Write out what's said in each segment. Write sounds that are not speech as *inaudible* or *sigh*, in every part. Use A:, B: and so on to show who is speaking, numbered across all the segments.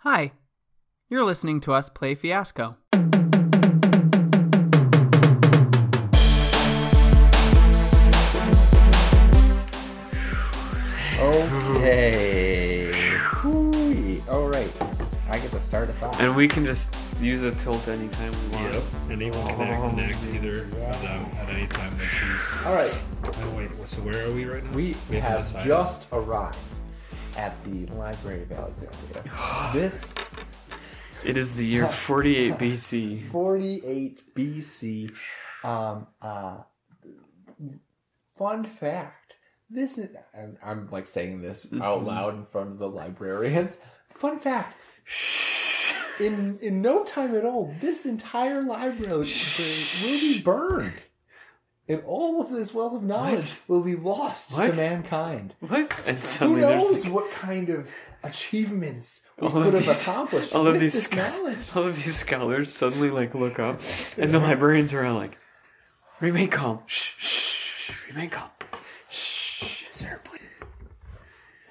A: Hi, you're listening to us play Fiasco.
B: Okay. Hoo-wee. All right. I get to start us off.
C: And we can just use a tilt anytime we want.
D: Yep, anyone can
C: Oh,
D: connect either of them at any time they choose.
B: All right.
D: Oh wait, so where are we right now?
B: We
D: have to
B: have
D: decide.
B: just arrived at the Library of Alexandria. This
C: It is
B: *laughs*
C: the year 48 BC.
B: 48 BC. Um, uh, fun fact. This is. I'm, I'm like saying this out
C: Mm-hmm.
B: loud in front of the librarians. Fun fact. In in no time at all, this entire library will be burned, and all of this wealth of knowledge will be lost to
C: What?
B: mankind.
C: What? And
B: Who
C: suddenly
B: knows
C: there's like,
B: what kind of achievements we
C: All of
B: could have
C: these-
B: accomplished
C: all of
B: with
C: these
B: this
C: sc-
B: knowledge?
C: all of these scholars suddenly like look up, and the librarians are all like, "Remain calm. Shh, shh, shh, remain calm."
B: Sir, please.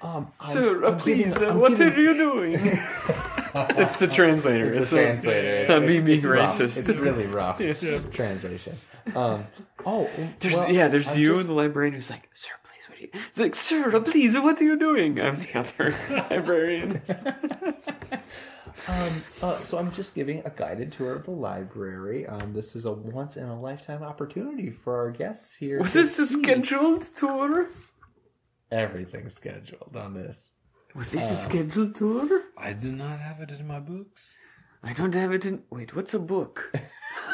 B: Um, I'm,
C: Sir, uh,
B: I'm giving-
C: please, uh,
B: I'm
C: what
B: giving-
C: are
B: *laughs*
C: you doing? it's the translator.
B: It's a
C: not-
B: translator.
C: It's not me being
B: rough.
C: racist.
B: It's really rough
C: *laughs*
B: translation. Um, oh,
C: There's
B: well,
C: yeah, there's
B: I'm
C: you
B: just-
C: and the librarian who's like, "Sir, please, what are you?" It's like, "Sir, uh, please, what are you doing?" I'm the
D: *laughs*
C: other librarian.
B: Um, uh, so I'm just giving a guided tour of the library. Um, this is a once in a lifetime opportunity for our guests here.
C: Was
B: to
C: this a
B: see
C: scheduled tour?
B: Everything scheduled on this.
C: Was this
D: Oh.
C: a scheduled tour?
D: I did not have it in my books.
C: I don't have it in. Wait, what's a book?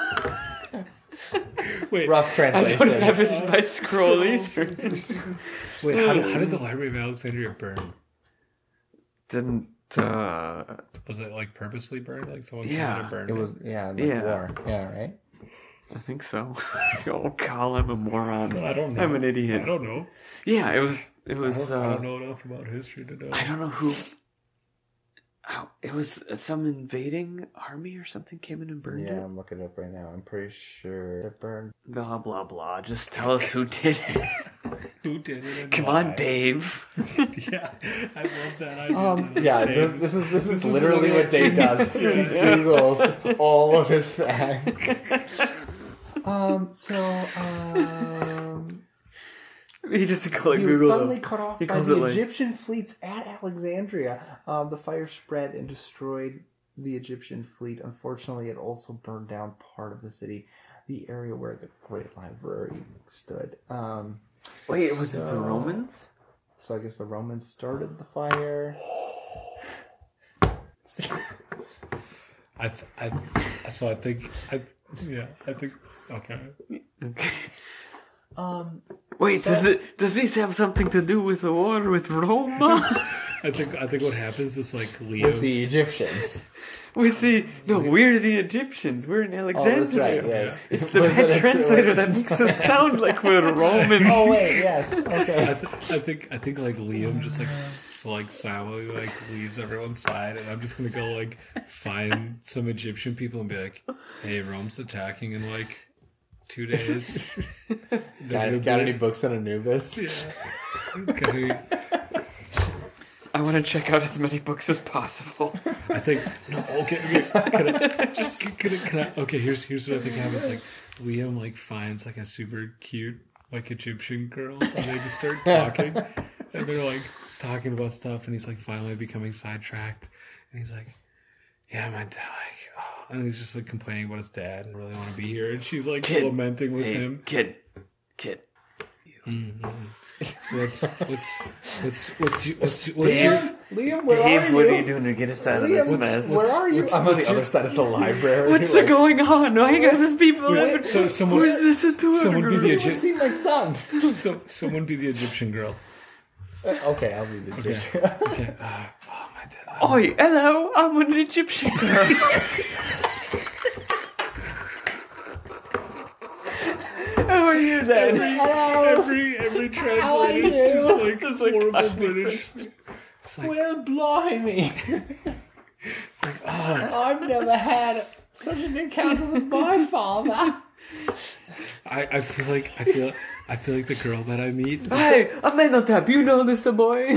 D: *laughs* Wait,
B: Rough
C: *laughs* I don't have
B: translation.
C: it
D: *laughs*
C: in my scroll either. *laughs*
D: wait, how, did- how did the Library of Alexandria burn?
C: Didn't. Uh,
D: Was it like purposely burned? Like someone
C: Yeah,
D: came out and burned
B: It was yeah, the
C: Yeah.
B: war. Yeah, right.
C: I think so. *laughs* oh, Kyle, I'm a moron.
D: I don't know.
C: I'm an
D: I
C: idiot.
D: don't know.
C: Yeah, it was. It
D: I
C: was.
D: don't, I
C: uh,
D: don't know enough about history to know.
C: I don't know who. Ow, it was some invading army or something came in and burned
B: Yeah,
C: it.
B: I'm looking it up right now. I'm pretty sure it burned.
C: Blah blah blah. Just tell us who did
B: *laughs*
C: it.
D: Who did it? and
C: Come on,
D: why.
C: Dave. *laughs*
D: *laughs* Yeah, I love that idea.
B: Um, *laughs* yeah, this,
D: Dave.
B: this is this is literally what Dave *laughs* does. He
D: Yeah.
B: googles all of his facts. *laughs* Um, so um,
C: He just click
B: he was
C: Google.
B: suddenly
C: them.
B: cut off
C: He
B: by
C: calls
B: the
C: it, like-
B: Egyptian fleets at Alexandria. Um, the fire spread and destroyed the Egyptian fleet. Unfortunately, it also burned down part of the city, the area where the Great Library stood. Um,
C: Wait, was it the
B: So-
C: Romans?
B: so I guess the Romans started the fire.
D: I, th- I, so I think, I, yeah, I think, okay.
C: Okay.
B: Um,
C: Wait, does it does this have something to do with the war with
B: *laughs*
C: Roma?
D: I think, I think what happens is like Leo.
B: with the Egyptians.
C: with the no, we're the Egyptians. We're in Alexandria.
B: Oh, that's right. Yes, *laughs*
C: It's the bad translator that makes us sound like we're Romans.
B: Oh wait, yes.
D: I,
B: Okay.
D: th- I think I think like Liam just like s- like silently like leaves everyone's side, and I'm just gonna go like find some Egyptian people and be like, "Hey, Rome's attacking in like
B: *laughs*
D: two days." They're
B: Got,
D: gonna
B: got
D: be-
B: any books on Anubis?
D: Got any-
C: I want to check out as many books as
B: *laughs*
C: possible.
D: I think no. Okay, okay, can I, just can I, can I, okay. Here's here's what I think happens. Like Liam like finds like a super cute like Egyptian girl, and they just start talking, and they're like talking about stuff, and he's like finally becoming sidetracked, and he's like, "Yeah, my dad." Like, oh," and he's just like complaining about his dad and really want to be here, and she's like
C: Kid.
D: lamenting with
C: Hey,
D: him.
C: kid, kid.
D: So what's what's what's what's you- what's you- what's your
B: *laughs* Liam, where
C: Dave,
B: are
C: what
B: you?
C: are you doing to get us out of
B: Liam,
C: this
B: what's-
C: mess?
B: where are you?
D: What's-
B: I'm on
D: what's
B: the other
D: your-
B: side of the library.
C: What's
B: like,
C: going on? Why got these people?
D: Wait, so someone-
C: Who's this to
D: someone be the
B: You
D: Egypt-
B: haven't seen my son.
D: so someone be the Egyptian girl?
B: *laughs* okay, I'll be the Egyptian.
D: Okay. Uh, oh my dad.
C: Oi, hello, I'm an Egyptian
D: *laughs*
C: girl. How are you then?
D: *laughs*
B: Hello.
D: every every
B: *laughs* How are
D: translator
B: you?
D: is just like
C: Just like-
D: horrible British. It's like,
B: Well, blimey,
D: it's like oh,
B: I've never had such an encounter with my father.
D: I, I feel like I feel I feel like the girl that I meet. Is
C: Hi, I'm Menotap. You know this, boy.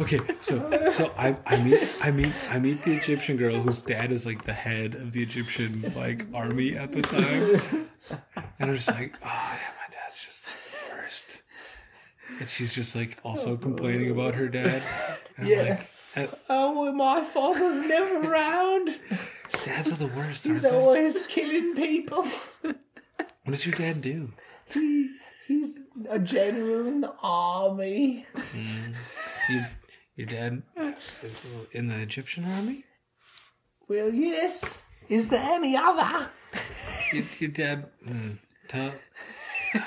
D: Okay, so so I, I meet I meet I meet the Egyptian girl whose dad is like the head of the Egyptian like army at the time, and I'm just like, oh yeah, my dad's just like the worst. And she's just like also complaining about her dad. And I'm
B: Yeah.
D: like, "Uh,
B: *laughs* Oh, my father's never around.
D: dads are the worst, aren't they?
B: always killing people.
D: What does your dad do?
B: He, he's a general in the army.
D: You, your dad in the Egyptian army?
B: Well, yes. Is there any other?
D: Your, your dad mm, tell. *sighs*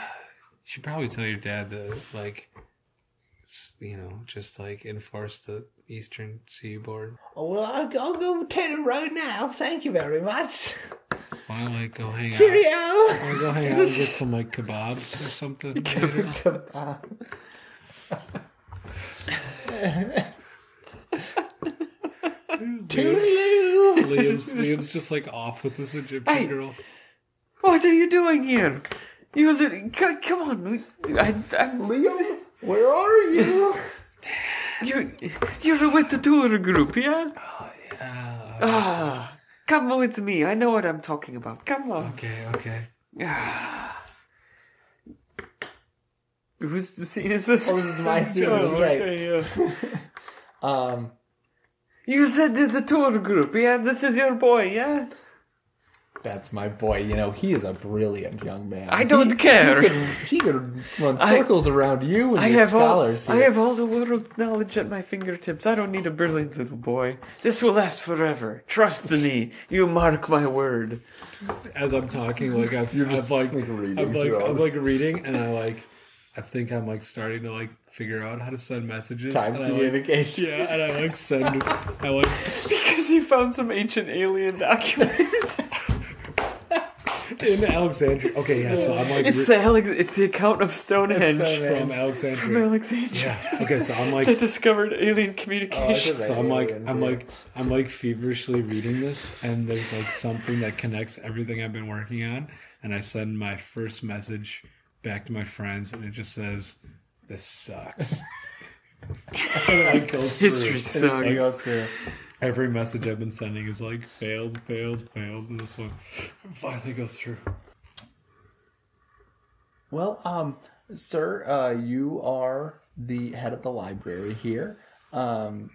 D: You should probably tell your dad to like, s- you know, just like enforce the Eastern Seaboard.
B: Oh, well, I'll, I'll go tell him right now. Thank you very much.
D: Why don't like go hang out?
B: Cheerio.
D: Why go hang out and get some like kebabs or something? later?
B: Goodbye.
D: Liam,
B: Toodaloo.
D: Liam's, Liam's just like off with this Egyptian
C: Hey.
D: girl.
C: What are you doing here? You li- c- come on. we- I, I,
B: Liam, where are you?
C: you you were with the tour group, yeah?
D: Uh,
C: Ah, come with me. I know what I'm talking about. Come on. *sighs*
D: okay, okay.
C: Ah. Whose scene is this?
B: Oh, this is my
C: *laughs*
B: scene, that's right.
C: okay, yeah.
B: *laughs* Um,
C: You said this the tour group, yeah? This is your boy, yeah?
B: that's my boy. You know, he is a brilliant young man.
C: I don't care.
B: He could, he could run circles around you and
C: I
B: your
C: have
B: scholars
C: all, I
B: here.
C: have all the world's knowledge at my fingertips. I don't need a brilliant little boy. This will last forever. Trust me. You mark my word. *laughs*
D: as I'm talking, like
B: *laughs*
D: I've,
B: You're just,
D: I've like,
B: like, reading
D: I'm like
B: through all
D: I'm
B: this.
D: like reading, and I like I think I'm like starting to like figure out how to send messages.
B: Time
D: and I, like,
B: communication.
D: yeah, and I like send. I like
C: Because you found some ancient
B: *laughs*
C: alien document.
D: in Alexandria. Okay, yeah. So I'm like
C: it's
D: re-
C: the Alex- It's the account of Stonehenge
D: from
C: from
D: Alexandria.
C: Alexandria.
D: Yeah. Okay, so I'm
C: *laughs* They
D: like.
C: discovered alien
B: Oh,
C: communications.
B: okay.
D: So I'm like
B: Aliens,
D: I'm
B: yeah.
D: like I'm like feverishly reading this and there's like something that connects everything I've been working on and I send my first message back to my friends and it just says this sucks. *laughs* and I go through.
C: History sucks.
B: He goes through.
D: Every message I've been sending is like failed, failed, failed, and this one finally goes through.
B: Well, um, sir, uh, you are the head of the library here. Um,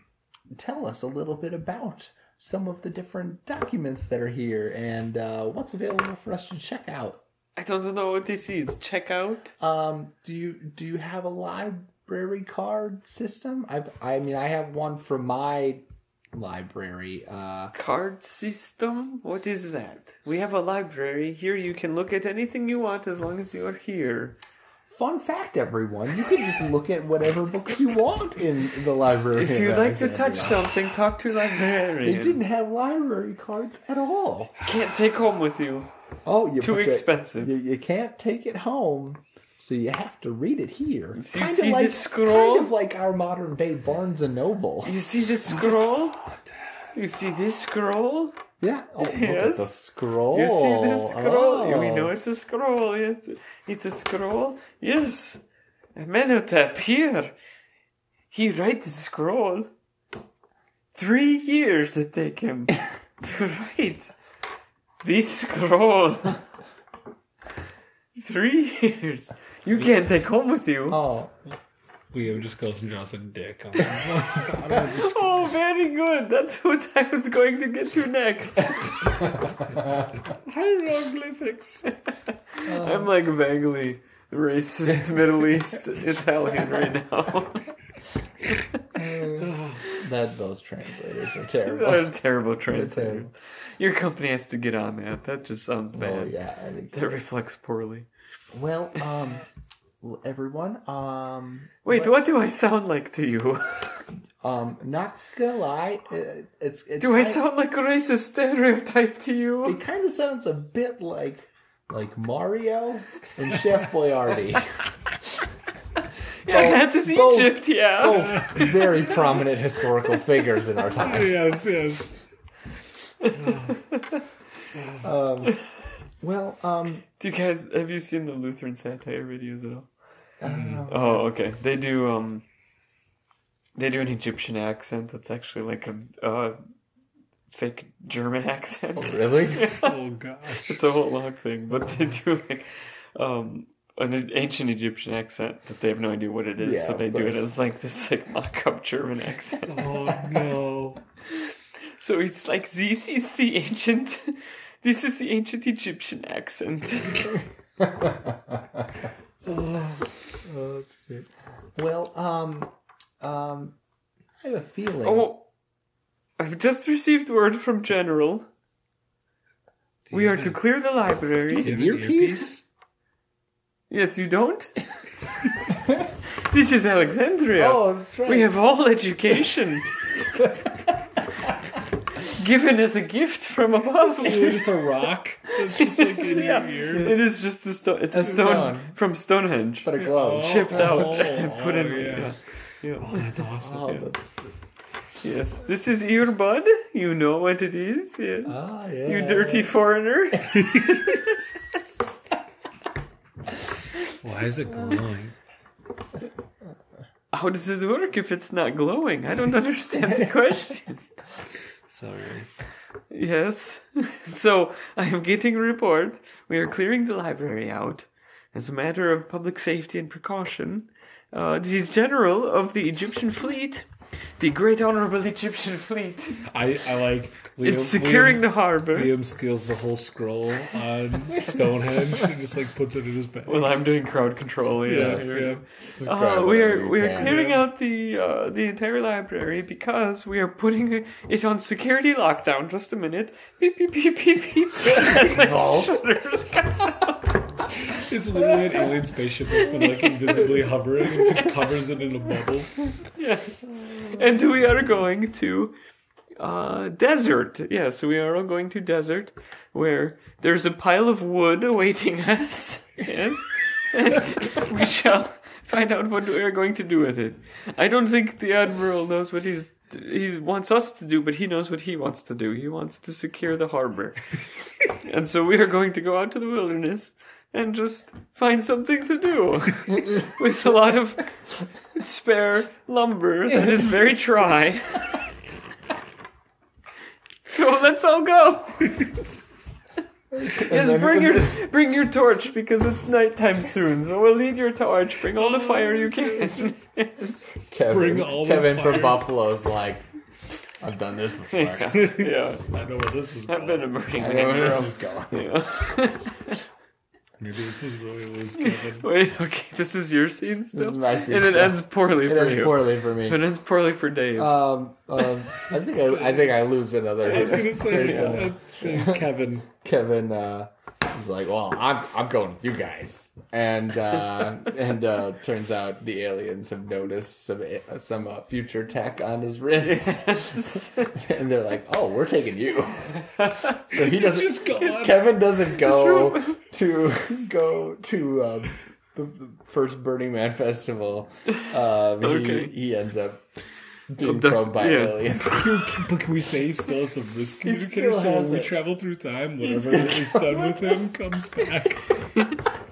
B: tell us a little bit about some of the different documents that are here and uh, what's available for us to check out.
C: I don't know what this is. Check out.
B: Um, do you do you have a library card system? I I mean I have one for my library. Uh,
C: Card system? What is that? We have a library. Here you can look at anything you want as long as you are here.
B: fun fact, everyone, you can just look at whatever books you want in the library.
C: If you'd
B: that
C: like
B: is
C: to touch
B: available.
C: something, talk to
B: They
C: librarian.
B: didn't have library cards at all.
C: Can't take home with you.
B: Oh, you
C: Too
B: put the-
C: expensive.
B: You, you can't take it home, so you have to read it here.
C: So you see this scroll?
B: kind of like our modern day Barnes and Noble.
C: You see this scroll?
B: Oh,
C: You see this scroll?
B: Yeah. Oh, look at
C: Yes.
B: the scroll.
C: You see this scroll?
B: Oh.
C: We know it's a scroll. It's, it's a scroll. Yes. Amenhotep here. He write the scroll. Three years it
B: *laughs*
C: take him to write
B: *laughs*
C: this scroll. Three years. You can't take home with you.
B: Oh,
D: Liam just goes and draws a dick
C: *laughs*
D: on him.
C: Oh, very good. That's what I was going to get to next.
B: *laughs*
D: Hieroglyphics.
C: *laughs* I'm like vaguely racist *laughs* Middle East Italian right now. *laughs*
B: that those translators are terrible.
C: They're terrible translator.
B: terrible.
C: Your company has to get on that. That just sounds
B: Oh
C: bad.
B: yeah, I think.
C: That reflects poorly.
B: Well, um, well, everyone, um,
C: Wait, what do I sound like to *laughs* you?
B: um, not gonna lie, it, it's, it's
C: Do I
B: kind-
C: sound like a racist stereotype to
B: It
C: you?
B: kind of sounds a bit like like Mario and Chef
C: *laughs*
B: Boyardee.
C: Yeah, that is
B: both-
C: Egypt, yeah.
B: both very prominent historical figures in our time.
D: yes, yes.
B: Um, well, um,
C: Do you guys have you seen the Lutheran satire videos at all?
B: I don't know.
C: Oh, okay. They do um They do an Egyptian accent that's actually like a uh, fake German *laughs* accent.
B: Really?
D: Oh gosh.
C: It's a whole long thing, but they do like um, an ancient Egyptian accent that they have no idea what it is,
B: Yeah,
C: so they
B: of
C: do it
B: course.
C: as like this like mock-up German accent.
D: Oh no.
C: *laughs* so it's like this is the ancient, *laughs* this is the ancient Egyptian
D: *laughs*
C: accent.
D: Oh, that's great.
B: well, um, um, I have a feeling.
C: oh, I've just received word from General.
D: Do
C: We
D: you
C: are
D: have
C: to
D: a-
C: clear the
D: do you
C: library.
D: have an
B: Earpiece?
C: Yes, you don't. *laughs* this is Alexandria.
B: Oh, that's right.
C: We have all education. Given as a gift from
D: *laughs*
C: above.
D: There's just a rock that's just like in
C: Yeah,
D: your ear.
C: It is just a stone. It's a,
B: That's a
C: stone
B: stone.
C: from Stonehenge.
B: but it
C: *laughs*
B: glows.
D: Oh,
C: Chipped out
D: oh,
C: and put in.
D: oh, yeah.
C: yeah.
D: Oh, that's awesome.
B: Oh, that's-
C: Yes. This is earbud. You know what it is. Yes.
D: Oh.
B: ah, yeah.
C: you dirty foreigner.
D: Why is it glowing?
C: How does this work if it's not glowing? I don't understand
D: *laughs*
C: the question.
D: Sorry.
C: Yes. *laughs* So I am getting a report. We are clearing the library out as a matter of public safety and precaution. Uh, this is General of the Egyptian Fleet, the Great Honorable Egyptian Fleet,
D: I, I like Liam,
C: is securing the
D: Liam,
C: harbor.
D: Liam steals the whole scroll on Stonehenge and just like puts it in his
C: *laughs*
D: bag.
C: Well, I'm doing crowd control. Yeah.
D: yeah,
C: here we go.
D: yeah.
C: Uh, we are we are
B: Yeah.
C: clearing out the uh, the entire library because we are putting it on security lockdown. Just a minute. Beep beep beep beep beep. And my
B: Vault.
C: shutters go
D: It's literally an alien spaceship that's been like invisibly hovering and just covers it in a bubble.
C: Yes. And we are going to uh desert. Yes, we are all going to desert where there's a pile of wood awaiting *laughs* us. Yes. and *laughs* we shall find out what we are going to do with it. I don't think the admiral knows what he's he wants us to do, but he knows what he wants to do. He wants to secure the harbor. and so we are going to go out to the wilderness and just find something
B: *laughs*
C: to do with a lot of spare lumber that is very dry. *laughs* so let's
B: *laughs*
C: all go. yes,
B: then-
C: bring your bring your torch because it's nighttime soon. So we'll need your torch. Bring
B: Oh,
C: all the fire you can. *laughs*
B: Kevin,
D: Bring all the
B: Kevin
D: fire.
B: from Buffalo's like, I've done
C: *laughs*
B: this before.
C: yeah,
D: I know where this is
C: I've
D: going.
C: been a burning
B: I know where this
C: man for
B: is going.
C: a- yeah. *laughs*
D: Maybe this is really loose, Kevin.
C: Wait, *laughs* okay, this is your scene
B: This is
C: still,
B: my scene.
C: and it
B: so-
C: ends poorly
B: it
C: for
B: ends
C: you.
B: poorly for me.
C: It ends poorly for Dave. *laughs*
B: Um, um, I think I, I think I lose another.
D: I was gonna say,
B: person.
D: uh, uh, Kevin.
B: Kevin uh, was like, "Well, I'm I'm going with you guys," and
C: *laughs*
B: uh, and uh, turns out the aliens have noticed some uh, some uh, future tech on his
C: *laughs*
B: wrist, *laughs* and they're like, "Oh, we're taking you." So he doesn't.
D: Just go on.
B: Kevin doesn't go to go to um, the, the first Burning Man festival. Um,
C: Okay.
B: he, he ends up being
C: Abduct-
B: probed by
C: yeah.
B: aliens. *laughs*
D: But can we say he still has the wrist communicator?
B: still
D: So
B: has
D: when we
B: it.
D: travel through time, whatever is done with him comes back.
B: *laughs*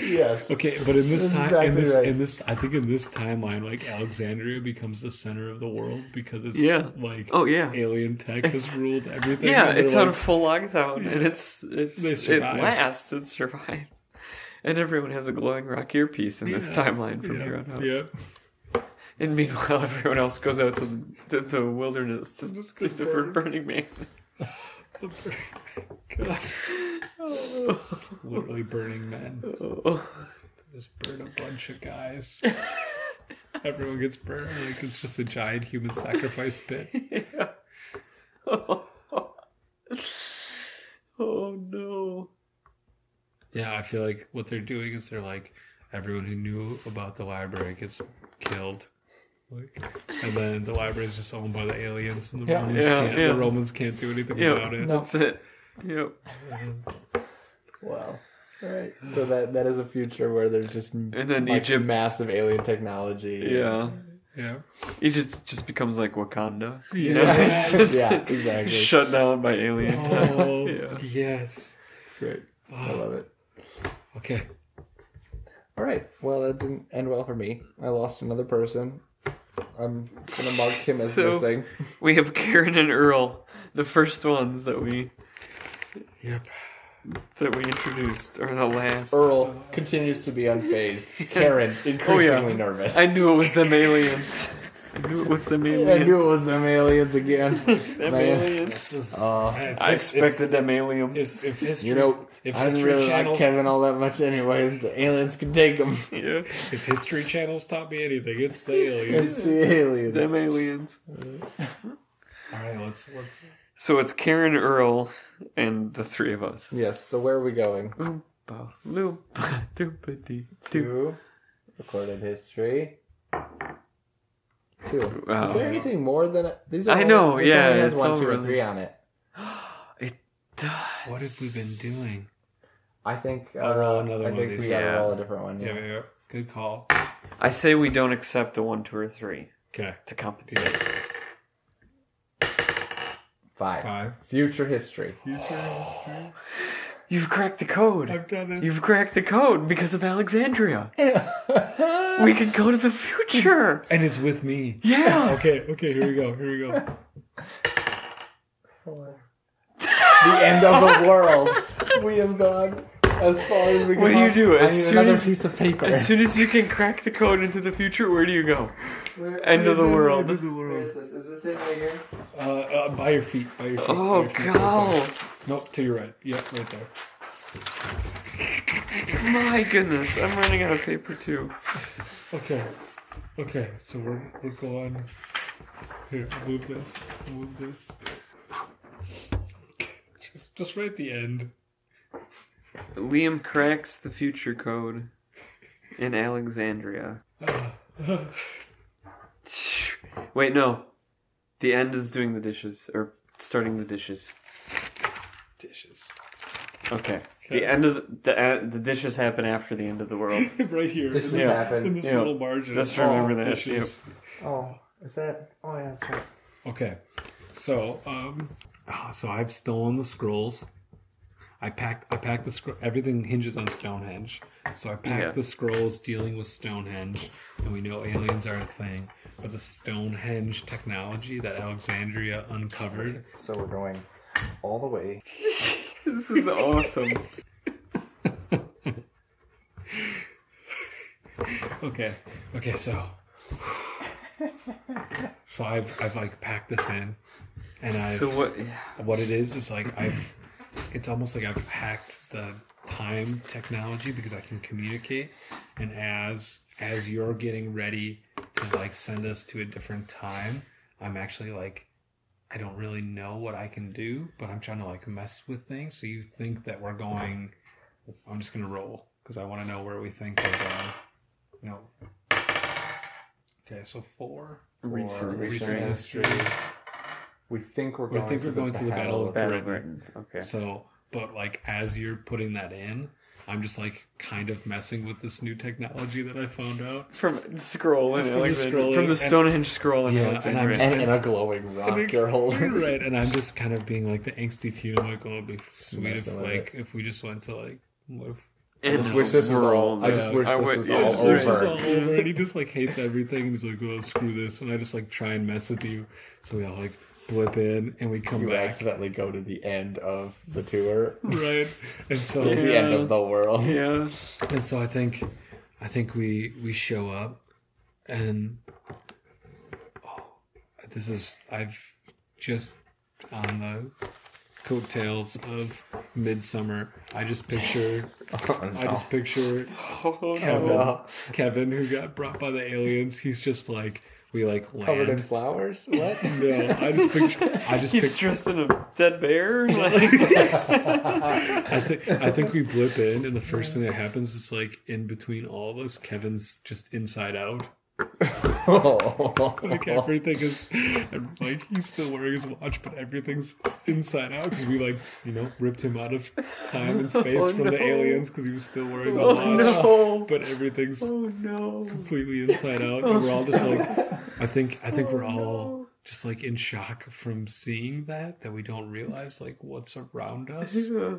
B: yes.
D: Okay, but in this
B: That's
D: time, in
B: exactly
D: this,
B: right.
D: in this, I think in this timeline, like Alexandria becomes the center of the world because it's
C: Yeah.
D: like
C: Oh, yeah.
D: alien tech has ruled everything.
C: yeah,
D: and they're
C: it's
D: like,
C: on a full lockdown, and it's
D: They
C: it's it
D: survived.
C: lasts. It survives, and everyone has a glowing rock earpiece in this
D: Yeah.
C: timeline from here on
D: Yeah,
C: out.
D: yeah.
C: And meanwhile, *laughs* everyone else goes out to the, to the wilderness to to- for
B: *laughs*
C: Burning Man. *laughs*
D: *laughs* literally burning men.
C: Oh.
D: Just burn a bunch
C: *laughs*
D: of guys. Everyone gets burned. Like it's just a giant human sacrifice pit.
C: oh no!
D: Yeah, I feel like what they're doing is they're like everyone who knew about the library gets killed. Like, and then the library is just owned by the aliens, and the
B: Yeah.
D: Romans
C: Yeah,
D: can't.
C: yeah.
D: The Romans can't do anything
C: Yeah.
D: about it.
B: No.
C: That's it. Yep.
B: Wow. All right. So that that is a future where there's just
C: And then
B: like,
C: Egypt.
B: massive alien technology. *laughs*
C: Yeah.
D: Yeah,
C: Egypt just becomes like Wakanda.
D: yeah,
C: it's just- *laughs*
B: yeah, exactly.
C: Shut down by alien. *laughs*
D: Oh,
C: Yeah.
D: yes.
B: Great. I love it.
D: Okay.
B: All right. Well, that didn't end well for me. I lost another person. I'm gonna mark him as
C: *laughs* So-
B: missing.
C: We have Karen and Earl, the first ones that we
D: Yep.
C: that we introduced, or the last.
B: Earl continues to be
C: *laughs*
B: unfazed. Karen
C: Oh
B: increasingly
C: yeah,
B: nervous.
C: I knew it was them aliens. I knew it was them aliens.
B: I knew it was them aliens again.
C: *laughs* them
B: Man.
C: aliens.
D: This is.
B: Uh,
D: if-
C: I
D: if-
C: expected them aliens.
D: If, if, if history,
B: You know,
D: if
B: I didn't
D: history
B: really
D: channels,
B: like Kevin all that much anyway. The aliens can take
C: *laughs*
B: him.
C: yeah,
D: if history channels taught me anything, it's
B: *laughs*
D: the aliens.
B: It's the aliens.
C: them aliens.
D: All right, let's let's.
C: So it's Karen, Earl, and the three of us.
B: Yes, so where are we going?
C: Bow, loo, ba, doo, ba, dee, doo.
B: Two. Recorded history. Two.
C: Wow.
B: Is there anything more than a, these are
C: Oh, I
B: all-
C: know,
B: this
C: yeah,
B: only has
C: it's
B: one,
C: all
B: two, and
C: really-
B: three on it.
C: It does.
D: What have we been doing?
B: I think
C: Oh,
B: uh,
D: I'll roll another
B: I
D: one of
B: think we
D: these.
B: gotta
C: Yeah.
B: roll a different one.
D: Yeah,
B: Yeah.
D: yeah, yeah. Good call.
C: I say we don't accept a one, two, or three
B: *laughs*
D: Okay.
C: to compensate.
B: Five.
D: Five.
B: Future
C: *laughs*
B: history. *laughs*
C: You've cracked the code.
D: I've done it.
C: You've cracked the code because of Alexandria. we can go to the future.
D: And it's with me.
C: *laughs* Yeah.
D: Okay, okay, here we go, here we go.
B: the end of the world. We have gone as far as we can.
C: What do you do?
B: I
C: As
B: need
C: soon
B: another
C: as-
B: piece of paper.
C: As soon as you can crack the code into the future, where do you go?
B: Where-
C: End of the
B: where is this?
C: world.
B: Where is this? Is this it right here?
D: Uh, uh, by your feet, by your feet. by
C: Oh
D: your feet.
C: god.
D: Nope, to your right. Yep, right there.
C: My goodness. I'm running out of paper too.
D: Okay. Okay, so we're we're going here, move this, move this. Just just right at the end. *laughs*
C: Liam cracks the future code in Alexandria. Wait, no. The end is doing the dishes or starting the dishes.
D: Dishes. *laughs*
C: Okay. The end of the the, uh, the dishes happen after the end of the *laughs* world.
D: right here.
B: This
D: in
B: has
D: this, in
B: happened.
D: this
C: Yeah.
D: little margin.
C: Just
D: All
C: remember that,
D: dishes.
B: Oh, is that? Oh yeah, that's right.
D: Okay. So, um, ah, so I've stolen the scrolls. I packed. I packed the scroll. Everything hinges on Stonehenge. So I packed
C: Yeah.
D: the scrolls dealing with Stonehenge, and we know aliens are a thing. But the Stonehenge technology that Alexandria uncovered.
B: So we're going all the way.
C: this is awesome.
D: Okay. Okay. So. *laughs* So I've I've like packed this in, and I've
C: So what? Yeah.
D: what it is is like I've it's almost like I've hacked the time technology because I can communicate and as as you're getting ready to like send us to a different time, I'm actually like I don't really know what I can do, but I'm trying to like mess with things so you think that we're going I'm just going to roll because I want to know where we think we're going. No. Okay, so four.
C: Recent
B: recent
C: history.
D: history.
B: We think we're
D: We
B: going.
D: think
B: to
D: we're going to the Battle of
C: Battle
D: Britain.
C: Britain. Okay.
D: So, but like as you're putting that in, I'm just like kind of messing with this new technology that I found
B: *laughs*
D: out.
C: From scroll in
D: From the
C: Alexandria.
D: scroll
C: From the
D: and-
C: Stonehenge scroll in
D: Yeah, and
C: Alexandria.
D: I'm-
B: and in a glowing rock you're *laughs* holding.
D: right, and I'm just kind of being like the angsty teen. I'm like, oh, it'd be sweet if
B: Messing with
D: like if we just went to like what if
C: And
B: just wish this was
C: world.
B: all- I just wish this
C: would-
B: was
C: yeah,
B: all
D: Yeah,
C: this
D: so he's
C: is
B: over.
D: all over, and he just like hates everything. And he's like, oh, screw this, and I just like try and mess with you. So we all like blip in, and we come
B: You
D: back,
B: accidentally go to the end of the tour.
D: right? And
B: *laughs*
D: so
B: The end of the world. *laughs*
C: Yeah.
D: And so I think, I think we we show up, and oh, this is I've just on the coattails of midsummer. I just picture,
B: Oh,
D: I just picture
C: Oh,
B: *laughs*
C: no.
D: Kevin,
B: no.
D: Kevin who got brought by the aliens. He's just like we like
B: Covered in
D: land.
B: *laughs* flowers. What?
D: *laughs* No, I just picture, I
C: *laughs*
D: just
C: He's
D: picture.
C: dressed in a
B: *laughs*
C: dead bear. Like,
D: I think I think we blip in, and the
C: *laughs*
D: first thing that happens is like in between all of us, Kevin's just inside out.
B: Oh.
D: *laughs* Like everything is, and, like he's still wearing his watch, but everything's inside out because we like, you know, ripped him out of time and space
C: *laughs* Oh,
D: from
C: no.
D: the aliens because he was still wearing the
C: oh
D: watch.
C: no.
D: But everything's
C: Oh no.
D: completely inside out, and we're all just like, I think, I think
C: Oh,
D: we're all just like in shock from seeing that that we don't realize like what's around us.
C: Yeah.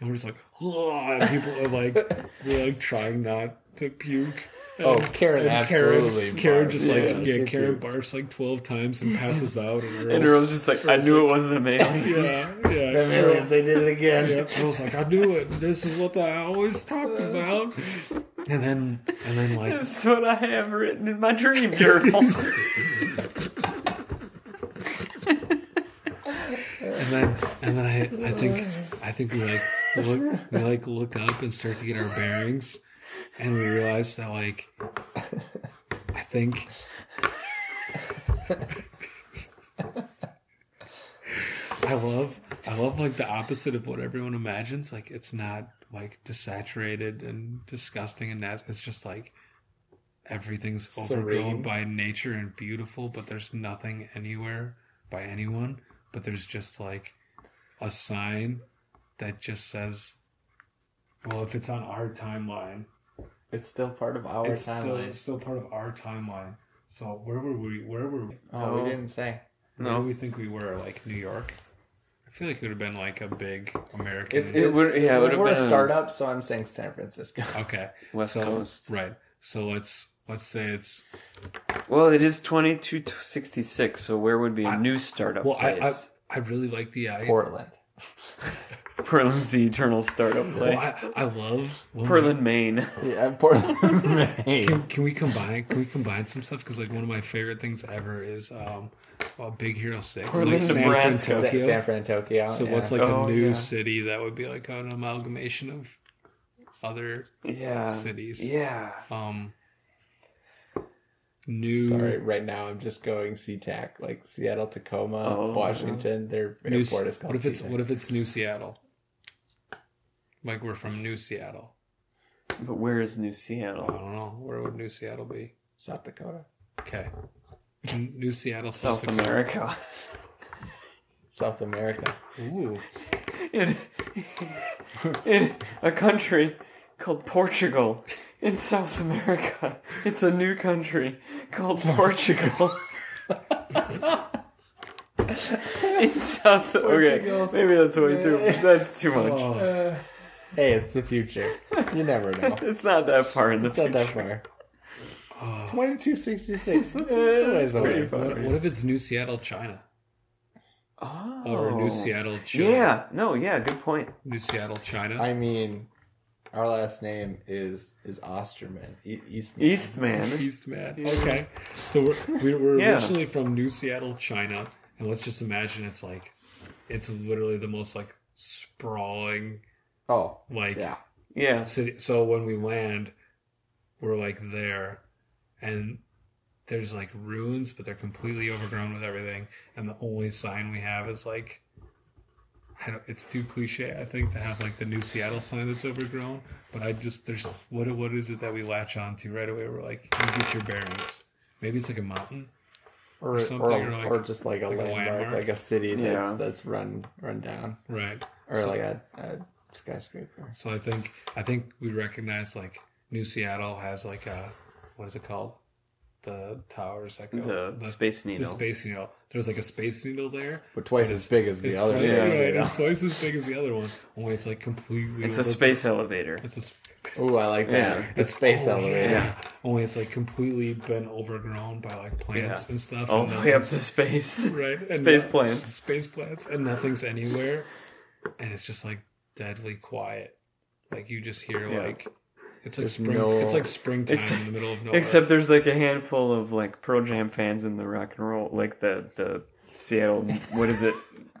D: and we're just like, "Ugh," and people are like, we're like trying not to puke.
B: Oh,
D: And-
B: Karen
D: and
B: absolutely
D: Karen, Karen
B: barfed.
D: just like
B: Yeah,
D: yeah,
B: she
D: Karen
B: pukes.
D: barfs like twelve times and passes out,
B: *laughs*
D: and
C: And
D: Earl's-
C: Earl's just like, I knew it wasn't an *laughs* alien.
D: yeah, yeah.
B: The aliens, they did *laughs* it again.
D: Yep. I was like, I knew it. This is what I always talked about. And then, and then, like,
C: This is what I have written in
B: *laughs*
C: my dream journal.
D: and then, and then, I, I think, I think we like look, we like look up and start to get our bearings, and we realize that like, I think. I love, I love like the opposite of what everyone imagines. Like, it's not like desaturated and disgusting and nasty. It's just like everything's
B: Serene.
D: overgrown by nature and beautiful, but there's nothing anywhere by anyone. But there's just like a sign that just says, "Well, if it's on our timeline,
B: *laughs* It's still part of our
D: it's still
B: timeline.
D: it's still part of our timeline." So where were we? Where were we?
B: Oh,
C: Oh.
B: we didn't say.
D: Where do we think we were? Like New York? I feel like it would have been like a big American.
B: It's, it,
C: would- yeah, it would've
B: we're
C: been-
B: a startup, so I'm saying San Francisco. *laughs*
D: okay,
C: West
D: so,
C: Coast.
D: right? So let's let's say it's
C: Well, it is 2266, so where would be a
D: I-
C: new startup
D: well. I, I
C: place?
D: I really like the idea.
B: Portland.
C: Portland's the eternal startup
D: Well,
C: place.
D: I, I love when
C: Portland, Maine.
B: Yeah,
C: *laughs*
B: Portland. Maine.
D: Can, can we combine? Can we combine some stuff? Because like one of my favorite things ever is um, uh, Big Hero Six,
C: Portland,
D: like San Fran,
C: Nebraska.
B: Sa-
D: Tokyo.
B: San Fran, Tokyo.
D: so
B: yeah.
D: what's like
C: Oh,
D: a new
C: yeah.
D: city that would be like an amalgamation of other
C: Yeah.
D: cities?
C: Yeah.
D: Um, new
B: Sorry, right now I'm just going SeaTac, like Seattle, Tacoma,
C: Oh.
B: Washington. Their
D: new.
B: airport is called.
D: What if it's
B: SeaTac.
D: what if it's New Seattle? Like we're from New Seattle.
C: But where is New
D: I
C: Seattle?
D: don't know where would New Seattle be.
B: South Dakota,
D: Okay, N- New Seattle, South,
C: South
D: Dakota. *laughs*
C: America.
B: South America?
D: Ooh,
C: in, in a country called Portugal in South America. It's a new country called
D: *laughs*
C: Portugal. in South okay,
B: Portugal's-
C: maybe that's way too that's too much.
D: oh,
B: Uh, hey, it's the future. You never
D: *laughs*
B: know.
C: It's not that far in the
B: It's not that
C: future.
B: far.
D: oh.
B: Twenty two sixty
D: *laughs*
B: six. That's, that's
C: Yeah,
B: a ways
C: that's pretty
B: away.
C: far.
D: What, what if it's New Seattle, China,
C: Oh.
D: or New Seattle, Chile?
C: Yeah, no, yeah, good point.
D: New Seattle, China.
B: I mean, our last name is is Osterman. E- Eastman.
D: *laughs*
C: Eastman.
D: Eastman. Okay, so we're
B: *laughs*
D: we're, we're
C: Yeah.
D: originally from New Seattle, China, and let's just imagine it's like, it's literally the most like sprawling
B: Oh,
D: like
B: yeah.
C: Yeah.
D: city. So when we land, we're like there, and there's like ruins, but they're completely overgrown with everything, and the only sign we have is like. I don't, it's too cliche, I think, to have like the new Seattle sign that's overgrown. But I just there's what what is it that we latch on to right away? We're like, you get your bearings. Maybe it's like a mountain.
B: Or, or,
D: something,
B: or,
D: or like-
B: just like a
D: like a
B: landmark,
D: landmark.
B: like a city that's
C: Yeah.
B: that's run run down,
D: Right.
B: or like a, a skyscraper.
D: So I think I think we recognize like New Seattle has like a what is it called? The towers that go
C: The Space
D: The
C: Needle.
D: space needle. There's like a space needle there.
B: But twice as big as
D: It's
B: the other.
D: twice,
B: Yeah.
D: right, it's twice as big as the other one. Only it's like completely.
C: It's a
D: over-
C: space elevator.
D: It's a sp-
B: *laughs* Oh, I like that.
C: Yeah.
B: The space
D: oh,
B: elevator.
D: yeah. Only it's like completely been overgrown by like plants
C: Yeah. Oh,
D: and stuff.
C: All
D: and
C: the way up
D: nothing's-
C: to space.
D: right and
C: Space
D: no-
C: plants.
D: space plants and nothing's anywhere and it's just like deadly quiet like you just hear
C: Yeah.
D: like it's like
B: There's
D: spring
B: no-
D: it's like springtime
C: Ex-
D: in the middle of nowhere
C: Except
D: *laughs*
C: there's like a handful of like Pearl Jam fans in the rock and roll, like the the Seattle. What is it?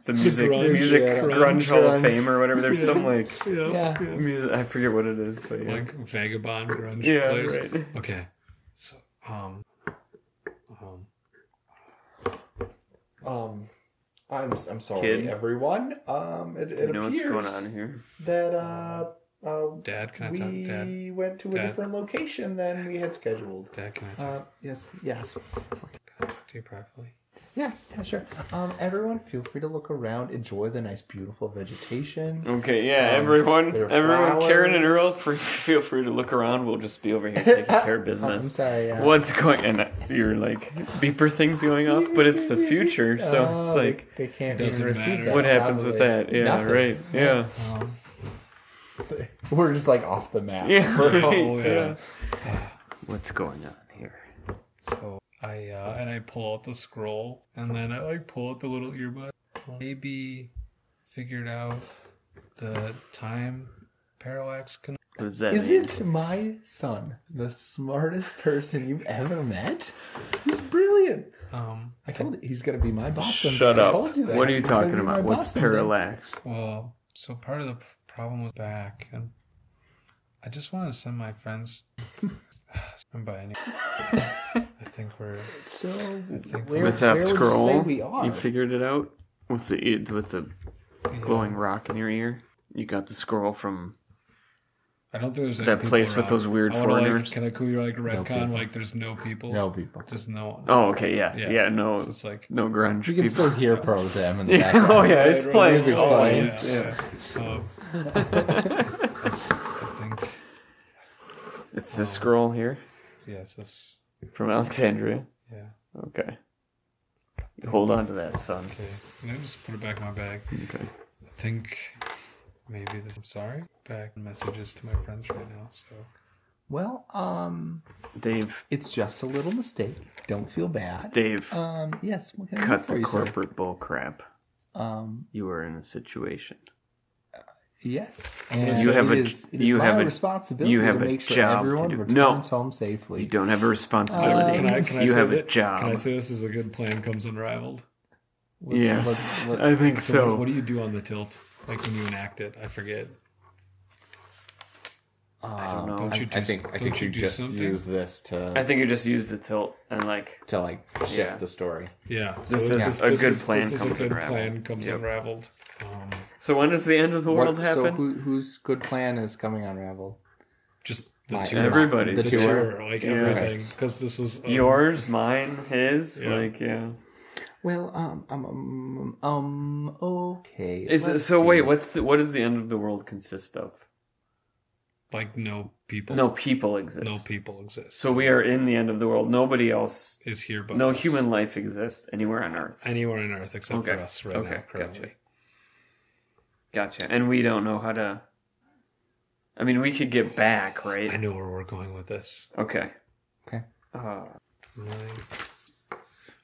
C: The music
D: grunge,
C: music
B: yeah,
C: grunge,
B: grunge,
C: hall of
B: grunge.
C: fame or whatever. There's some like
D: yeah,
B: Yeah.
D: yeah.
C: music. I forget what it is, but yeah,
D: like vagabond grunge
C: yeah,
D: players
C: right.
D: okay so um um
B: Um, I'm I'm sorry,
C: Kid.
B: everyone. Um, it,
C: Do
B: it
C: you know what's
B: appears
C: going on here?
B: that uh, uh
D: dad can i talk
B: we
D: dad
B: went to a
D: Dad?
B: different location than we had scheduled.
D: dad can i talk,
B: Uh, yes, yes.
D: can I talk to you privately
B: Yeah, yeah, sure. Um, everyone, feel free to look around. Enjoy the nice, beautiful vegetation.
C: Okay, yeah,
B: Um,
C: everyone,
B: there are
C: everyone, Karen and Earl,
B: flowers.
C: free, feel free to look around. We'll just be over here taking care of
B: Oh, I'm
C: business.
B: sorry. Uh,
C: What's going? And uh, you're like beeper things going off, but it's the future, so
B: oh,
C: it's like
B: they, they can't
D: Doesn't
B: even receive
D: matter.
B: that.
D: Yeah,
C: what happens with
B: probably.
C: that? Yeah,
B: Nothing.
C: right. Yeah.
D: um
B: *laughs* We're just like off the map.
C: Yeah.
D: Oh, yeah.
C: uh, What's going on here?
D: So I uh, and I pull out the scroll, and then I like pull out the little earbud. Maybe figured out the time parallax. Con-
C: What does that mean?
B: Isn't my son the smartest person you've ever met? He's brilliant.
D: um.
B: I told you he's gonna be my boss. someday.
C: Shut
B: I
C: up.
B: told you that.
C: What are you
B: He's gonna
C: talking
B: be my
C: about? What's
B: boss someday.
C: parallax?
D: Well, so part of the p- problem was back, and I just want to send my friends. and by any, I think we're
B: So
D: think
B: where,
C: With that
B: where
C: scroll,
B: would you say we are?
C: figured it out with the e, with the
D: yeah.
C: glowing rock in your ear. You got the scroll from
D: I don't think there's any
C: that
D: people
C: place with
D: around.
C: those weird
D: I wanna,
C: foreigners.
D: Like, can I call you like a retcon?
B: people.
D: like there's no people.
B: no people.
D: Just no one.
C: Oh, okay, yeah,
D: Yeah.
C: yeah, no,
D: So
C: *laughs*
D: it's like
C: no grunge.
B: You can
C: people.
B: still *laughs*
C: *laughs*
B: hear Pearl Jam in the
C: yeah.
B: background.
C: Oh yeah, it's
D: Right,
C: playing.
B: music's
C: Oh,
B: playing.
C: it's- yeah.
D: Um, I think
C: It's this scroll here
D: yes, this
C: from Alexandria.
D: yeah.
C: Okay, hold on to that, son.
D: Okay, I'm gonna just put it back in my bag.
C: Okay.
D: I think maybe this. I'm sorry. Back messages to my friends right now. So
B: Well, um,
C: Dave,
B: it's just a little mistake. Don't feel bad.
C: Dave,
B: Um, yes, what can I do
C: cut
B: for
C: the
B: you, sir?
C: corporate bull crap.
B: Um,
C: You are in a situation.
B: yes, and
C: You have
B: it
C: a-
B: is- it is
C: you
B: my
C: have a-
B: responsibility
C: you have
B: to
C: a
B: make sure
C: job to
B: everyone
C: do.
B: returns
C: No.
B: home
C: You
B: safely.
C: don't have a responsibility.
D: Uh, can I? Can I
C: you
D: say
C: have a
D: that-
C: job.
D: Can I say this is a good plan? Comes unraveled.
B: Let's-
C: yes,
B: let's- let-
C: I think
D: So,
C: so.
D: What, what do you do on the tilt? Like when you enact it, I forget.
C: Oh, I don't know.
D: Don't you do,
B: I think I
D: don't
B: think
D: you
B: you
D: do
B: just
D: something?
B: use this to
C: I think you just use the tilt and like
B: to like shift
C: Yeah.
B: the story.
D: Yeah.
C: This is a good plan
D: This is a
C: comes
D: good
C: unraveled.
D: plan comes
C: Yep.
D: unraveled. Um,
C: So when does the end of the world
B: What-
C: happen?
B: So who, whose good plan is coming unraveled?
D: just the
B: My-
D: tour.
C: Everybody.
B: The
D: the
C: The
B: tour.
D: tour, like
C: Yeah.
D: everything, because this um, was a-
C: Yours, mine, his.
D: Yeah.
C: Like yeah.
B: Well, um, um, um, um okay.
C: Is it,
B: let's
C: so wait,
B: see.
C: what's the what does the end of the world consist of?
D: like no people,
C: No people exist.
D: no people exist.
C: So we are in the end of the world. Nobody else.
D: is here, but
C: No
D: us.
C: human life exists anywhere on Earth.
D: anywhere on Earth except for
C: Okay.
D: us right
C: Okay,
D: now currently.
C: gotcha. Gotcha. And we don't know how to. I mean, we could get back,
D: I
C: right?
D: know where we're going with this.
C: Okay.
B: Okay.
C: Uh,
D: Really.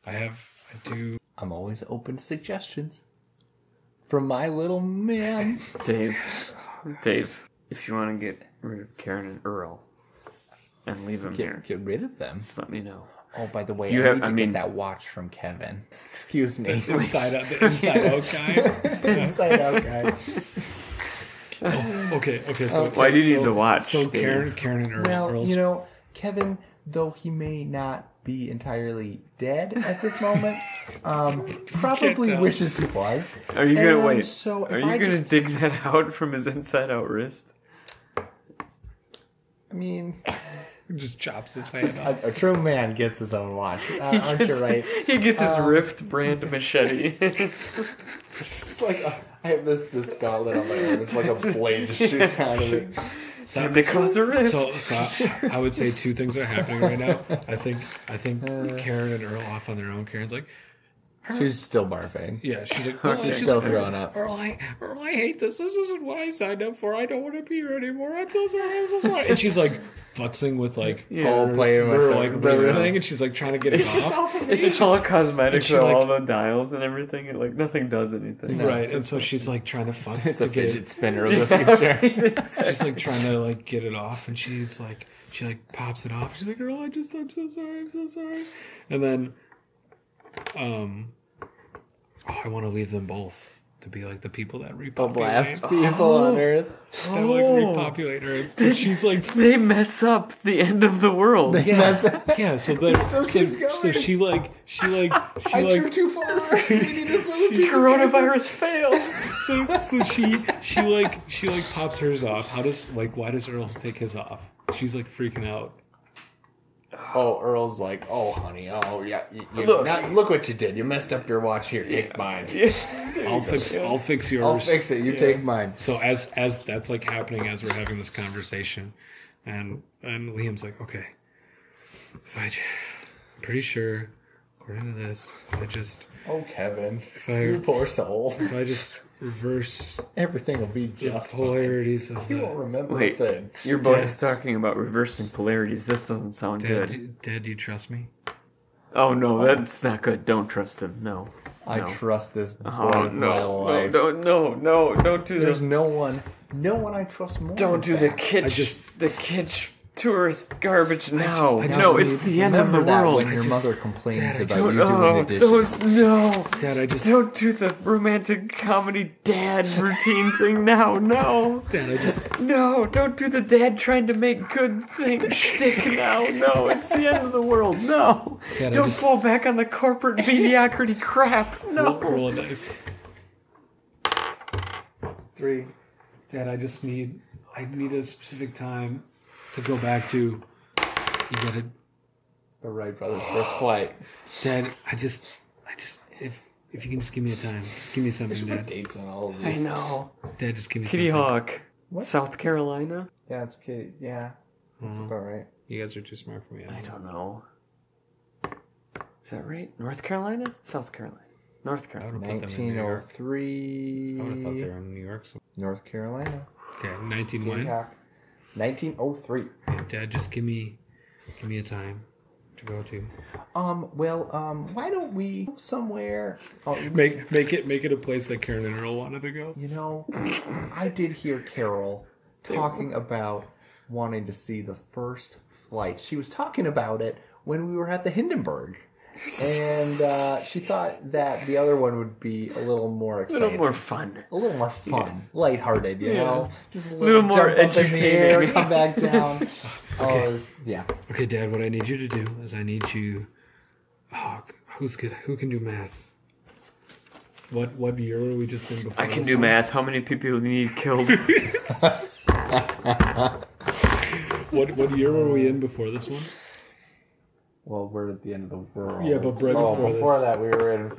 D: I have, I do.
C: *laughs*
B: I'm always open to suggestions from my little *laughs* man.
C: Dave, Dave, if you want to get rid of Karen and Earl, and leave them here,
B: Get, get rid of them.
C: just let me know.
B: Oh, by the way,
C: You
B: I
C: have-
B: need
C: I
B: to
C: mean-
B: get that watch from Kevin. Excuse me.
D: Inside out, the inside
C: *laughs*
D: out guy.
B: *laughs* Inside out, guy.
D: Oh, okay, okay. So
C: Why do you
D: so-
C: need the watch?
D: So
C: Dave?
D: Karen, Karen and Earl.
B: Well,
D: Earl's-
B: you know, Kevin, though he may not be entirely dead at this moment, *laughs* um, probably
D: tell.
B: wishes he was.
C: *laughs* Are you gonna
B: And
C: wait?
B: so if
C: are you
B: I
C: gonna
B: just-
C: dig that *laughs* out from his inside out wrist?
B: I mean,
D: just chops his hand
B: *laughs*
D: off.
B: a, a true man gets his own *laughs* watch. Uh, aren't you right?
C: He gets
B: Uh,
C: his rift brand machete.
B: *laughs* It's like a, I have this this gauntlet on my arm. It's like a blade *laughs* just shoots out of it.
D: So-
C: They cause a rift.
D: So, so I, I would say two things are happening right now. I think
B: *laughs*
D: I think
B: Uh.
D: Karen and Earl off on their own. Karen's like,
B: She's still barfing.
D: yeah,
B: *laughs*
D: she's like, oh, she's
B: Still
D: like, Earl-
B: throwing up.
D: Earl, I, Earl, I hate this. This isn't what I signed up for. I don't want to be here anymore. I'm so sorry. I'm so sorry. And she's like futzing
B: *laughs*
D: with like
B: Oh,
D: her,
B: playing with
D: her,
B: the-
D: like
B: the
D: wrist
B: wrist.
D: thing, and she's like trying to get it off.
C: it's all cosmetic,
D: she
C: so
D: like-
C: all the dials and everything. It, like nothing does anything.
B: No.
D: Right, and so she's like trying to futz
B: It's
D: to
B: a
D: get it
B: fidget spinner of the *laughs* future.
D: she's like trying to like get it off and she's like she like pops it off she's like girl i just i'm so sorry i'm so sorry and then um oh, i want to leave them both to be like the people that
B: A
D: repopulate
B: blast Oh. people on Earth.
D: that like repopulate earth and
B: *laughs*
D: she's like
C: They mess up the end of the world.
D: yeah, yeah so then so,
B: keeps
D: so
B: going.
D: she like she like she
B: I
D: like
B: drew too far. We need *laughs* a little piece of
C: Coronavirus fails.
D: so so she she like she like pops hers off how does like why does earl take his off she's like freaking out
B: Oh, Earl's like, oh, honey, oh, yeah. You, you-
C: Look.
B: now- look what you did. You messed up your watch here. Take mine.
D: i'll fix i'll fix yours
B: I'll fix it. You take mine.
D: So as as that's like happening as we're having this conversation, and and Liam's like, okay, if I, ju- I'm pretty sure, according to this, if I just
B: Oh, Kevin.
D: if I
B: You poor soul.
D: if I just reverse
B: Everything will be
D: the
B: just fine.
D: polarities of
B: You won't
D: the
B: remember a
C: Wait,
B: thing.
C: your boy's talking about reversing polarities. This doesn't sound
D: Dad,
C: good.
D: do, Dad, do you trust me?
C: Oh no, that's not good. Don't trust him. No.
B: I
C: no.
B: trust this boy
C: Oh
B: with my
C: no, no,
B: life.
C: don't, no, no, don't do
B: There's
C: this.
B: no one, no one I trust more.
C: Don't do
B: than
C: the
B: that.
C: kitsch,
D: just-
C: the kitsch tourist garbage now.
D: I just
C: no,
D: need-
C: it's the end of the
B: Remember that
C: world.
B: when your mother complains
D: Dad, I
B: about
D: don't-
B: you
C: No,
B: doing the dishes.
C: those, no,
D: Dad, I just
C: don't do the romantic comedy dad routine thing now. No,
D: Dad, I just *laughs*
C: no, don't do the dad trying to make good thing *laughs* shtick now. No, it's the end of the world. No,
D: Dad, I
C: don't
D: just-
C: fall back on the *laughs* corporate mediocrity crap.
D: roll,
C: No,
D: roll a dice. Three. Dad, I just need I need a specific time to go back to. You gotta,
B: The Wright brothers first
C: *sighs*
B: flight.
D: Dad. I just, I just if if you can just give me a time, just give me something, Dad.
B: Dates on all of
C: I
B: these.
C: know.
D: Dad, just give me
C: Kitty
D: something.
C: Hawk,
B: What?
C: South Carolina.
B: Yeah, it's Kitty. Yeah, that's about right.
D: You guys are too smart for me.
C: I don't know. Is that right? North Carolina? South Carolina? North
D: I
C: Carolina.
D: would have put them in New York. I would have thought they
B: 1903.
D: were in New York. So.
B: North Carolina. oh
D: Okay, nineteen
B: Kitty
D: one.
B: Hawk. 1903.
D: Dad, just give me, give me a time to go to.
B: Um. Well. Um. Why don't we go somewhere? Oh,
D: Make make it make it a place that Karen and Earl wanted to go.
B: *laughs* you know, I did hear Carol talking about wanting to see the first flight. She was talking about it when we were at the Hindenburg. And uh, she thought that the other one would be a little more
D: *laughs*
C: A
B: exciting.
C: little more fun.
B: a little more fun, lighthearted, you know, just a
C: Little more
B: jump up in the air,
C: entertaining.
B: come back down. Oh, it was- yeah,
D: Okay, Dad, what I need you to do is I need you. Oh, who's good? Who can do math? What what year were we just in before?
C: I can
D: this?
C: do math. How many people you need killed?
D: What what year were we in before this one?
B: well, we're at the end of the world.
D: Yeah, but right
B: oh,
D: before this.
B: that, we were in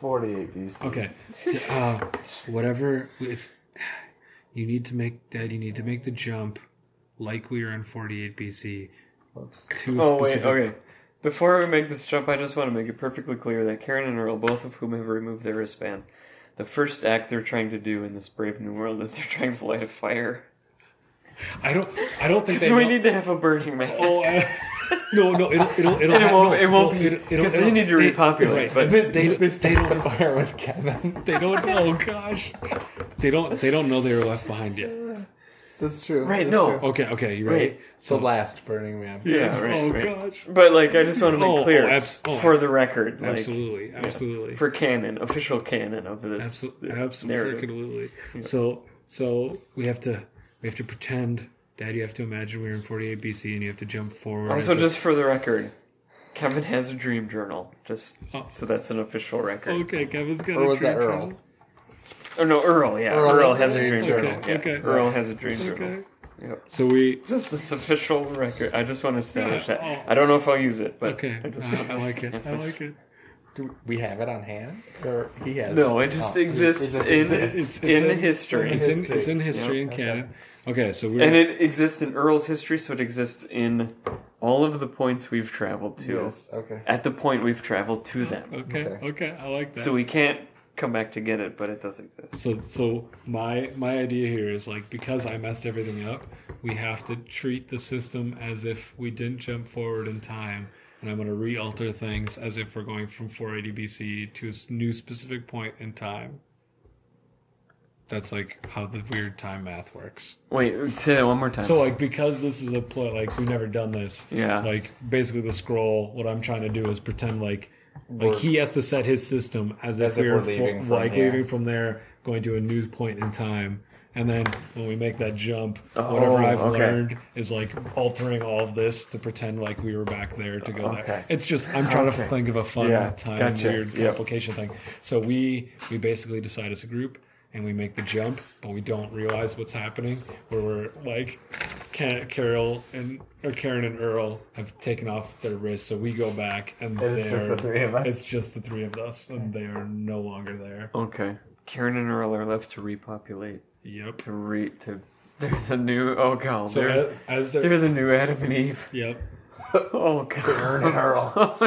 B: 48
D: *laughs*
B: BC.
D: Okay, D- uh, whatever. If you need to make Dad, you need to make the jump, like we were in 48 BC.
B: Oops.
D: To a
C: oh wait,
D: specific-
C: okay. Before we make this jump, I just want to make it perfectly clear that Karen and Earl, both of whom have removed their wristbands, the first act they're trying to do in this brave new world is they're trying to light a fire.
D: I don't. I don't
C: *laughs*
D: think they.
C: So we
D: know-
C: need to have a burning man.
D: *laughs* Oh, I- no, no, it'll,
C: *laughs*
D: it'll, it'll
C: it
D: have-
C: won't-
D: no,
C: it won't
D: no,
C: be-
D: it'll- it'll-
C: 'cause they
D: it'll-
C: need to repopulate,
D: right,
C: but-
D: they, they,
B: They
D: they
B: start
D: don't
B: the fire with Kevin.
D: They don't. Oh gosh. They don't. They don't know they were left behind yet.
B: That's true.
C: Right,
B: that's
C: no.
B: true.
D: Okay. Okay. You ready?
C: Right.
B: The last Burning Man.
C: Yeah, right,
D: oh
C: right.
D: gosh.
C: But like, I just want to make
D: Oh, oh,
C: clear
D: abs- oh,
C: for the record, like,
D: absolutely. Absolutely.
C: for canon, official canon of this
D: absolutely.
C: narrative.
D: Absolutely. So so we have to we have to pretend. Dad, you have to imagine we we're in 48 BC and you have to jump forward.
C: Also,
D: It's
C: just for the record, Kevin has a dream journal. Just
D: Oh.
C: so that's an official record.
D: like, okay, Kevin's got
B: Or
D: a
B: was that
D: dream
B: Earl?
D: journal.
C: Oh no, Earl. Yeah,
B: Earl
C: Earl, has a dream, journal.
D: Okay,
C: yeah,
D: okay.
C: Earl has a dream journal.
D: Okay.
C: Yep.
D: So we
C: Just this official record. I just want to establish
D: Yeah,
C: that.
D: oh.
C: I don't know if I'll use it, but
D: okay. uh,
C: I just
D: I,
C: wanna
D: I like it. I
C: establish-
D: like it.
B: Do we have it on hand? Or he has
C: *laughs* No,
B: it?
C: it just
B: Oh,
C: exists
B: it just
C: in
B: exists.
D: It's, it's
C: in, history,
D: It's in it's in
B: History.
D: history and canon. Okay, so we're
C: and it exists in Earl's history, so it exists in all of the points we've traveled to.
B: Yes, okay.
C: At the point we've traveled to them,
D: okay,
B: Okay.
D: okay. I like that.
C: so we can't come back to get it, but it does exist.
D: So so my my idea here is like because I messed everything up, we have to treat the system as if we didn't jump forward in time, and I'm going to re-alter things as if we're going from 480 BC to a s- new specific point in time. That's like how the weird time math works.
C: Wait, say that one more time.
D: So like because this is a play, like we've never done this.
C: Yeah.
D: Like basically the scroll. What I'm trying to do is pretend like like he has to set his system as,
B: As
D: if, we're,
B: leaving from
D: fo- like
B: there.
D: leaving from there, going to a new point in time. And then when we make that jump, whatever I've
C: Oh, okay.
D: learned is like altering all of this to pretend like we were back there to go
C: Okay.
D: there. It's just I'm trying to think of a fun
C: Yeah,
D: time
C: gotcha.
D: weird
C: Yep.
D: application thing. So we we basically decide as a group and we make the jump, but we don't realize what's happening. Where we're like, Ken, Carol and or Karen and Earl have taken off their wrists, so we go back and,
B: And it's just
D: they're-
B: the three of us.
D: It's just the three of us, and they are no longer there.
C: okay, Karen and Earl are left to repopulate.
D: Yep.
C: to re to *laughs* they're the new oh god
D: So
C: they're,
D: a- as they're,
C: *laughs* they're the new Adam and Eve
D: yep.
C: oh god *laughs*
B: Earn and Earl.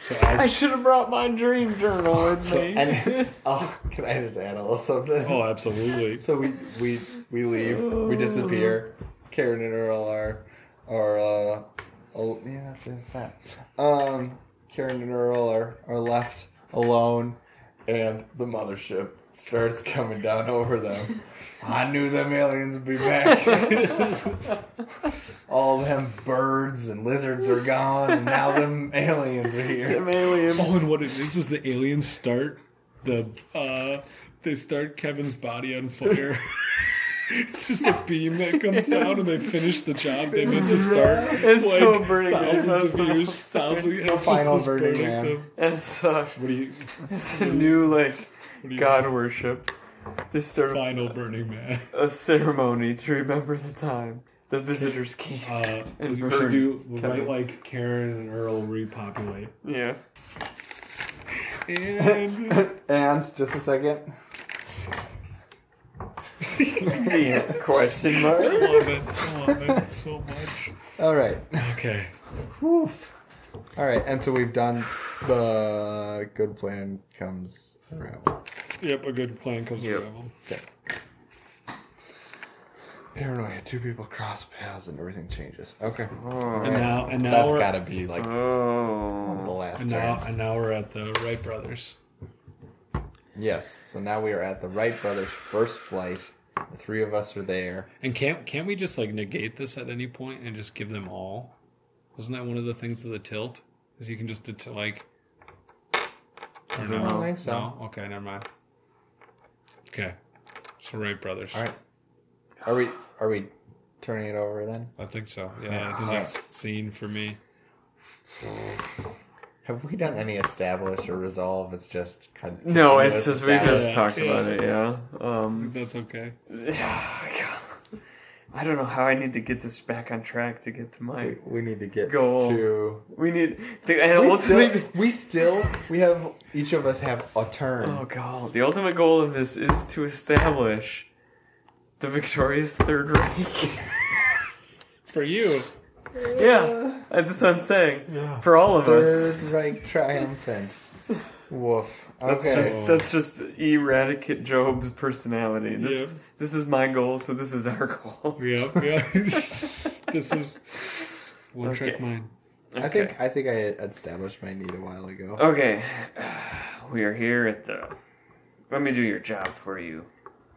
B: So as,
C: I should have brought my dream journal with
B: so,
C: me.
B: and, *laughs* oh, can I just add a little something?
D: Oh, absolutely.
B: So we we we leave, we disappear. Karen and Earl are are uh al- yeah, that's it, that's that. Um Karen and Earl are, are left alone and the mothership starts coming down over them. I knew them aliens would be back. *laughs* All them birds and lizards are gone and now them aliens are here.
C: Them aliens.
D: Oh, and what it is is the aliens start the uh they start Kevin's body on fire. *laughs* it's just a beam that comes down and they finish the job they meant to start.
C: It's
D: like,
C: so burning.
D: Thousands
C: That's
D: of
C: the
D: years,
C: most-
D: thousands it's just
B: final
D: this
B: Burning
D: burning
B: Man.
D: thing.
C: It's, uh,
D: What do you
C: it's a new, like,
D: what do you
C: God worship. This ceremony,
D: final
C: *laughs*
D: burning man?
C: a ceremony to remember the time the visitors came.
D: Uh,
C: And
D: we
C: burn
D: should do we
C: Kevin.
D: might like Karen and Earl repopulate.
C: Yeah.
D: *laughs* And
B: And just a second.
C: *laughs* Yeah, question
D: I
C: mark.
D: love it. I love it so much.
B: Alright.
D: Okay.
B: Woof. All right, and so we've done the good plan comes around.
D: Yep, a good plan comes
C: Yep.
D: to travel.
B: Paranoia. Two people cross paths and everything changes. Okay,
D: And now and now
B: that's
D: we're
B: gotta be like the
C: Oh.
B: last
D: and now
B: turn.
D: and now we're at the Wright brothers.
B: Yes. So now we are at the Wright brothers' first flight. The three of us are there.
D: And can't can't we just like negate this at any point and just give them all? Isn't that one of the things of the tilt? Is you can just det- like. Or no?
B: I don't think so.
D: No? Okay, never mind. Okay, so right, brothers.
B: All right. Are we? Are we turning it over then?
D: I think so. Yeah, I think that's seen for me.
B: Have we done any establish or resolve? It's just con-
C: No,
B: continuous
C: it's just we just
B: establish.
C: talked
D: Yeah.
C: about it. Yeah. Mm. Um. oh
D: That's okay.
C: I don't know how I need to get this back on track to get to my.
B: We need to get
C: Goal.
B: to.
C: We need. The, and
B: We
C: ultimately,
B: still, we still, we have each of us have a turn.
C: Oh god, the ultimate goal of this is to establish the victorious Third Reich.
D: For you.
C: *laughs* yeah, that's what I'm saying.
D: Yeah.
C: For all of
B: Third
C: us.
B: Reich triumphant. Woof.
C: That's
B: Okay.
C: just that's just eradicate Job's personality. This
D: Yeah.
C: this is my goal, so this is our *laughs* goal.
D: Yep. Yeah. *laughs* this is one trick
C: Okay.
D: mind.
C: Okay.
B: I think I think I established my need a while ago.
C: Okay. *sighs* We are here at the Let me do your job for you,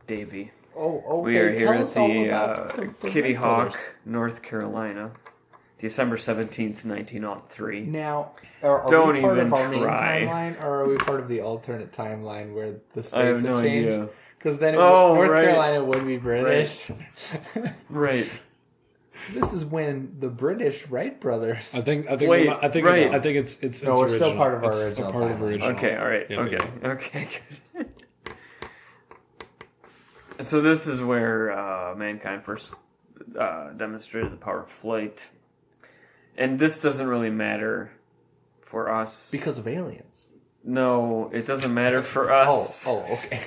C: Davy.
B: Oh, okay.
C: We are here
B: Tell
C: at
B: us all
C: the,
B: about
C: uh,
B: the
C: Kitty
B: Wright
C: Hawk,
B: brothers.
C: North Carolina, December oh 17th, 1903.
B: Now, are, are
C: Don't
B: we part
C: even
B: of our main
C: try.
B: timeline, or are we part of the alternate timeline where the states
C: I have no
B: have changed?
C: idea.
B: Because then it
C: Oh,
B: would, North
C: right.
B: Carolina would be British.
C: Right.
B: *laughs* this is when the British Wright brothers.
D: I think. I think.
C: Wait,
D: I think.
C: right.
D: It's, I think it's. It's.
B: No,
D: it's
B: we're still
D: original.
B: part of our
D: It's
B: original
D: A part of
B: timeline.
D: original.
C: Okay, all right.
D: Yeah,
C: okay. Okay, good. *laughs* so this is where uh, mankind first uh, demonstrated the power of flight. And this doesn't really matter for us.
B: Because of aliens.
C: No, it doesn't matter for
B: Oh,
C: us.
B: oh, okay.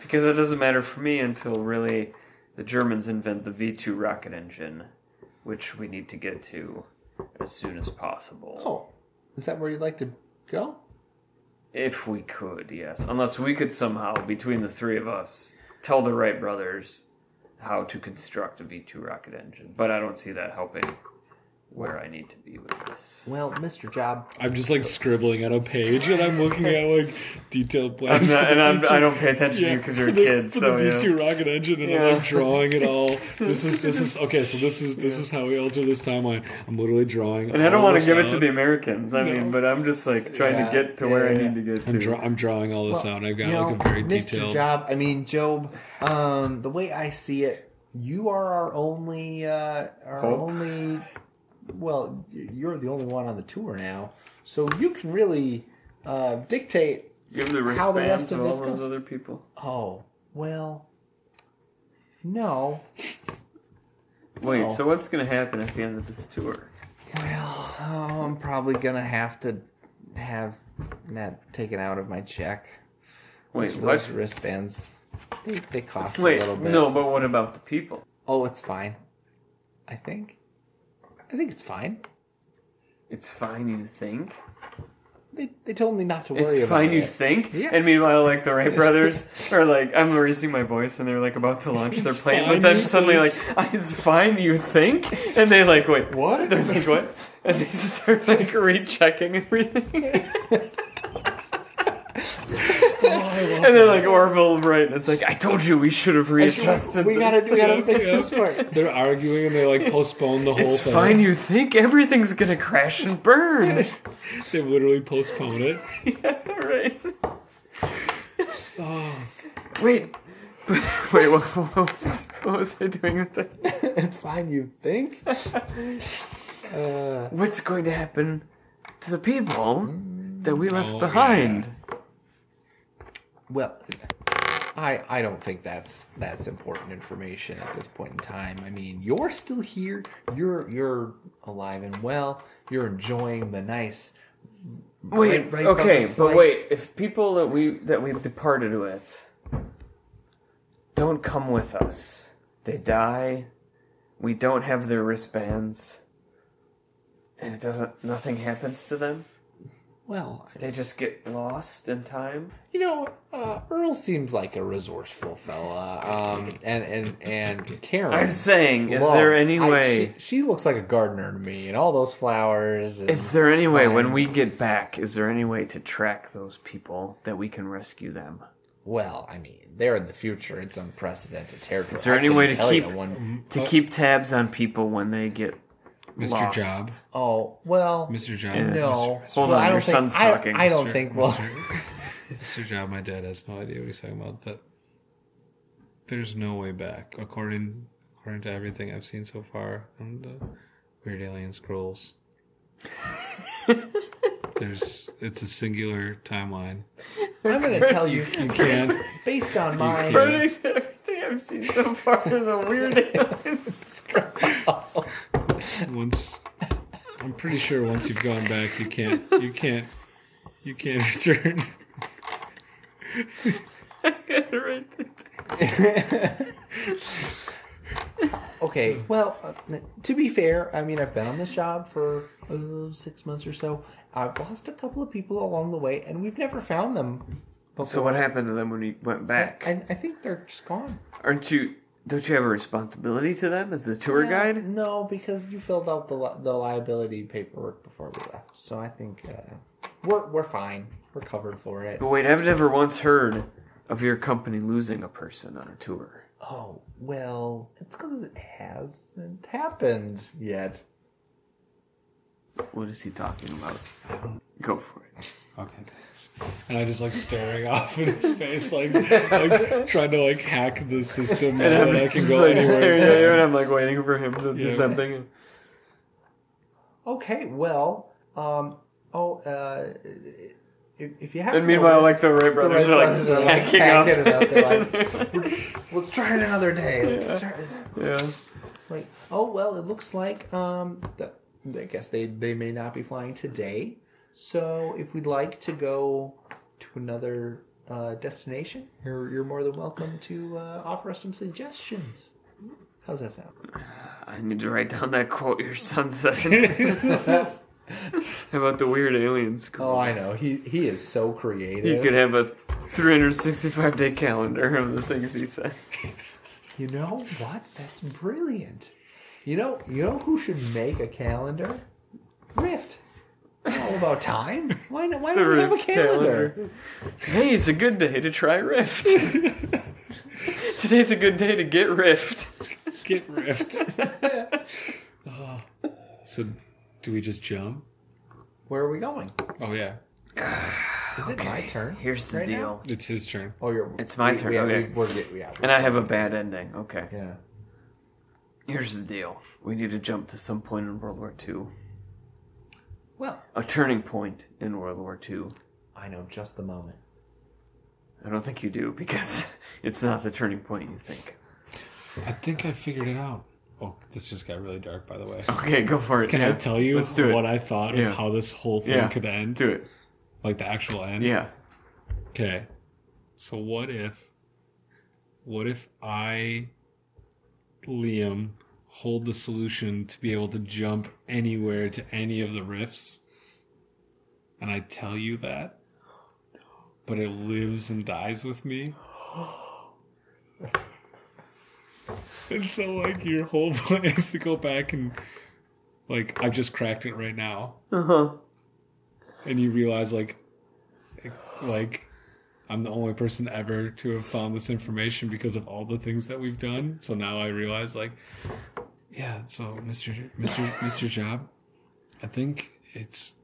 C: Because it doesn't matter for me until really the Germans invent the V2 rocket engine, which we need to get to as soon as possible.
B: *laughs* Oh, is that where you'd like to go?
C: If we could, yes. Unless we could somehow, between the three of us, tell the Wright brothers how to construct a V 2 rocket engine. But I don't see that helping where I need to be with this.
B: Well, Mr. Job,
D: I'm just like scribbling on a page and I'm looking at like detailed
C: I'm
D: plans. for
C: not,
D: the
C: and I'm,
D: V2
C: I don't pay attention to you
D: yeah,
C: because you're
D: for
C: a
D: the-
C: kid,
D: for
C: so
D: the V2
C: yeah.
D: rocket engine, and
C: Yeah.
D: I'm drawing it all. This is this is okay. So this is this is how we alter this timeline. I'm literally drawing.
C: And I don't
D: all
C: want to
D: this
C: give it to
D: out.
C: the Americans, I mean, but I'm just like trying
B: Yeah,
C: to get to where I
B: yeah,
C: need to get to.
D: I'm, draw, I'm drawing all this
B: Well,
D: out. I've got
B: you
D: like
B: know,
D: a very
B: Mr.
D: detailed.
B: Job, I mean Job. Um, the way I see it, you are our only, uh, our
C: Hope.
B: only. Well, y- you're the only one on the tour now, so you can really uh, dictate.
C: Give the
B: how the
C: wristbands
B: rest
C: to
B: of
C: all
B: this
C: those
B: goes.
C: other people.
B: Oh well, no.
C: Wait,
B: Oh.
C: so what's going to happen at the end of this tour?
B: Well, oh, I'm probably gonna have to have that taken out of my check.
C: Wait,
B: Those
C: what?
B: wristbands, they, they cost a little
C: Wait,
B: bit.
C: no, but what about the people?
B: Oh, it's fine. I think. I think it's fine.
C: It's fine, you think?
B: They, they told me not to worry
C: It's
B: about
C: fine, you
B: it.
C: think.
B: Yeah.
C: And meanwhile, like the
B: *laughs*
C: Wright brothers are like, I'm raising my voice, and they're like about to launch their
D: It's
C: plane,
D: fine,
C: but then
D: you
C: suddenly like, it's fine, you think? And they like, wait,
B: What?
C: They're like, what? And they start like rechecking everything, *laughs* and they're like Orville Wright. It's like I told you we should have readjusted.
B: we
C: this.
B: gotta we gotta fix
D: Yeah.
B: this part. *laughs*
D: *laughs* They're arguing and they like postpone the whole
C: It's
D: thing.
C: fine, you think everything's gonna crash
B: *laughs*
C: and burn.
D: They literally postpone it.
C: right.
D: Oh,
C: Wait, *laughs* wait. What, what was what was I doing with that?
B: It's fine, you think? Uh,
C: what's going to happen to the people that we left
D: Oh,
C: behind?
B: well, I I don't think that's that's important information at this point in time. I mean, you're still here. You're you're alive and well. You're enjoying the nice.
C: Wait,
B: Right- right
C: okay,
B: about the
C: but
B: flight.
C: wait. If people that we that we departed with don't come with us, they die. We don't have their wristbands, and it doesn't. Nothing happens to them.
B: Well,
C: They just get lost in time.
B: you know, uh, Earl seems like a resourceful fella. Um, and and and Karen.
C: I'm saying, is
B: Love.
C: there any
B: I-
C: way?
B: she, she looks like a gardener to me, and all those flowers. And,
C: Is there any way when
B: Fine.
C: we get back? Is there any way to track those people that we can rescue them?
B: well, I mean, they're in the future. It's unprecedented territory.
C: Is there
B: I
C: any way
B: couldn't
C: to
B: tell you
C: keep-
B: One,
C: to
D: Uh,
C: keep tabs on people when they get
D: Mr.
C: lost.
D: Job.
B: oh well,
D: Mr. Job.
B: No,
D: Mr. Mr.
C: Hold
B: Well,
C: on,
B: I don't
C: your
B: think,
C: son's
B: I,
C: talking,
B: I don't
D: Mr.
B: think. Well,
D: Mr. Mr. Job, my dad has no idea what he's talking about. That there's no way back, according according to everything I've seen so far on the Weird Alien Scrolls. there's it's a singular timeline.
B: *laughs* I'm going to tell you,
C: *laughs*
D: You can
B: based on my.
D: can't.
C: According to *laughs* everything I've seen so far, the weird *laughs* aliens. *laughs*
D: once. I'm pretty sure once you've gone back, you can't you can't you can't *laughs* return.
C: Hmm.
B: Okay, well, uh, to be fair, I mean, I've been on this job for uh, six months or so. I've lost a couple of people along the way, and we've never found them. Before.
C: So what happened to them when you went back?
B: I, I think they're just gone.
C: Aren't you? Don't you have a responsibility to them as the tour
B: Well,
C: guide?
B: No, because you filled out the li- the liability paperwork before we left, so I think uh, we're we're fine. We're covered for it.
C: But wait, I've never once heard of your company losing a person on a tour.
B: Oh well, it's because it hasn't happened yet.
C: What is he talking about? Go for it.
D: Okay. And I just like staring *laughs* off in his face, like, like trying to like hack the system and then
C: *laughs*
D: I can go
C: like staring at
D: anywhere.
C: you, and I'm like waiting for him to do
D: Yeah.
C: something.
B: Okay, well, um, oh, uh, if, if you have.
C: And meanwhile, like the Ray brothers are like hacking up.
B: it up. They're like, "We're-
C: *laughs*
B: Let's try it another day. Let's try-
C: Yeah.
B: Like, oh well, it looks like um, the, I guess they they may not be flying today. So if we'd like to go to another uh, destination, you're you're more than welcome to uh, offer us some suggestions. How's that sound?
C: I need to write down that quote your son said about the weird alien school.
B: oh, I know. He he is so creative.
C: You could have a 365 day calendar of the things he says.
B: You know what? That's brilliant. You know, you know who should make a calendar? Rift. All about time. Why not? Why
C: The
B: don't we have a
C: Rift
B: calendar?
C: Hey, it's a good day to try Rift. Today's a good day to get Rift.
D: Get ripped. *laughs* Oh. So, do we just jump?
B: Where are we going?
D: Oh yeah,
B: Is it my turn?
C: Here's the
B: Right now?
C: deal.
D: it's his turn.
B: Oh, you're.
C: It's my
B: we-
C: turn,
B: We,
C: okay.
B: we, we're get, yeah,
C: And I have a bad ending. Okay.
B: Yeah.
C: Here's the deal. We need to jump to some point in World War II.
B: Well,
C: A turning point in World War II.
B: I know just the moment.
C: I don't think you do because *laughs* it's not the turning point you think.
D: I think I figured it out. Oh, this just got really dark, by the way.
C: Okay, go for it.
D: Can I
C: Yeah.
D: tell you
C: Let's do it.
D: what I thought
C: Yeah.
D: of how this whole thing
C: Yeah.
D: could end?
C: do it.
D: Like the actual end.
C: Yeah.
D: Okay. So what if what if I Liam hold the solution to be able to jump anywhere to any of the rifts and I tell you that, but it lives and dies with me. *gasps* And so, like, your whole *laughs* plan is to go back and, like, I've just cracked it right now.
C: Uh huh.
D: And you realize, like, like, I'm the only person ever to have found this information because of all the things that we've done. So now I realize, like, yeah. So, Mister, Mister, Mister Job, I think it's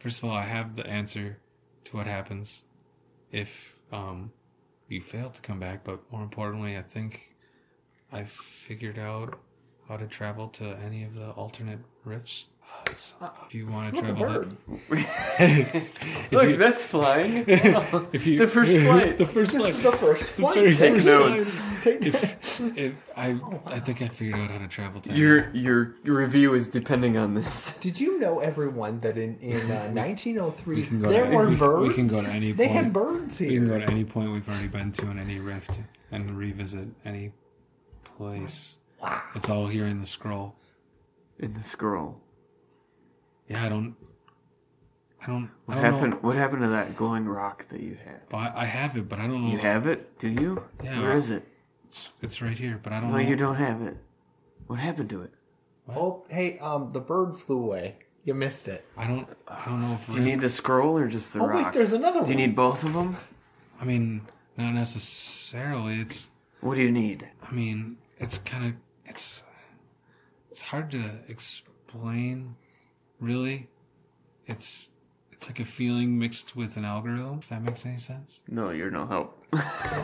D: first of all, I have the answer to what happens if um you fail to come back. But more importantly, I think I've figured out how to travel to any of the alternate rifts. So if you want to travel to,
C: *laughs*
B: Bird.
D: if
C: Look,
D: you-
C: that's flying.
D: if you
C: The
D: *laughs*
C: first flight.
D: the first
B: This
D: flight,
B: is the first
D: the
B: flight.
D: very
C: Take
D: first
C: notes.
B: *laughs*
D: flight.
B: Take
D: If, if I, I think I figured out how to travel
C: *laughs*
D: time.
C: Your your review is depending on this. *laughs*
B: Did you know everyone that in, in
D: *laughs*
B: uh, 1903
D: can go
B: there
D: to-
B: were
D: we- we
B: birds?
D: can go to any
B: They had
D: point.
B: birds
D: we can
B: here.
D: go to any point we've already been to in any rift and revisit any place.
B: Wow.
D: It's all here in the scroll.
C: In the scroll.
D: Yeah, I don't, I don't, I
C: What
D: don't
C: happened?
D: know.
C: What happened to that glowing rock that you had?
D: Well, I, I have it, but I don't know.
C: You
D: if
C: have it? Do you?
D: Yeah. Mm-hmm.
C: Where is it?
D: It's, it's right here, but I don't
C: No,
D: know.
C: you don't have it. What happened to it?
B: Oh, hey, um, the bird flew away. You missed it.
D: I don't, I don't know if
C: Do you need the scroll or just the
B: Oh
C: rock?
B: wait, there's another
C: do you
B: one.
C: need both of them?
D: I mean, not necessarily. It's
C: What do you need?
D: I mean, it's kind of it's it's hard to explain, really. It's it's like a feeling mixed with an algorithm. If that makes any sense,
C: No, you're no help.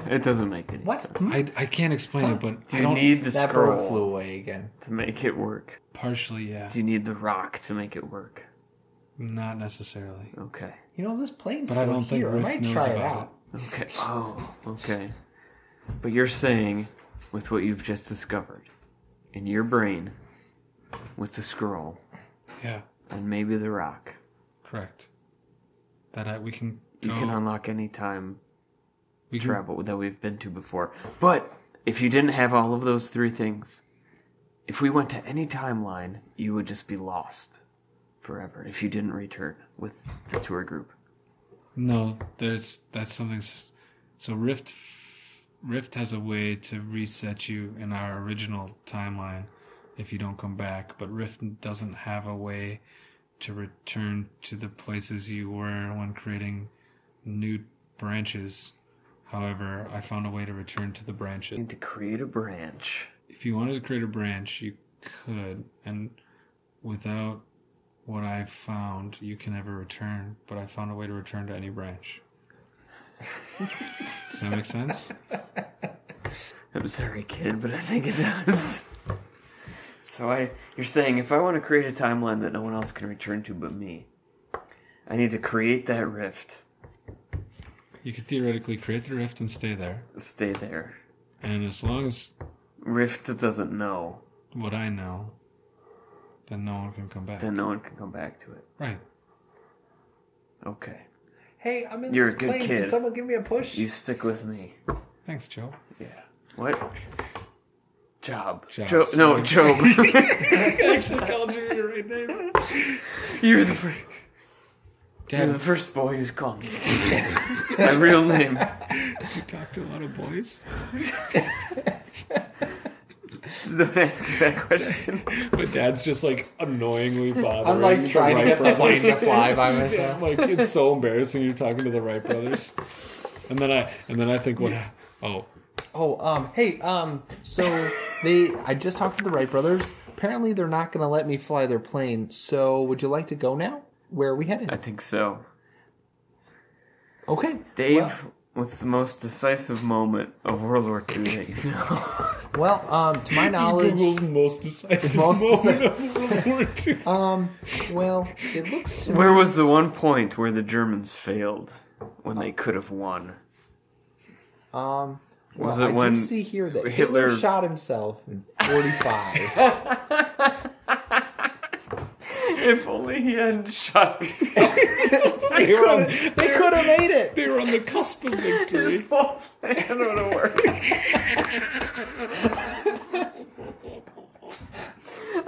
C: it doesn't make any
B: what?
C: sense.
D: I I can't explain it, but
C: Hmm? Do
D: I
C: you
D: don't,
C: need the
B: That bird flew
C: scroll
B: away again.
C: to make it work?
D: partially, yeah,
C: Do you need the rock to make it work?
D: not necessarily.
C: Okay.
B: You know this plane's
D: But
B: still
D: I don't think
B: here. I
D: Riff
B: might
D: knows
B: try it
D: about
B: out.
C: Okay. Oh, okay. But you're saying, with what you've just discovered, in your brain, with the scroll,
D: Yeah,
C: and maybe the rock,
D: correct. That I, we can
C: you
D: go,
C: can unlock any time
D: we can-
C: travel that we've been to before. But if you didn't have all of those three things, if we went to any timeline, you would just be lost forever if you didn't return with the tour group.
D: No, there's that's something. s- So Rift f- Rift has a way to reset you in our original timeline if you don't come back, but Rift doesn't have a way to return to the places you were when creating new branches. However, I found a way to return to the branches
C: We need to create a branch.
D: if you wanted to create a branch, you could, and without what I've found, you can never return. But I found a way to return to any branch. Does that make sense?
C: I'm sorry, kid, but I think it does. *laughs* So I, you're saying if I want to create a timeline that no one else can return to but me, I need to create that rift,
D: You could theoretically create the rift and stay there,
C: stay there.
D: and as long as
C: Rift that doesn't know,
D: what I know, then no one can come back.
C: then no one can come back to it.
D: Right.
C: Okay,
B: Hey, I'm in
C: You're
B: this
C: a good
B: plane. Can
C: kid.
B: someone give me a push?
C: you stick with me.
D: Thanks, Joe.
C: Yeah. What? Job.
D: Job,
C: Jo- no,
D: sorry.
C: Job. *laughs*
D: called you your right name.
C: you're the first. You're the
D: Dad,
C: first boy who's called me my real name. *laughs*
D: you talk to a lot of boys,
C: Don't ask me that question.
D: but Dad's just like annoyingly bothering.
B: I'm like
D: the
B: trying to
D: Wright
B: get the plane
D: brothers.
B: to fly
C: *laughs*
B: by
D: Yeah,
B: myself.
D: like it's so embarrassing. You're talking to the Wright brothers, and then I and then I think what? hap- Oh,
B: Oh, um, hey, um, so they, I just talked to the Wright brothers. Apparently, they're not going to let me fly their plane. So, would you like to go now? Where are we
C: I
B: headed?
C: think so.
B: Okay,
C: Dave,
B: Well,
C: what's the most decisive moment of World War II that you know?
B: well, um, to my
D: just
B: knowledge,
D: Google's most Uh, decisive
B: Most
D: moment of World War *laughs* II.
B: um, well, it looks to
C: Where was the one point where the Germans failed when they could have won?
B: um, well,
C: Was
B: I
C: it
B: do
C: when
B: see here that Hitler,
C: Hitler-
B: shot himself in
C: *laughs*
B: forty-five?
C: *laughs* If only he hadn't shot himself.
D: They were, on,
B: they could have made it.
D: they were on the cusp of victory.
C: This whole plan would have worked.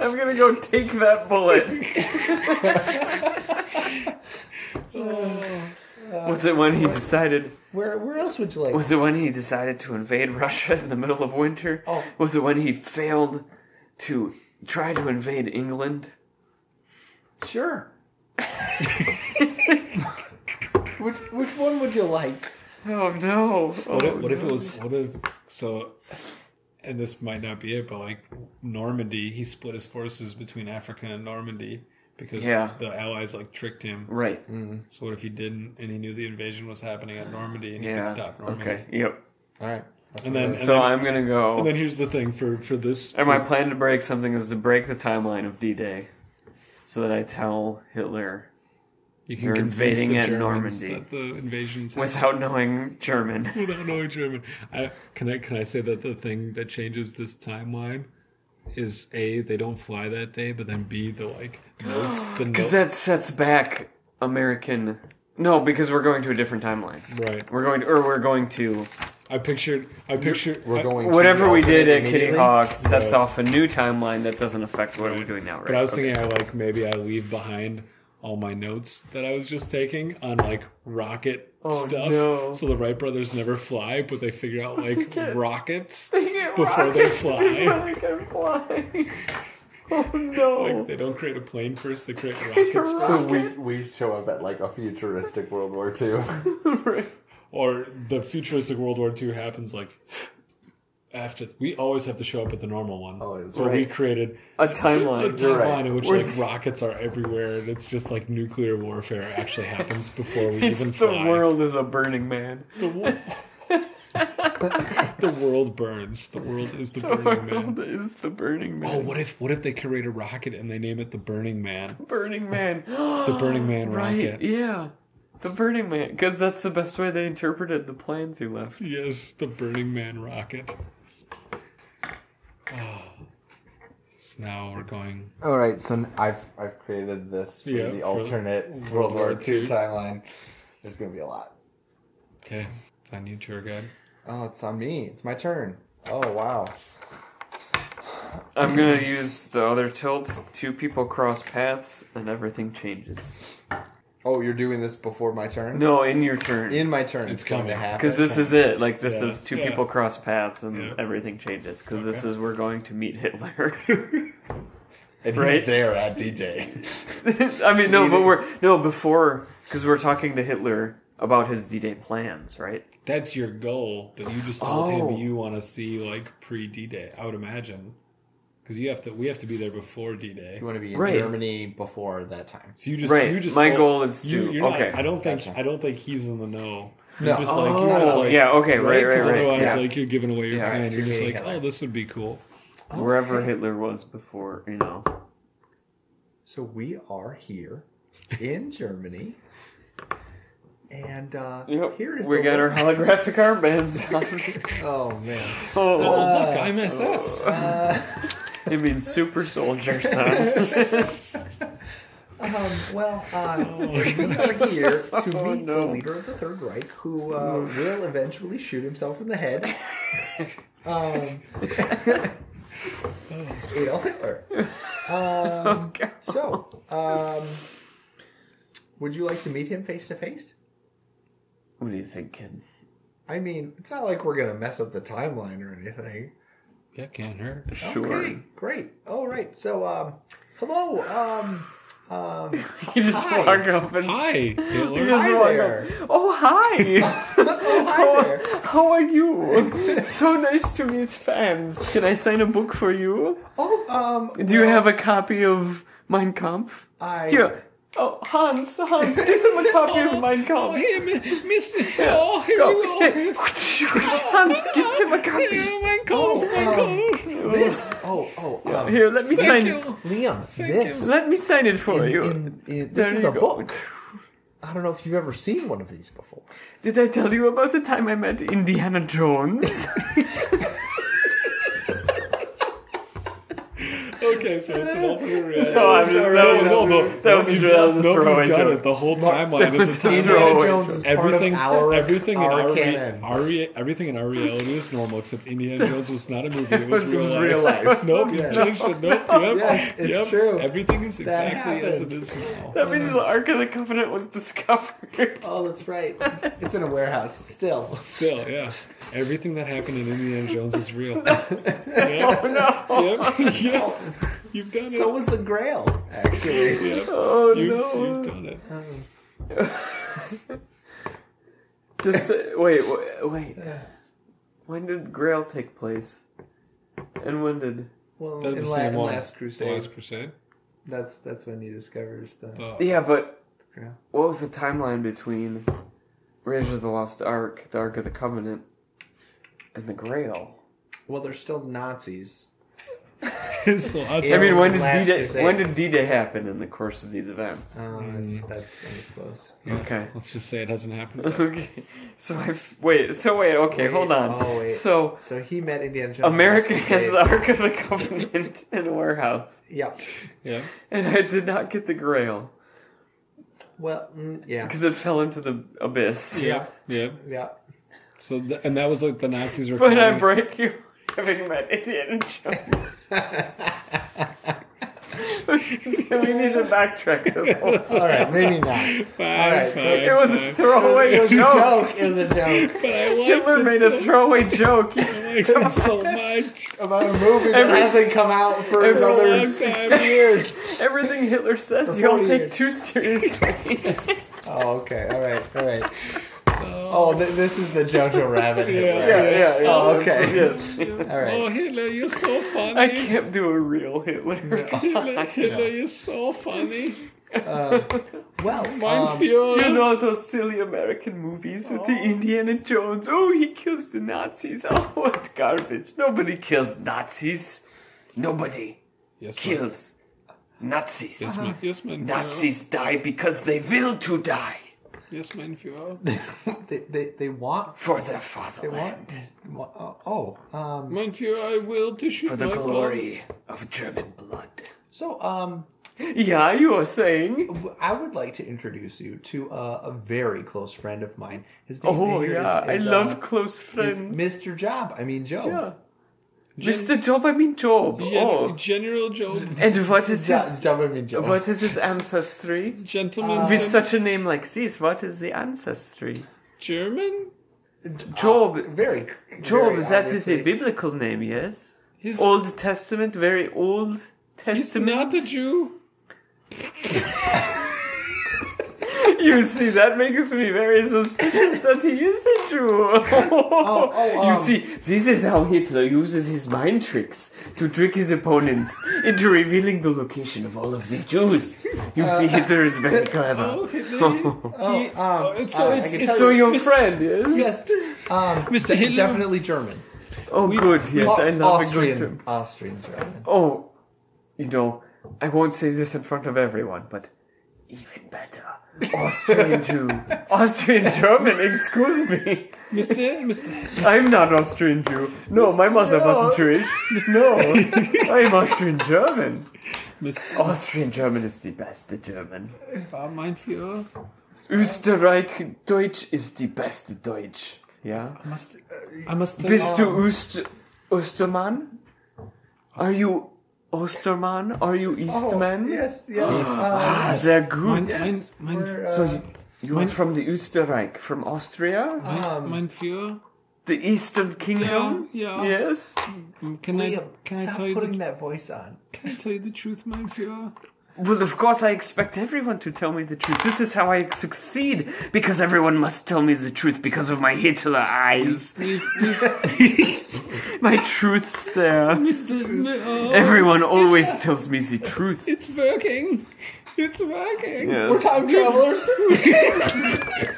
C: I'm gonna go take that bullet.
D: Oh,
B: uh,
C: *laughs* Was it when he decided?
B: where where else would you like?
C: Was it when he decided to invade Russia in the middle of winter?
B: Oh.
C: Was it when he failed to try to invade England?
B: sure. *laughs* which which one would you like?
C: Oh no!
D: What if, what if it was what if so? And this might not be it, but like Normandy, he split his forces between Africa and Normandy because
C: Yeah.
D: the Allies like tricked him.
C: right?
D: So what if he didn't, and he knew the invasion was happening at Normandy, and he
C: Yeah.
D: could stop Normandy?
C: okay. Yep.
B: All right.
D: And then, and
C: So
D: then,
C: I'm gonna go.
D: and then here's the thing for for this.
C: And my plan to break something is to break the timeline of D-Day, so that I tell Hitler
D: you
C: they're
D: convince
C: invading
D: the
C: at
D: Germans
C: Normandy.
D: that the
C: *laughs*
D: invasion's *laughs*
C: without knowing German.
D: without knowing German. I, can I can I say that the thing that changes this timeline is a they don't fly that day, but then b the like notes
C: *gasps*
D: the
C: Because
D: notes
C: that sets back American. No, because we're going to a different timeline.
D: right.
C: We're going to, or we're going to
D: I pictured I pictured
B: We're
D: I-
B: going.
C: whatever
B: to
C: we did
B: alternate
C: at Kitty
B: immediately?
C: Hawk sets
D: Right.
C: off a new timeline that doesn't affect what we're doing now. Right?
D: But I was
C: Okay.
D: thinking I like maybe I leave behind all my notes that I was just taking on like rocket stuff.
C: Oh, no.
D: So the Wright brothers never fly, but they
C: *laughs*
D: figure out like rockets.
C: Get *laughs*
D: before they
C: rockets
D: fly.
C: Before they can fly. Oh no!
D: Like they don't create a plane first,
C: *laughs*
D: they create rockets.
C: You're
D: first.
B: So we we show up at like a futuristic World War II.
D: Or the futuristic World War II happens like after we always have to show up at the normal one.
B: Oh, it's
D: but we
C: right.
D: created
C: a
D: a
C: timeline.
D: timeline
B: right.
D: in which
C: We're-
D: like rockets are everywhere and it's just like nuclear warfare actually happens before we
C: *laughs* It's
D: even
C: the
D: fly.
C: world is a burning man.
D: The, wo- the world burns. The world is the,
C: The
D: Burning
C: world
D: Man.
C: is the burning man.
D: Oh, what if what if they create a rocket and they name it the Burning
C: *gasps*
D: Man?
C: Burning Man.
D: Oh. The Burning Man
C: right?
D: rocket.
C: Yeah, the Burning Man. Because that's the best way they interpreted the plans he left.
D: Yes, the Burning Man rocket. Oh. So now we're going.
B: *laughs* All right, so n- I've I've created this for
D: Yeah,
B: the
D: for
B: alternate
D: World
B: World
D: War
B: War II
D: II.
B: timeline. There's gonna be a lot.
D: Okay, it's on you, tour guide.
B: Oh, it's on me. It's my turn. Oh wow.
C: I'm gonna use the other tilt. Two people cross paths, and everything changes.
B: Oh, you're doing this before my turn.
C: No, in your turn.
B: In my turn, it's,
D: It's
B: going to
D: coming.
B: happen.
C: Because this is it. Like this
D: Yeah.
C: is two
D: Yeah.
C: people cross paths, and
D: Yeah.
C: everything changes. Because this is we're going to meet
D: *laughs*
C: Hitler. *laughs*
B: and
C: right?
B: he's there at D-Day.
C: I mean, no, but we're no before because we're talking to Hitler about his D-Day plans, right?
D: That's your goal, but you just told him
C: Oh.
D: you want to see like pre D Day. I would imagine, because you have to. We have to be there before D Day.
B: *laughs* you want to be in
C: Right.
B: Germany before that time.
D: So you just
C: Right.
D: You just
C: My goal is to-
D: you're not-
C: okay.
D: I don't think
B: Gotcha.
D: I don't think he's in the know. You're
B: No.
D: just like you're
C: Oh,
D: just like
C: yeah, okay, right, right,
D: 'Cause
C: right,
D: Otherwise,
C: yeah.
D: like you're giving away your
C: Yeah,
D: plan.
B: it's
D: You're just
B: giving
D: like,
B: away.
D: oh, this would be cool.
C: Wherever Hitler was before, you know.
B: So we are here in Germany, and uh, here is
C: we
B: the
C: got
B: little-
C: our holographic
B: *laughs*
C: armbands on.
B: Oh man.
C: *laughs* Oh,
D: Oh, look,
C: *laughs*
D: I'm SS.
C: it means super
B: *laughs*
C: soldier sauce.
B: Um, well, uh,
C: *laughs*
B: we are here to meet
C: Oh, no.
B: the leader of the Third Reich, who uh, will eventually shoot himself in the
C: *laughs*
B: head. Um, Adolf
C: *laughs*
B: Hitler.
C: Oh,
B: Um, so, um, would you like to meet him face to face?
C: what do you think, kid?
B: I mean, it's not like we're gonna mess up the timeline or anything.
D: That can't hurt.
C: Sure.
B: Okay, great. All right. So, um, hello. Um, um,
C: You just
B: Hi.
C: walk up and.
D: Hi, Hitler.
C: You just
B: Hi
C: walk
B: there.
C: up. Oh,
B: *laughs*
C: hi!
B: oh, hi
C: How,
B: there.
C: how are you? So nice to meet fans. Can I sign a book for you?
B: Oh, um,
C: Do you
B: well,
C: have a copy of Mein Kampf?
B: I
C: Here. Oh, Hans, Hans, give him a copy
B: *laughs*
C: of Mein
D: Oh,
C: Kampf.
D: here, miss. Oh, here we
C: *laughs*
D: go.
C: Hans, give him a copy.
D: my God,
B: Oh, This. Oh, oh, um,
C: Here, let me
D: Thank
C: sign it.
D: you.
B: Liam. This.
D: you.
C: Let me sign it for you.
B: in- in-
C: There
B: this is
C: you
B: a
C: go.
B: book. I don't know if you've ever seen one of these before.
C: Did I tell you about the time I met Indiana Jones?
D: Okay, so it's an alternate reality.
C: *laughs* No, I'm just- that was- that was
D: you've
C: just- that was
D: done-
C: a
D: you've
C: throwaway
D: done
C: joke.
D: it. The whole
E: Mark-
D: timeline is a
C: Indiana
D: timeline.
C: Jones
E: Jones is
D: Everything,
E: part of our
D: everything,
E: our
D: in our,
E: canon.
D: re-
E: *laughs*
D: our re- everything in our reality is normal, except Indiana Jones was not a movie; it was,
E: This
D: real,
E: is
D: life.
E: real life.
D: Nope, you
E: Yes.
D: changed it.
E: *laughs*
D: Nope, yep,
E: Yes, it's
D: yep.
E: true.
D: Everything is
E: That
D: exactly as it
E: happened.
D: is now.
C: That means the Ark of the Covenant was *laughs* discovered.
E: Oh, that's right. *laughs* It's in a warehouse still.
D: Still, yeah, everything that happened in Indiana Jones is
E: *laughs*
D: real.
C: Oh no!
D: Yep, *laughs* yep. You've done it.
E: So was the Grail, *laughs* actually.
D: Yep.
C: Oh
D: You've,
C: no!
D: you've done it.
C: *laughs* Just uh, wait, wait, wait. When did Grail take place? And when did?
E: Well,
D: That was
E: in
D: the
E: La-
D: same
E: in
D: one.
E: Last Crusade,
D: Last Crusade. Uh,
E: that's that's when he discovers the
D: The-
C: Yeah, but
E: Grail.
C: what was the timeline between Raiders of the Lost Ark, the Ark of the Covenant, and the Grail?
E: *laughs*
C: *laughs*
E: Well, they're still Nazis.
D: so that's
C: I mean, when did
E: Last
C: D Day?
E: Crusade.
C: When did D Day happen in the course of these events?
D: Hmm.
E: Um, that's that's undisclosed.
C: Okay.
D: Let's just say it hasn't happened.
C: Okay. So I f- wait. So wait. Okay,
E: Wait,
C: hold on.
E: oh, wait.
C: So
E: So he met Indiana Jones. in
C: America
E: Last
C: has
E: Crusade.
C: the Ark of the Covenant in a warehouse,
E: Yep.
D: Yeah.
C: and I did not get the Grail
E: Well, mm,
C: *laughs*
E: yeah.
C: because it fell into the
E: *laughs*
C: abyss.
E: Yeah.
D: Yeah.
E: Yeah.
D: So th- and that was like the Nazis were.
C: But
D: calling
C: I
D: it-
C: break you having met Indiana Jones. *laughs* we need to backtrack this
E: *laughs*
C: whole
E: All right,
C: *laughs*
E: maybe not.
D: Fine,
E: All right, so
D: fine,
C: It was a
D: fine.
C: throwaway
E: It was a
C: joke.
E: joke. It was a
C: *laughs*
E: joke
D: But I
C: Hitler
D: liked
C: made
D: it,
C: a
D: so,
C: throwaway joke.
D: I liked it *laughs* so
C: *laughs*
D: much.
E: about a movie that
C: Every-
E: hasn't come out for
C: every
E: another
D: long
E: sixty
D: time.
E: years.
C: Everything Hitler says,
E: For
C: you don't
E: 40
C: take
E: years.
C: too seriously.
E: Oh, okay. All right. All right.
D: Oh,
E: Oh, th- this is the Jojo Rabbit.
D: Yeah.
E: Hitler.
C: *laughs* yeah, yeah, yeah.
E: Oh, okay.
C: Yes.
E: All right.
D: oh Hitler, you're so funny.
C: I can't do a real Hitler.
D: Hitler, Hitler, you're so funny.
E: Well,
D: Mein
E: um,
C: *laughs*
D: Führer.
C: Um, You know those silly American movies with
E: Oh.
C: the Indiana Jones. Oh, he kills the Nazis. *laughs* Oh, what garbage. Nobody kills Nazis. Nobody
D: yes, mein-
C: kills Nazis.
D: Yes, mein, yes, mein Führer.
C: Uh-huh. Nazis die because they will to die
D: Yes, mein Führer.
E: uh, they, they they want
C: for their
E: they
C: fatherland,
E: want oh um
D: Mein Führer, I will to shoot
C: for the
D: my
C: glory
D: guns.
C: of German blood.
E: so um
C: Yeah, you are saying.
E: w- I would like to introduce you to uh, a very close friend of mine. His name
C: Oh,
E: here is-
C: yeah,
E: is,
C: I
E: uh,
C: love close
E: is
C: friends.
E: Mr. Job. I mean Joe.
C: Yeah.
D: Gen-
C: Mr. Job, I mean Job.
D: Gen-
C: Oh.
D: General
C: *laughs*
D: Joe,
C: And what is
E: Jo-
C: his
E: Job, I mean Joe.
C: what is his
D: Um,
C: ancestry?
D: gentleman,
C: With
D: Gen-
C: such a name like this, what is the ancestry?
D: Ah, German.
C: Job.
E: Very
C: Job,
E: very
C: that is a
E: obviously-
C: biblical name, yes?
D: He's,
C: Old Testament, very old
D: he's
C: Testament. *laughs*
D: not a Jew.
C: You see, that makes me very
D: *laughs*
C: suspicious that he is a Jew. oh,
E: oh,
C: *laughs* you
E: um.
C: see, this is how Hitler uses his mind tricks to trick his opponents into revealing the location of all of the Jews. You
D: Uh,
C: see, Hitler is
D: *laughs*
C: very clever.
D: Oh, Hitler. he,
E: um,
D: oh, so
E: uh, I
D: it's,
E: can
D: it's
E: tell
C: So your
D: Mr.
C: friend is?
E: Yes. Um,
D: Mr. Hitler.
E: Definitely German.
C: Oh, good. Yes, I love a good
E: Austrian.
C: Jew.
E: Austrian German.
C: Oh, you know, I won't say this in front of everyone, but even better, Austrian
E: *laughs*
C: Jew, Austrian German. Excuse me.
D: Mr. Mr.
C: I'm not Austrian Jew. No, my mother wasn't Jewish.
E: *laughs*
C: No, I'm Austrian German.
D: Mr.
C: Austrian German is the best German.
D: War mein Führer.
C: Österreich Deutsch is the best Deutsch. Yeah.
D: I must, I must tell
C: Bist du Öst Ostermann? Are you Ostermann? Are you
B: Oh,
C: Eastman?
E: Yes, yes. um,
B: Uh,
C: Ah, sehr gut.
D: Mein,
E: yes,
D: mein,
E: we're,
D: mein,
E: uh,
C: So you, you are from the Österreich, from Austria,
D: mein,
E: um,
D: mein Führer.
C: the Eastern Kingdom.
D: Yeah, yeah.
C: Yes.
D: Can I,
E: Liam,
D: can I
E: stop
D: tell you
E: putting
D: the,
E: that voice on.
D: can I tell you the truth, mein Führer?
C: Well, of course, I expect everyone to tell me the truth. This is how I succeed, because everyone must tell me the truth because of my Hitler eyes,
E: *laughs*
D: We've, we've,
C: my truth
D: *laughs*
C: stare.
D: Mr. Oh,
C: Everyone
D: it's-
C: always tells me the truth.
D: It's, it's working. It's working.
C: Yes.
E: Time travelers.
B: *laughs*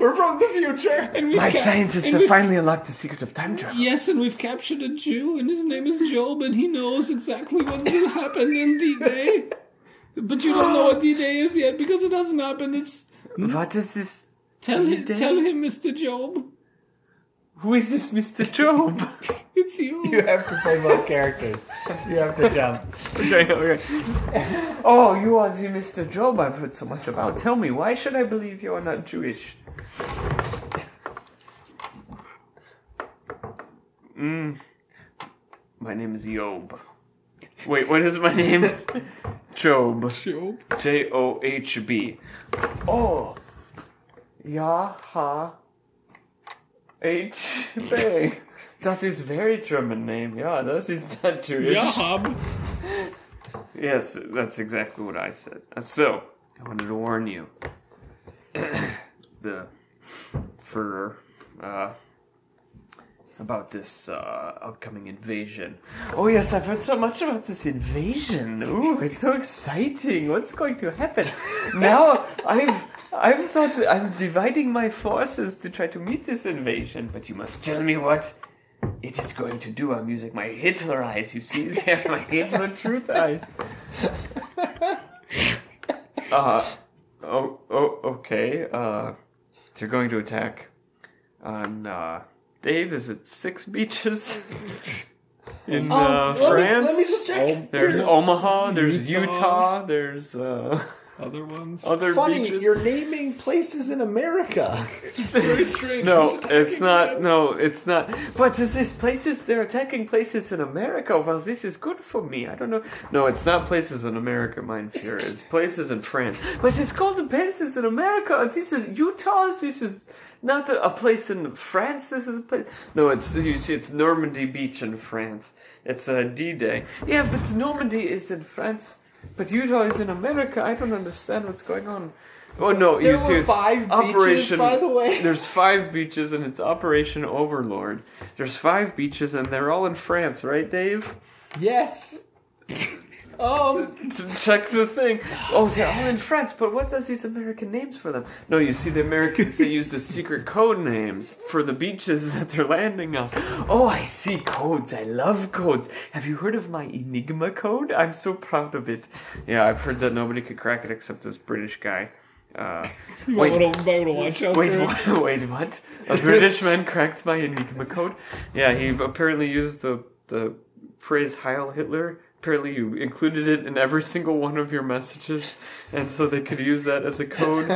E: We're from the future.
D: And we've
C: My
D: ca-
C: scientists
D: and
C: have
D: we've-
C: finally unlocked the secret of time travel.
D: Yes, and we've captured a Jew, and his name is Job, and he knows exactly what will happen in D-Day.
C: *laughs*
D: But you don't know what D-Day is yet because it hasn't happened. It's
C: What is this?
D: tell him,
C: D-Day?
D: tell him, Mr. Job.
C: Who is this Mr. Job?
D: It's it's you.
B: You have to play both characters. You have to jump.
C: *laughs* Okay, okay. Oh, you are the Mr. Job I've heard so much about. Tell me, why should I believe you are not Jewish? Mm. My name is Job. Wait, what is my name? *laughs* Job.
D: Job.
C: J O H B. Oh. Yaha H B. *laughs* That is very German name. Yeah, that is not Jewish.
D: Job.
C: Yes, that's exactly what I said. Uh, So, I wanted to warn you. *clears throat* the Führer, uh, about this uh, upcoming invasion. Oh yes, I've heard so much about this invasion. Ooh, it's so exciting. What's going to happen? now I've I've thought that I'm dividing my forces to try to meet this invasion, but you must tell me what it is going to do. I'm using my Hitler eyes, you see? *laughs* They are my Hitler truth eyes. Uh, oh, oh, okay. Uh, they're going to attack on uh, Dave. Is it six beaches *laughs* in uh,
B: Oh, Let me-
C: France?
B: Let me, just check.
C: there's Omaha. There's
D: Utah.
C: Utah. there's uh,
D: Other ones.
B: *laughs*
C: other
B: Funny,
C: beaches.
B: you're naming places in America.
D: It's very strange. Who's
C: No,
D: attacking
C: it's not.
D: them?
C: No, it's not. But this is places. They're attacking places in America. Well, this is good for me. I don't know. No, it's not places in America, mine fear. *laughs* It's places in France. But it's called the places in America. and This is Utah. This is not a, a place in France. This is a place. No, it's you see, it's Normandy Beach in France. It's uh, D-Day. Yeah, but Normandy is in France. But Utah is in America. I don't understand what's going on. Oh no!
B: There
C: you see,
B: were
C: it's
B: five beaches,
C: Operation.
B: by the way.
C: There's five beaches and it's Operation Overlord. There's five beaches and they're all in France, right, Dave? *laughs*
B: *laughs* Yes. Um.
C: Check the thing. Oh, they're all in France, but what does these American names for them? No, you see, the Americans they use the secret code names for the beaches *laughs* that they're landing on. Oh, I see codes. I love codes. Have you heard of my Enigma code? I'm so proud of it. Yeah, I've heard that nobody could crack it except this British guy. Uh,
D: You
C: wait.
D: might want to watch out
C: Wait,
D: for it.
C: what? *laughs* wait, what? A British man cracked my Enigma code? Yeah, he apparently used the the phrase "Heil Hitler." Apparently, you included it in every single one of your messages, and so they could use that as a code.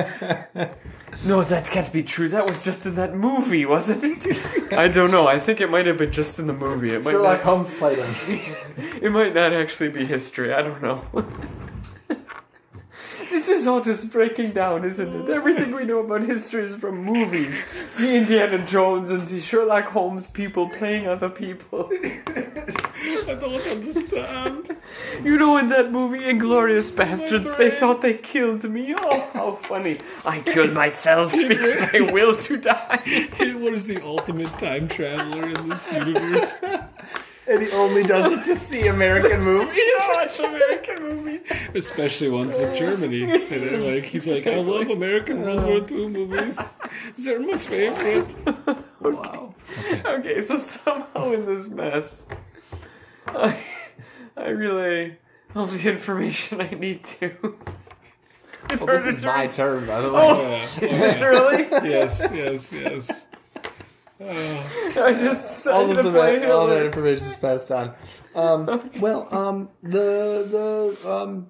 C: no, that can't be true. That was just in that movie, wasn't it? I don't know. I think it might have been just in the movie. It might
B: Sherlock
C: not,
B: Holmes played him.
C: it might not actually be history. I don't know. *laughs* This is all just breaking down, isn't it? Everything we know about history is from movies. The Indiana Jones and the Sherlock Holmes people playing other people.
D: I don't understand.
C: You know, in that movie, Inglorious Bastards, they
D: brain.
C: thought they killed me. Oh, how funny. I killed myself because I will to die.
D: Hitler is the ultimate time traveler in this universe.
B: And he only does it to see *laughs* American movies.
C: Watch American movies.
D: especially ones with Germany. And then, like he's like, I love American World War II movies. They're
B: *laughs*
D: my favorite.
B: Wow.
C: Okay, so *laughs* somehow in this mess, I, I relay all the information I need to. *laughs*
B: Well, this is my turn, by the way.
D: Yeah, oh,
C: Is it
D: yeah.
C: really? *laughs*
D: Yes, yes, yes. Oh,
B: *laughs*
C: I just
B: all of
C: decided to play
B: the, all that
C: Hitler.
B: information is passed on. Um, well, um, the the um,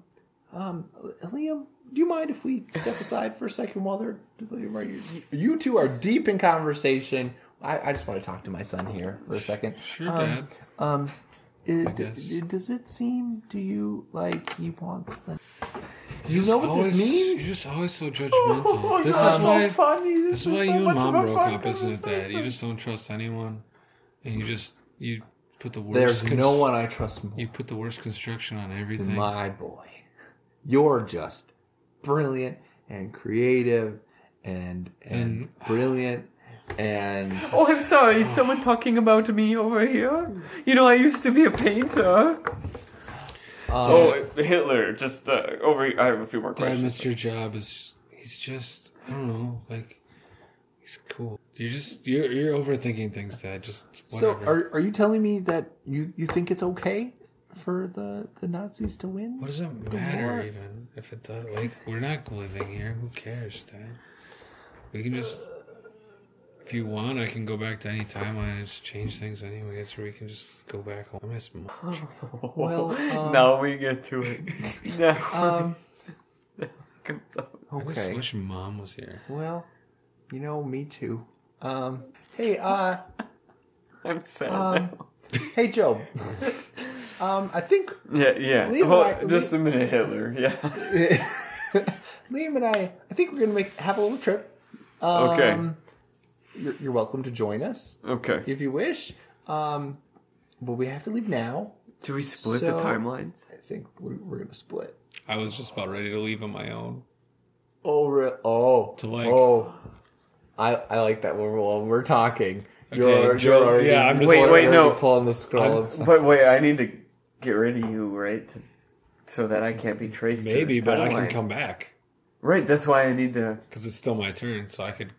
B: um, Liam, do you mind if we step aside for a second while they're you, you two are deep in conversation. I, I just want to talk to my son here for a second.
D: sure,
B: um,
D: Dad.
B: Um, it-
D: guess.
B: d- does it seem to you like he wants the? You know what
D: Always,
B: this means?
D: You're just always so judgmental.
C: Oh,
D: this
C: God,
D: is
C: so
D: why.
C: funny.
D: This is
C: was
D: why
C: so
D: you
C: much
D: and
C: of
D: mom
C: a
D: broke
C: fun
D: up, isn't it? That you
C: conversation.
D: just don't trust anyone, and you just you put the worst.
B: There's
D: cons-
B: no one I trust more
D: You put the worst construction on everything.
B: My boy, you're just brilliant and creative and and brilliant and
C: Oh, I'm sorry. Is someone talking about me over here? You know, I used to be a painter.
B: Uh,
C: oh, Hitler. Just uh, over. I have a few more
D: Dad,
C: questions.
D: Mr. Job is he's just I don't know, like he's cool. You just you're you're overthinking things, Dad. Just
B: so
D: whatever.
B: are, are you telling me that you, you think it's okay for the, the Nazis to win?
D: what does it matter
B: more-
D: even if it does like we're not living here, who cares, Dad? We can just if If you want, I can go back to any timeline and just change things anyway. So we can just go back. I miss March.
B: Well, um,
C: *laughs* now we get to
B: *laughs*
C: it. now
B: Um,
C: it comes up.
D: I wish,
B: Okay.
D: wish mom was here.
B: well, you know, me too. Um, hey, uh,
C: I'm sad.
B: um, hey, *laughs* Joe. um, I *laughs* think
C: yeah, yeah.
B: Levi-
C: Hold- just a minute, Hitler. Yeah. *laughs*
B: Liam and I, I think we're gonna make have a little trip. Um,
C: Okay.
B: You're, you're welcome to join us
C: Okay.
B: if you wish. Um, but we have to leave now.
C: Do we split
B: So-
C: the timelines?
B: I think we're, we're gonna split.
D: I was just about ready to leave on my own.
B: Oh, re- oh,
D: To like-
B: oh. I, I like that when we're, when we're talking. you're,
D: Joe-
B: you're already,
D: yeah, I'm just-
B: you're
C: Oh, Wait, wait,
B: already
C: no.
B: Pulling the scroll. and stuff.
C: But wait, I need to get rid of you, right? To, so that I can't be traced. to
D: Maybe,
C: this
D: but I can
C: timeline.
D: come back
C: Right, that's why I need to.
D: because it's still my turn. So I could,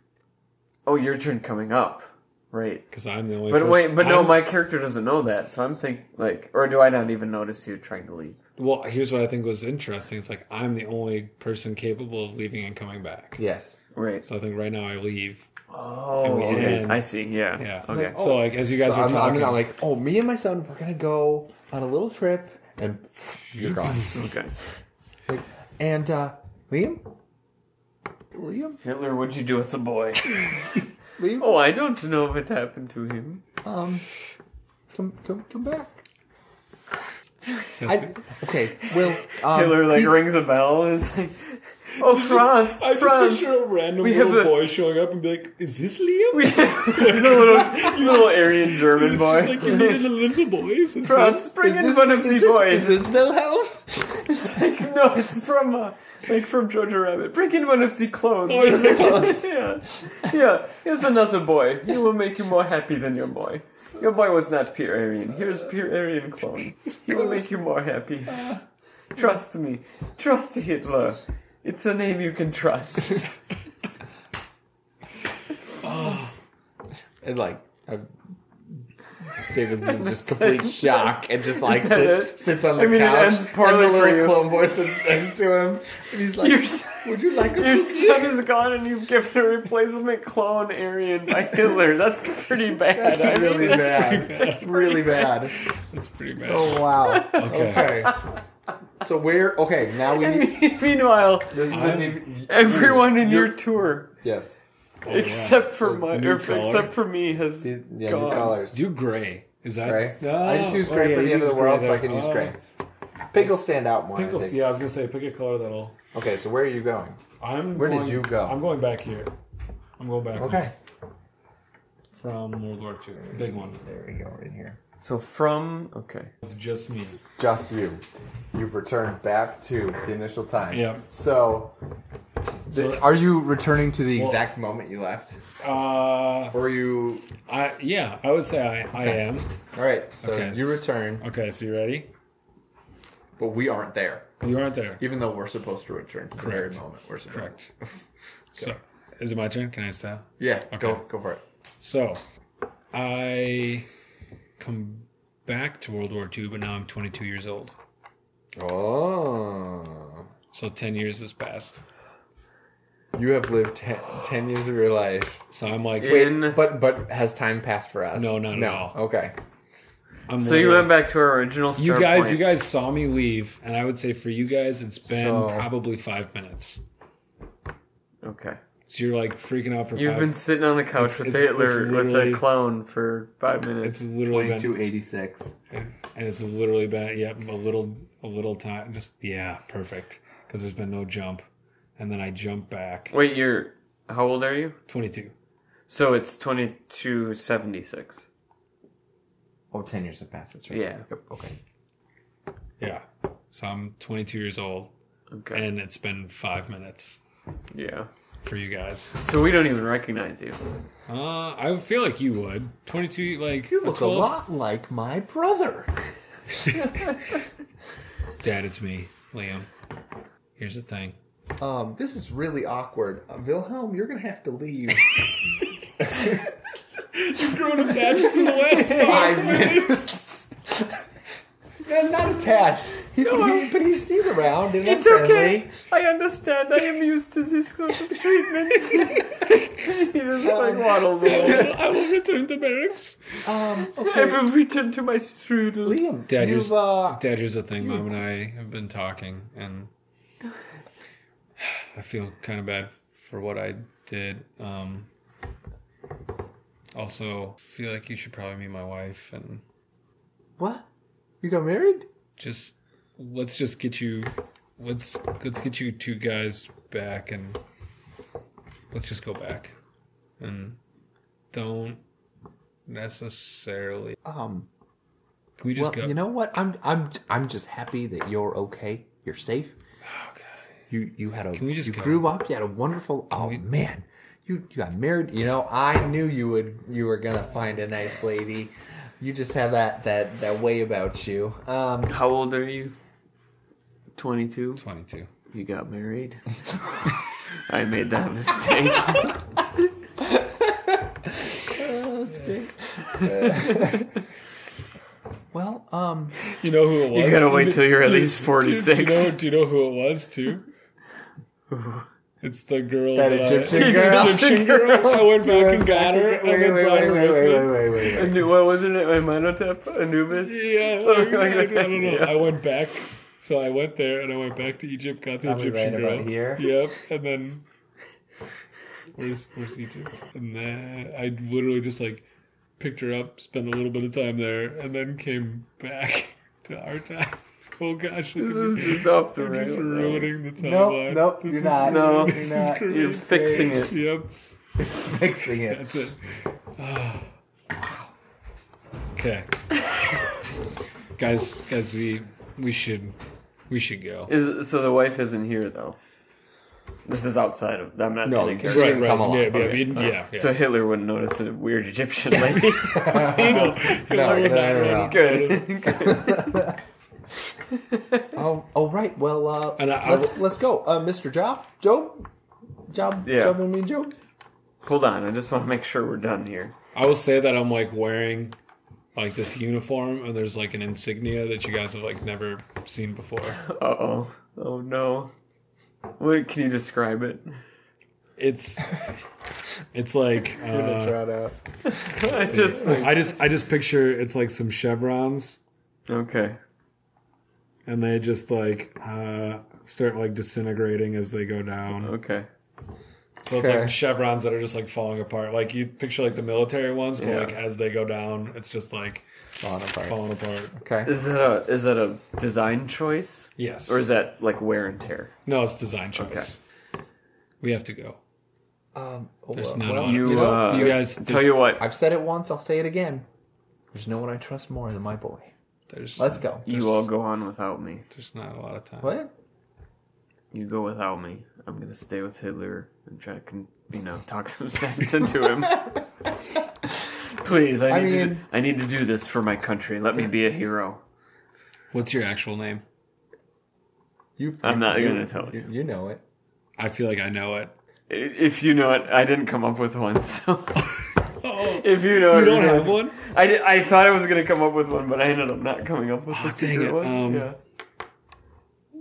C: Oh, your turn coming up. Right.
D: because I'm the only.
C: But
D: person,
C: wait, but no,
D: I'm-
C: my character doesn't know that, so I'm think like, or do I not even notice you trying to leave?
D: Well, here's what I think was interesting. It's like I'm the only person capable of leaving and coming back.
B: yes.
C: Right.
D: So I think right now I leave.
C: Oh,
D: we
C: okay.
D: end.
C: I see. Yeah.
D: Yeah.
C: Okay.
D: So like as you guys
B: So
D: are
B: I'm, I'm
D: talking,
B: not like, oh, me and my son, we're gonna go on a little trip, and *laughs* you're gone.
C: Okay.
B: and uh, Liam, Liam,
C: Hitler, what'd you do with
B: *laughs*
C: the boy?
B: Liam,
C: oh, I don't know what happened to him.
B: um, come, come, come back.
D: so
B: I, okay, well, um,
C: *laughs* Hitler like
B: he's-
C: rings a bell. *laughs* And is like, oh, France,
D: I
C: France.
D: just
C: *laughs*
D: picture a random
C: We have
D: little
C: a-
D: boy showing up and be like, "Is this Liam?"
C: We- He's a little, little Aryan German
D: It's
C: boy.
D: just
C: *laughs*
D: like you
B: *laughs*
D: needed to live the boys. It's
C: France,
D: like-
C: bring
B: is
C: in
B: this,
C: one of
B: is
C: the
B: this-
C: boys.
B: Is this Wilhelm?
C: It's like, *laughs* no, it's from uh, like from Jojo Rabbit. Bring in one of the clones.
D: Oh, it's the clones.
C: *laughs* yeah, yeah. Here's another boy. He will make you more happy than your boy. Your boy was not pure Aryan. Here's pure Aryan clone. He will make you more
B: *laughs*
C: happy. Trust me. Trust Hitler. It's a name you can trust.
B: And
C: *laughs*
B: like, I'm, David's in just complete shock and just like
C: Is that
B: sit-
C: it?
B: sits on the
C: I mean, it
B: couch.
C: ends poorly
B: and the
C: for
B: little
C: you.
B: clone boy sits next to him, and he's like,
C: Your, s-
B: "Would you like a
C: your
B: cookie?"
C: son is gone, and you've given a replacement clone Aryan by Hitler. That's
D: *laughs*
C: pretty bad. I
B: That's
C: mean,
B: really
C: that's *laughs*
B: bad. Really bad.
D: That's pretty bad.
B: Oh wow.
D: Okay. *laughs*
B: Okay. So we're okay. Now we
C: And
B: need.
C: me- *laughs* meanwhile,
B: This is a
D: I'm-
B: DV
C: everyone in your
B: You're-
C: tour,
B: Yes.
D: Oh, yeah.
C: except for
B: The
C: my,
D: new
C: or
D: color.
C: except for me, has
B: Yeah, new
C: gone.
B: colors.
D: Do gray. Is that
B: Gray.
D: No.
B: I just use
D: Oh,
B: gray
D: yeah,
B: for the
D: you
B: end of
D: use
B: the world, so I
D: there.
B: can use
D: Oh.
B: gray. Pink will stand out more. I
D: Pickles.
B: think.
D: Yeah, I was gonna say pick a color that'll.
B: Okay, so where are you going?
D: I'm.
B: Where did
D: going-
B: you go?
D: I'm going back here. I'm going back.
B: Okay.
D: From World War II, big one.
B: There we go, right here.
C: So from okay,
D: It's just me.
B: Just you. You've returned back to the initial time.
D: Yeah.
B: So,
D: So-
B: are you returning to the exact moment you left?
D: Uh,
B: Or are you.
D: I yeah, I would say I, I am.
B: Alright, so
D: Okay.
B: you return,
D: Okay, so you ready?
B: but we aren't there.
D: You aren't there.
B: Even though we're supposed to return to the very
D: Correct.
B: moment we're supposed
C: *laughs*
D: Correct. So, is it my turn? Can I stop?
B: Yeah, go,
D: Okay.
B: go for it.
D: So, I come back to World War II, but now I'm 22 years old.
B: Oh.
D: So 10 years has passed.
B: You have lived ten, 10 years of your life.
D: So I'm like,
C: in
B: But but has time passed for us?
D: No, not at
B: no.
D: all.
B: Okay.
D: I'm
C: so you
D: literally-
C: went back to our original. Start
D: You guys,
C: point.
D: you guys saw me leave, and I would say for you guys, it's been
B: So-
D: probably five minutes.
C: Okay,
D: So you're like freaking out for
C: you've
D: five.
C: been sitting on the couch
D: It's-
C: with
D: it's-
C: Hitler
D: it's
C: with
D: literally-
C: a clown for five minutes.
D: it's literally been
B: 286.
D: and it's literally been yeah a little a little time just yeah perfect because there's been no jump and then i jump back
C: Wait, you're how old are you?
D: 22
C: So it's twenty two seventy six.
B: Oh, 10 years have passed. That's right.
C: Yeah.
B: Yep, Okay.
D: yeah so i'm 22 years old
C: Okay.
D: and it's been five minutes
C: yeah.
D: for you guys
C: So we don't even recognize you.
D: uh i feel like you would 22 like
B: You look
D: 12
B: a lot like my brother.
D: dad it's me liam here's the thing
B: Um, this is really awkward. Uh, Wilhelm, you're gonna have to
D: *laughs*
B: leave. *laughs*
D: grown attached in the last
B: Five
D: *laughs*
B: minutes. no, not attached. He, but, he, but he's, he's around and
C: It's
B: friendly.
C: *laughs* okay. I understand. I am used to this kind of treatment. just like waddles along.
D: I will return to barracks.
B: Um,
C: I
B: okay.
C: will return to my strudel.
B: Liam, you've
D: Dad, here's,
B: uh,
D: Dad, here's the thing. Mom and I have been talking, and *sighs* I feel kind of bad for what I did. Um, also, feel like you should probably meet my wife, and
B: what? You got married?
D: just let's just get you, let's let's get you two guys back, and let's just go back, and don't necessarily.
B: Um,
D: Can we just
B: well,
D: go?
B: you know what? I'm I'm I'm just happy that you're okay. You're safe. You you had a
D: Can we just
B: you
D: go?
B: grew up. You had a wonderful. Oh man, you you got married. You know, I knew you would. You were gonna find a nice lady. You just have that that that way about you. Um,
C: How old are you? 22.
D: Twenty-two.
C: You got
D: *laughs*
C: married. I made that *laughs* mistake.
B: well, um,
D: You know who it was?
C: You gotta wait till you're at
D: Do-
C: least
D: do-
C: 46.
D: Do, you know, do you know who it was, too? It's the girl
B: That
D: I- *laughs*
B: Egyptian girl?
D: Egyptian girl. I went back and got her. and then brought her with me.
B: wait, wait, wait.
C: Anu- what wasn't it? Imhotep? Anubis?
D: Yeah,
C: Something
D: like,
C: like
D: like, I don't know.
C: that, yeah.
D: I went back, so I went there and I went back to Egypt, got the
B: Probably
D: Egyptian
B: right
D: girl.
B: about here.
D: Yep, and then where's where's Egypt? And then I literally just like picked her up, spent a little bit of time there, and then came back *laughs* to our time. Oh gosh, look at
C: This is just off the
D: You're just
C: rails.
D: ruining the
B: Nope,
D: timeline.
B: nope,
D: This
B: you're
D: is-
B: not.
C: No.
B: you're not.
D: great.
C: You're fixing *laughs* it.
D: Yep,
B: Fixing it.
D: that's it.
B: *laughs*
D: okay, guys, guys, we we should we should go.
C: Is so the wife isn't here though. This is outside of. I'm not
B: No,
C: getting
B: she
C: her.
B: didn't come along.
D: Yeah, yeah,
B: Okay.
D: we- yeah, yeah.
C: So Hitler wouldn't notice a weird
D: *laughs*
C: Egyptian lady.
B: No, no, no, no, no.
C: *laughs* Good.
B: *laughs* Oh, oh, right. Well, uh,
D: And I- I
B: let's
D: w-
B: let's go, uh, Mr. Job, Job, Job,
C: Yeah.
B: Job, and me, Job.
C: Hold on, I just want to make sure we're done here.
D: I will say that I'm like wearing like this uniform, and there's like an insignia that you guys have like never seen before.
C: Uh oh. Oh no. What can you describe it?
D: It's it's like uh,
B: Shout out.
C: I just think.
D: I just I just picture it's like some chevrons,
C: Okay.
D: and they just like uh, start like disintegrating as they go down.
C: Okay.
D: So it's
B: Okay.
D: like chevrons that are just like falling apart. Like you picture like the military ones, but
C: Yeah.
D: like as they go down, it's just like
B: Falling apart.
D: falling apart.
B: Okay.
C: Is that a is that a design choice
D: Yes.
C: or is that like wear and tear?
D: no, it's design choice. We have to go.
B: Um,
D: There's
B: well,
D: not a
B: well,
D: lot of-
C: You
D: Yes.
C: uh,
D: You guys-
C: tell you what.
B: I've said it once. I'll say it again. There's no one I trust more than my boy.
D: There's
B: Let's
D: *laughs*
B: go. *laughs*
D: There's-
C: You all go on without me.
D: There's not a lot of time.
B: What?
C: You go without me. I'm gonna stay with Hitler and try to, con- you know, talk some sense into
B: *laughs*
C: him. Please, I
B: I
C: need, to,
B: mean-
C: I need to do this for my country. Let me be a hero.
D: What's your actual name?
B: You?
C: I'm not
B: you-
C: gonna tell you.
B: You know it.
D: I feel like I know it.
C: I- If you know it, I didn't come up with one. *laughs* So if you know, Oh, it,
D: *gasps* You don't
C: you're
D: have
C: gonna-
D: one?
C: I, di- I thought I was gonna come up with one, but I ended up not coming up with
D: Oh,
C: a
D: dang
C: secret
D: it,
C: one.
D: um,
C: yeah.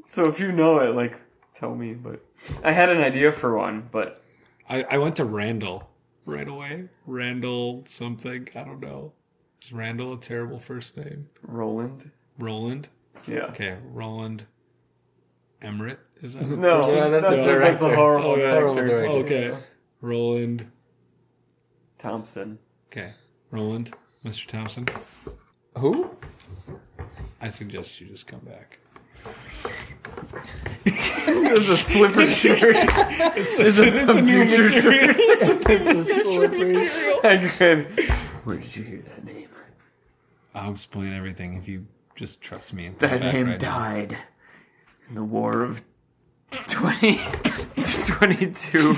C: So if you know it, like, tell me. But I had an idea for one, but
D: I, I went to Randall right away. Randall something. I don't know. Is Randall a terrible first name?
C: Roland.
D: Roland?
C: Yeah.
D: Okay, Roland Emmerich,
C: *laughs*
D: is that?
C: No,
B: Yeah, that's the
C: that's, that's, a, that's a
B: director.
C: horrible
D: Oh, yeah.
B: Horrible
C: director.
B: director.
D: Okay. Roland.
C: Thompson.
D: Okay. Roland, Mr. Thompson,
B: Who?
D: I suggest you just come back.
C: There's a
D: *laughs*
C: slipper theory.
D: It's, it's, a new *laughs* material.
B: This is slippery.
C: I could. Where did you hear that name?
D: I'll explain everything if you just trust me. and come
C: That
D: back
C: name
D: right now.
C: died in the war of *laughs* 20, 22,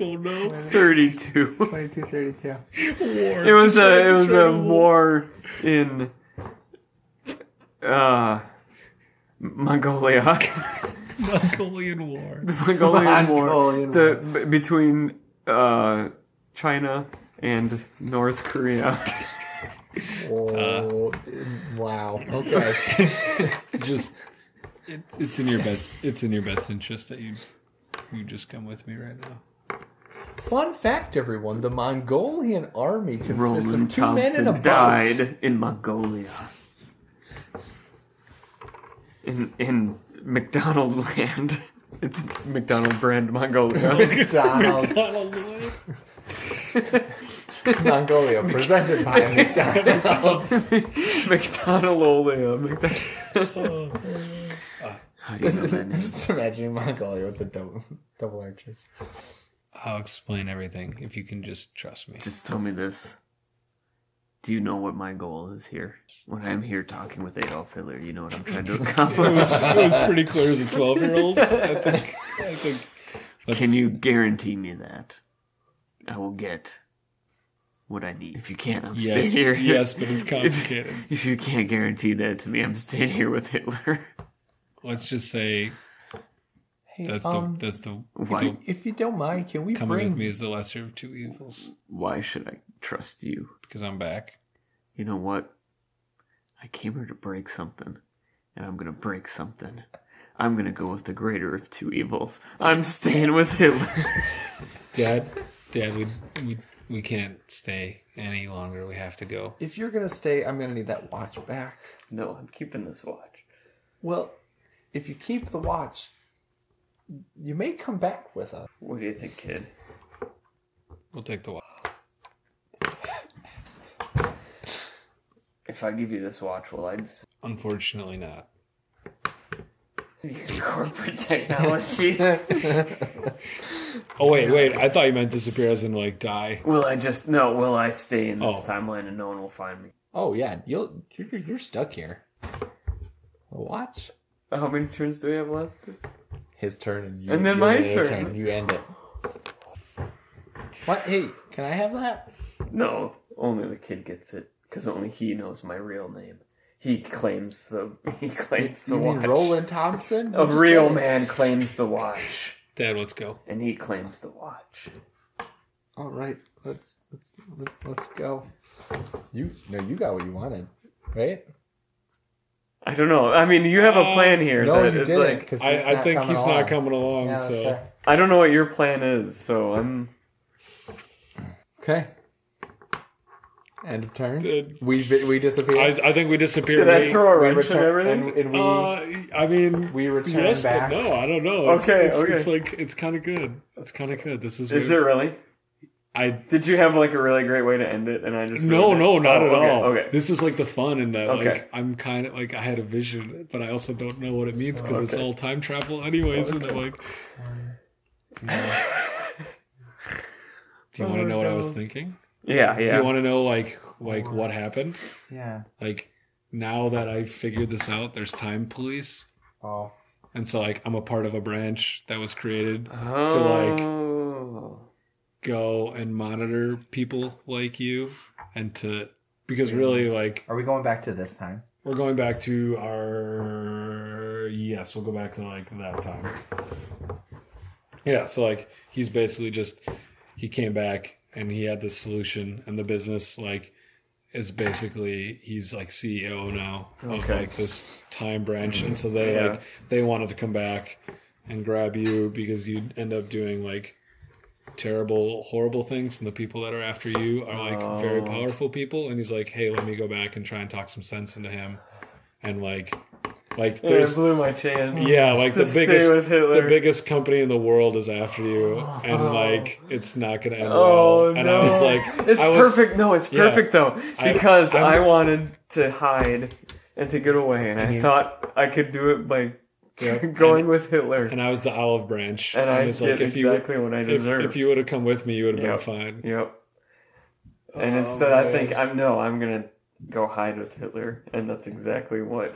D: Oh no.
C: 32.
B: 2232.
D: War.
C: It was a it was a war in uh Mongolia. *laughs*
D: Mongolian war.
C: Mongolian war.
B: Mongolian
C: The b- between uh China and
B: *laughs*
C: North Korea.
B: Oh, wow. Okay.
C: *laughs*
D: just it, *laughs* it's in your best it's in your best interest that you you just come with me right now
B: Fun fact, everyone: the Mongolian army consists
C: Roland
B: of two men and a
C: Thompson
B: boat. *laughs*
C: died in Mongolia. In in McDonald land. *laughs* It's McDonald brand Mongolia. *laughs*
B: McDonald's
D: McDonald's.
B: Mongolia, presented by
D: *laughs*
B: McDonald's.
C: *laughs* McDonald oleum.
D: Oh,
C: How do you know
D: *laughs*
C: that name?
B: Just imagining Mongolia with the double double arches.
D: I'll explain everything if you can just trust me.
C: Just tell me this. Do you know what my goal is here? When I'm here talking with Adolf Hitler, you know what I'm trying
D: *laughs*
C: to
D: It was,
C: accomplish.
D: it was pretty clear as a 12 year old. I think. I think.
C: Can you guarantee me that I will get what I need? If you can't, I'm
D: Yes,
C: staying here.
D: yes, but it's complicated.
C: *laughs* If you can't guarantee that to me, I'm staying here with Hitler. *laughs*
D: Let's just say
B: Hey,
D: that's
B: um,
D: the that's the
C: Why?
B: if you don't mind, can we
D: coming
B: bring
D: with me is the lesser of two evils
C: Why should I trust you?
D: because I'm back.
C: You know what? I came here to break something, and I'm gonna break something. I'm gonna go with the greater of two evils. I'm staying with Hitler. *laughs*
D: Dad, Dad, we we we can't stay any longer. We have to go.
B: If you're gonna stay, I'm gonna need that watch back.
C: No, I'm keeping this watch.
B: Well, if you keep the watch, you may come back with us.
C: What do you think, kid?
D: We'll take the walk.
C: If I give you this watch, will I just *laughs*
D: Unfortunately, not.
C: corporate *laughs* technology?
D: Oh wait, wait. I thought you meant disappear as in like die.
C: will I just no? Will I stay in this
D: Oh.
C: timeline and no one will find me?
B: Oh yeah, you'll you're, you're stuck here. The watch.
C: How many turns do we have left?
B: His turn and you.
C: And then
B: you
C: my
B: end your
C: turn.
B: You end it. What? Hey, can I have that?
C: No, only the kid gets it because only he knows my real name. He claims the *laughs* he claims the
B: You mean
C: watch.
B: Roland Thompson?
C: A
B: What'd you
C: real
B: say?
C: man claims the watch,
D: Dad, let's go.
C: and he claimed the watch.
B: All right, let's let's let's go. You no, you got what you wanted, right?
C: I don't know. I mean, you have a
D: Uh,
C: plan here.
B: No,
C: that
B: you
C: is
B: didn't.
C: Like,
B: 'cause he's
D: I, I
B: not
D: think he's
B: along.
D: not coming along.
B: Yeah, that's
D: so
B: fair.
C: I don't know what your plan is, so I'm.
B: okay. End of turn.
D: Good.
B: We vi- we disappear.
D: Uh, I, I think we disappear.
C: Did I
D: We-
C: throw a
B: we
C: wrench and
B: return
C: everything?
B: and, and we
D: Uh, I mean,
B: we return
D: yes,
B: back.
D: but no, I don't know. It's,
C: Okay,
D: it's,
C: okay.
D: It's like it's kind of good. It's kind of good. This is.
C: Is it
D: weird.
C: really?
D: I
C: Did you have like a really great way to end it? And I just
D: no,
C: ruined it?
D: no, not
C: Oh,
D: at
C: okay,
D: all.
C: Okay.
D: This is like the fun in that.
C: Okay.
D: Like I'm kind of like I had a vision, but I also don't know what it means because it's
C: Okay.
D: all time travel, anyways. And
C: *laughs*
D: I'm like, do
B: Oh
D: you want to know what I was thinking?
C: yeah, yeah.
D: Do you want to know like like what happened?
B: yeah.
D: Like now that I figured this out, there's time police,
B: Oh.
D: and so like I'm a part of a branch that was created
C: oh.
D: to, like, go and monitor people like you and to because really like
B: Are we going back to this time?
D: we're going back to our yes we'll go back to like that time yeah so like he's basically just he came back and he had this solution and the business like is basically he's like ceo now of
C: Okay.
D: like this time branch and so they
C: Yeah.
D: like they wanted to come back and grab you because you'd end up doing like terrible, horrible things, and the people that are after you are like very
C: Oh.
D: powerful people. And he's like, "Hey, let me go back and try and talk some sense into him," and like, like
C: Yeah, I
D: there's
C: blew my chance.
D: yeah, like
C: To
D: the
C: stay
D: biggest,
C: with Hitler.
D: the biggest company in the world is after you, and like it's not gonna end
C: Oh
D: well. And
C: no!
D: I was like,
C: it's
D: I was,
C: perfect. No, it's
D: Yeah.
C: perfect though
D: I-
C: because I,
D: I'm-
C: wanted to hide and to get away, and I thought I could do it by
D: Yeah.
C: *laughs* going with Hitler, and,
D: And I was the olive branch,
C: I,
D: was
C: did
D: you
C: exactly what I
D: if,
C: deserve.
D: if you would have come with me, you would have
C: Yep.
D: been fine.
C: yep. And
D: Oh,
C: instead, I think I'm no, I'm gonna go hide with Hitler, and that's exactly what.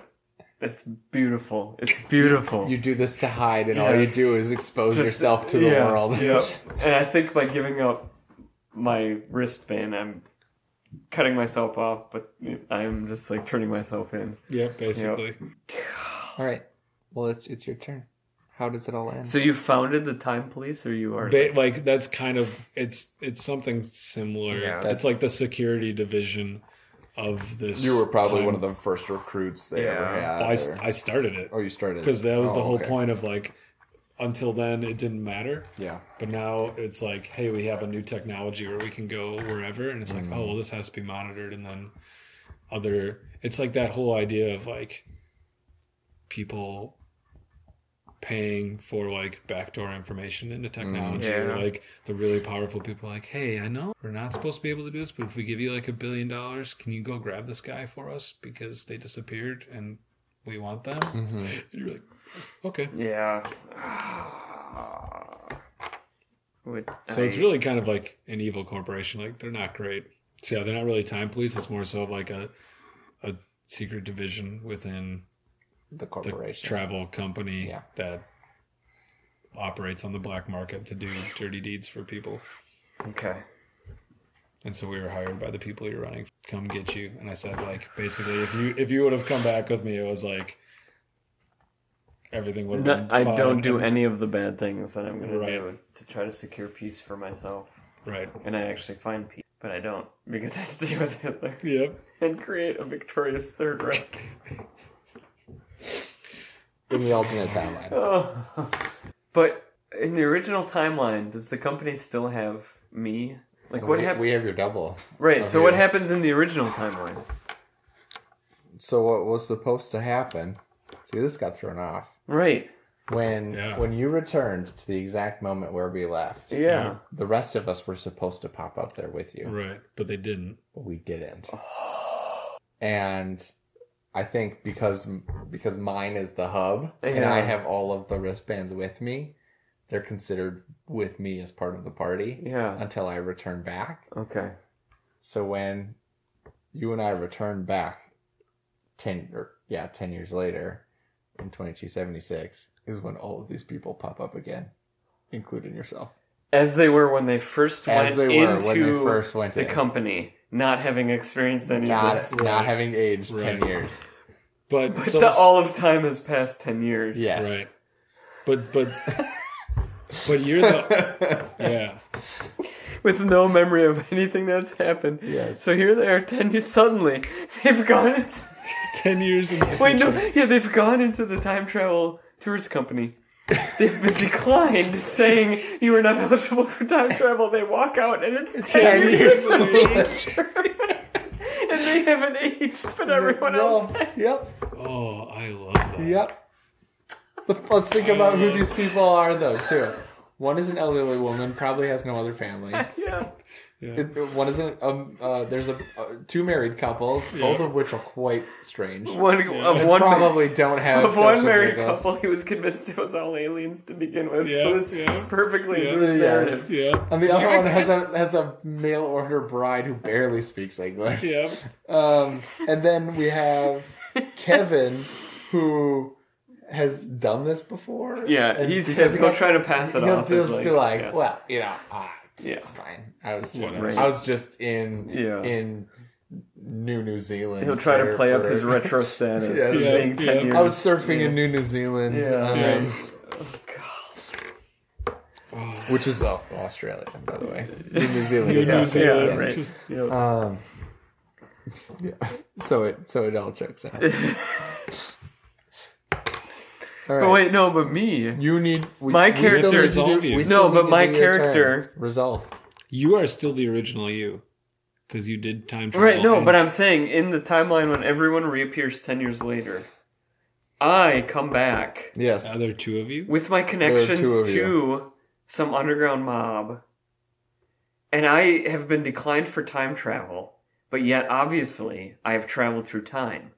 C: It's beautiful. It's beautiful.
B: You do this to hide, and all you
C: Yes.
B: do is expose
C: Just-
B: yourself to the
C: yeah,
B: world.
C: Yep. And I think by giving up my wristband, I'm cutting myself off, but I'm just like turning myself in.
D: Yep, basically.
B: all right. Well, it's it's your turn. How does it all end?
C: So you founded the time police, or you are?
D: ba- like that's kind of it's it's something similar.
C: Yeah.
D: it's
B: That's-
D: like the security division of
B: *laughs*
D: this.
B: you were probably
D: time.
B: one of the first recruits they
C: Yeah.
B: ever had.
D: I,
B: or-
D: I started it
B: oh, you started
D: because that was
B: Oh,
D: the whole
B: okay.
D: point of like until then it didn't matter.
B: Yeah.
D: But now it's like, hey, we have a new technology where we can go wherever, and it's like, oh, well, this has to be monitored, and then other. It's like that whole idea of like people paying for like backdoor information into technology,
C: Yeah.
D: or like the really powerful people, are like, hey, I know we're not supposed to be able to do this, but if we give you like a billion dollars, can you go grab this guy for us because they disappeared and we want them?
B: Mm. Mm-hmm.
D: And you're like, okay.
C: Yeah. *sighs* Would
D: So it's
C: I-
D: really kind of like an evil corporation. Like they're not great. So yeah, they're not really time police. It's more so of like a a secret division within
B: The
D: the
B: corporation.
D: travel company
B: Yeah.
D: that operates on the black market to do dirty deeds for people.
C: okay.
D: And so we were hired by the people you're running. Come get you. And I said like basically if you if you would have come back with me, it was like everything would have been.
C: I
D: fine.
C: don't do any of the bad things that I'm gonna
D: Right.
C: do to try to secure peace for myself,
D: right.
C: and I actually find peace, but I don't because *laughs* I stay with Hitler
D: Yep.
C: and create a victorious Third Reich.
B: In the alternate timeline.
C: Oh. But in the original timeline, does the company still have me? Like what
B: we,
C: happened?
B: we oh, have your double.
C: Right.
B: of
C: So what
B: you.
C: happens in the original timeline?
B: So what was supposed to happen? See, this got thrown off
C: Right.
B: when
D: Yeah.
B: when you returned to the exact moment where we left.
C: Yeah.
B: The rest of us were supposed to pop up there with you,
D: Right. But they didn't.
B: but we didn't. And I think because because mine is the hub, and
C: Yeah.
B: I have all of the wristbands with me, they're considered with me as part of the party
C: Yeah.
B: until I return back.
C: Okay.
B: So when you and I returned back ten or yeah, ten years later in twenty two seventy six is when all of these people pop up again, including yourself.
C: As they were when they first
B: As
C: went
B: they were
C: into
B: when they first went
C: the
B: in.
C: company, not having experienced any
B: not
C: of this.
B: not having aged
D: Right.
B: ten years.
D: But,
C: *laughs* But
D: so
C: the- all of time has passed ten years.
B: Yes.
D: Right. But but but you're the yeah. *laughs*
C: With no memory of anything that's happened.
B: Yes.
C: So here they are ten years suddenly. *laughs* They've gone into
D: Ten years in the
C: Wait, no,
D: future.
C: yeah, they've gone into the time travel tourist company. They've been declined, *laughs* saying you are not eligible for time travel. They walk out, and it's ten, years, in the
B: *laughs*
C: future, *laughs* and they haven't aged, but everyone else.
B: Yep. Yep.
D: Oh, I love that.
B: Yep. Let's- Let's think about who these people are though too. One is an elderly woman, probably has no other
C: *laughs*
B: family.
C: Yeah,
B: It- One is a um, uh, there's a uh, two married couples, both of which are quite strange.
C: one of one
B: probably don't have
C: *laughs* of one
B: social
C: married
B: circles.
C: couple. He was convicted it was all aliens to begin with,
D: Yeah,
C: so this
D: yeah.
C: fits perfectly
D: Yeah.
C: in this
B: Yes.
C: narrative.
D: Yeah.
B: And the other one has a has a mail order bride who barely speaks English.
D: Yeah.
B: Um, and then we
C: *laughs*
B: have Kevin, who has done this before.
C: Yeah,
B: and
C: he's
B: because
C: his.
B: he
C: He'll
B: got-
C: try to pass it
B: he'll
C: off. as
B: just be like,
C: yeah.
B: well, you know, ah,
C: Yeah.
B: it's fine. I was just
D: Whatever.
B: I was just in
C: Yeah.
B: in New New Zealand.
C: He'll try to
B: for-
C: play up his
B: *laughs* for-
C: retro status.
B: Yes.
C: as
B: Yeah,
C: being 10
D: yeah.
C: years.
B: I was surfing in New New Zealand,
C: Yeah.
B: um,
D: Oh,
B: which is uh, Australia, by the way. New
C: *laughs*
B: New Zealand
D: New
B: is
D: New
B: Australia.
D: Zealand.
C: right.
D: Just,
C: Yeah.
B: Um, yeah. So it so it all checks out. All
C: But
B: right.
C: wait, no, but me.
B: you need we,
C: My
B: we still
C: character-
B: need to do-
D: Resolve you.
B: we still
C: No,
B: need
C: but
B: to
C: my
B: do your turn.
C: character-
B: resolve.
D: you are still the original you, because you did time travel.
C: Right, no,
D: and-
C: but I'm saying in the timeline when everyone reappears 10 years later, I come back
B: Yes.
D: Are there two of you?
C: with my
B: two
C: connections
B: of you.
C: to some underground mob. And I have been declined for time travel, but yet obviously I have traveled through time.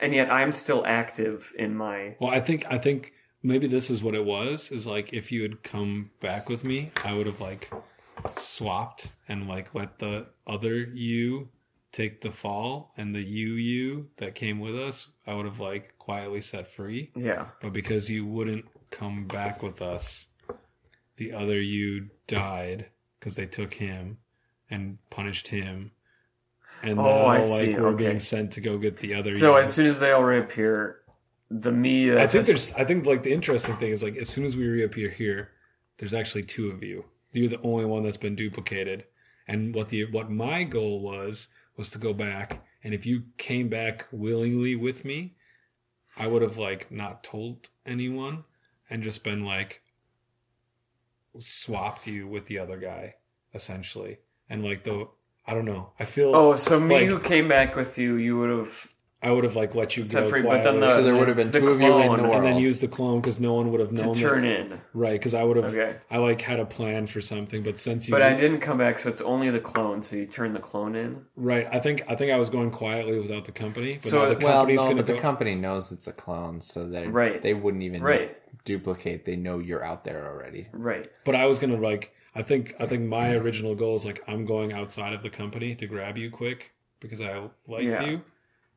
C: And yet I'm still active in my.
D: Well, I think I think maybe this is what it was. Is like if you had come back with me, I would have like swapped and like let the other you take the fall, and the you you that came with us, I would have like quietly set free.
C: Yeah.
D: but because you wouldn't come back with us, the other you died because they took him and punished him, and
C: Oh, I
D: now like
C: see.
D: we're
C: Okay.
D: being sent to go get the other.
C: So
D: you.
C: as soon as they all reappear, the me. That
D: I think
C: just-
D: there's, I think like the interesting thing is like as soon as we reappear here, there's actually two of you. You're the only one that's been duplicated, and what the what my goal was was to go back, and if you came back willingly with me, I would have like not told anyone, and just been like swapped you with the other guy essentially, and like the I don't know. I feel
C: Oh, so me
D: Like-
C: who came back with you, you would have
D: I would have like let you
C: set
D: go
C: free, but
D: quietly,
C: then the
B: So there would have been
C: the
B: two of you in
C: clone
B: the world.
D: and then use the clone because no one would have
C: to
D: known that-
C: turn in.
D: Right, because I would have.
C: Okay.
D: I like had a plan for something, but since you,
C: But I didn't come back, so it's only the clone. So you turn the clone in.
D: right, I think I think I was going quietly without the company. But
C: So
D: now
C: it-
D: the
B: Well,
D: company's
B: no,
D: going to
B: but
D: go.
B: the company knows it's a clone, so they
C: Right.
B: they wouldn't even
C: Right.
B: duplicate. They know you're out there already.
C: Right.
D: but I was going to like. I think I think my original goal is like I'm going outside of the company to grab you quick because I liked
C: Yeah.
D: you.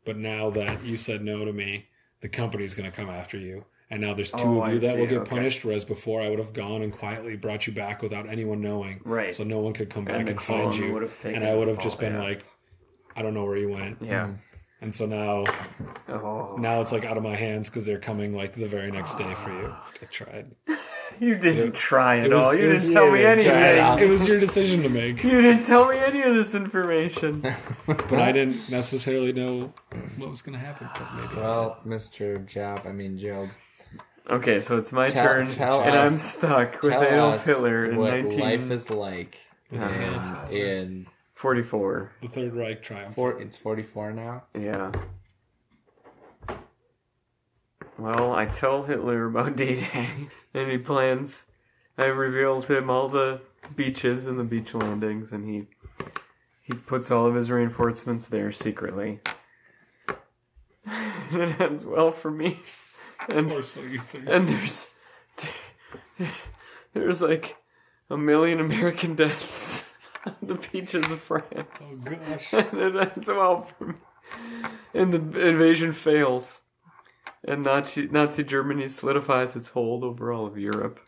D: But now that you said no to me, the company's going to come after you. And now there's two
C: Oh,
D: of
C: I
D: you that
C: see,
D: will get
C: okay.
D: punished, whereas before I would have gone and quietly brought you back without anyone knowing.
C: Right.
D: So no one could come
C: And
D: back
C: the
D: and find
C: clone would
D: you.
C: have taken
D: And I would have
C: the
D: just
C: fall,
D: been
C: yeah.
D: like, I don't know where you went.
C: Yeah.
D: And so now,
C: Oh.
D: now it's like out of my hands because they're coming like the very next day for you. I tried.
C: You didn't try at
D: was-
C: all.
D: it
C: You didn't
D: was-
C: tell me
B: yeah,
C: anything.
B: yeah, yeah.
D: It was your decision to make,
C: You didn't tell me any of this information.
D: *laughs* but I didn't necessarily know what was going to happen. But maybe.
B: Well, Mr. Job, I mean Job,
C: Okay, so it's my
B: Tell-
C: turn,
B: tell
C: and
B: us-
C: I'm stuck with
B: tell
C: Adolf
B: us
C: Hitler in
B: what life is like
D: Yeah.
B: in, in
C: 1944.
D: The Third Reich triumph.
B: four. It's forty four now.
C: Yeah. Well, I tell Hitler about *laughs* D-Day and he plans. I reveal to him all the beaches and the beach landings, and he he puts all of his reinforcements there secretly. *laughs* and it ends well for me. And
D: Or so you think.
C: and there's there's like a million American deaths *laughs* on the beaches of France
D: Oh gosh.
C: and *laughs* that's well for me. And the invasion fails, and Nazi Nazi Germany solidifies its hold over all of Europe.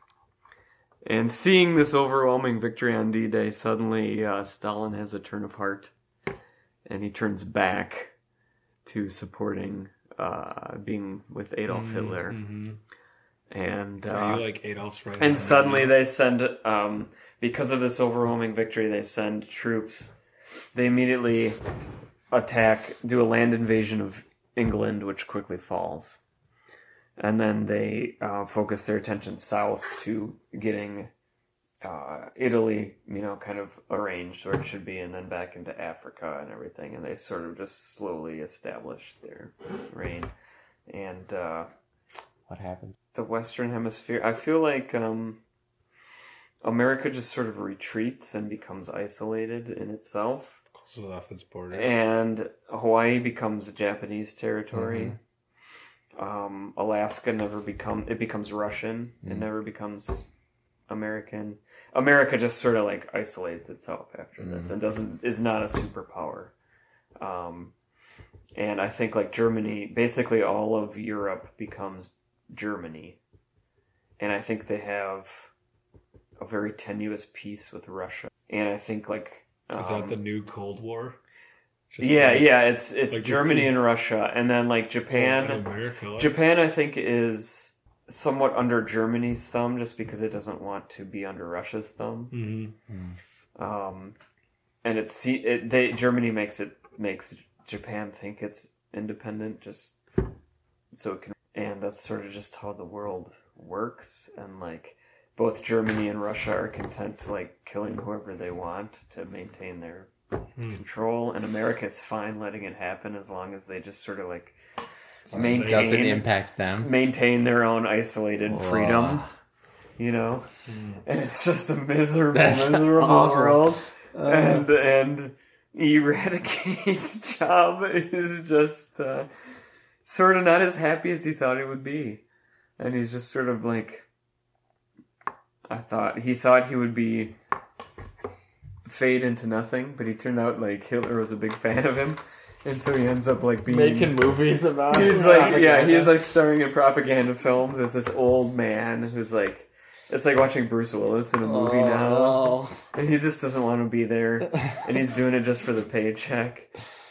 C: And seeing this overwhelming victory on D-Day, suddenly uh, Stalin has a turn of heart, and he turns back to supporting uh, being with Adolf Hitler.
D: Mm-hmm.
C: And uh,
D: Are you like Adolf's right?
C: and suddenly they send, um, because of this overwhelming victory, they send troops. They immediately attack, do a land invasion of England, which quickly falls. And then they uh, focus their attention south to getting uh, Italy, you know, kind of arranged where it should be, and then back into Africa and everything. And they sort of just slowly establish their reign. And. Uh,
B: What happens?
C: the Western Hemisphere. I feel like um, America just sort of retreats and becomes isolated in itself,
D: closes off its borders.
C: and Hawaii becomes Japanese territory.
D: Mm-hmm.
C: Um, Alaska never become it becomes Russian. It
D: Mm.
C: never becomes American. America just sort of like isolates itself after
D: Mm-hmm.
C: this and doesn't is not a superpower. Um, and I think like Germany, basically all of Europe becomes Germany, and I think they have a very tenuous peace with Russia. And I think like
D: Is that
C: um,
D: the new Cold War? Just
C: yeah,
D: like-
C: yeah, it's it's
D: like just
C: Germany
D: two- Oh,
C: and Russia, and then like Japan.
D: in America. like-
C: Japan, I think, is somewhat under Germany's thumb just because it doesn't want to be under Russia's thumb.
D: Mhm.
C: Um, and it's see, it, they Germany makes it makes Japan think it's independent just so it can, and that's sort of just how the world works. And like both Germany and Russia are content to like killing whoever they want to maintain their
D: Hmm.
C: control, and America is fine letting it happen as long as they just sort of like
B: It doesn't impact them.
C: maintain their own isolated freedom,
B: Ugh. Hmm.
C: you know. And it's just a miserable,
B: *laughs* That's
C: miserable
B: awful.
C: world. and and Eradicate's *laughs* job is just uh, sort of not as happy as he thought it would be, and he's just sort of like, I thought he thought he would be fade into nothing, but he turned out like Hitler was a big fan of him, and so he ends up like being
B: movies about.
C: he's like yeah he's like starring in propaganda films as this old man who's like it's like watching bruce willis in a movie now
B: Oh.
C: and he just doesn't want to be there and he's doing it just for the paycheck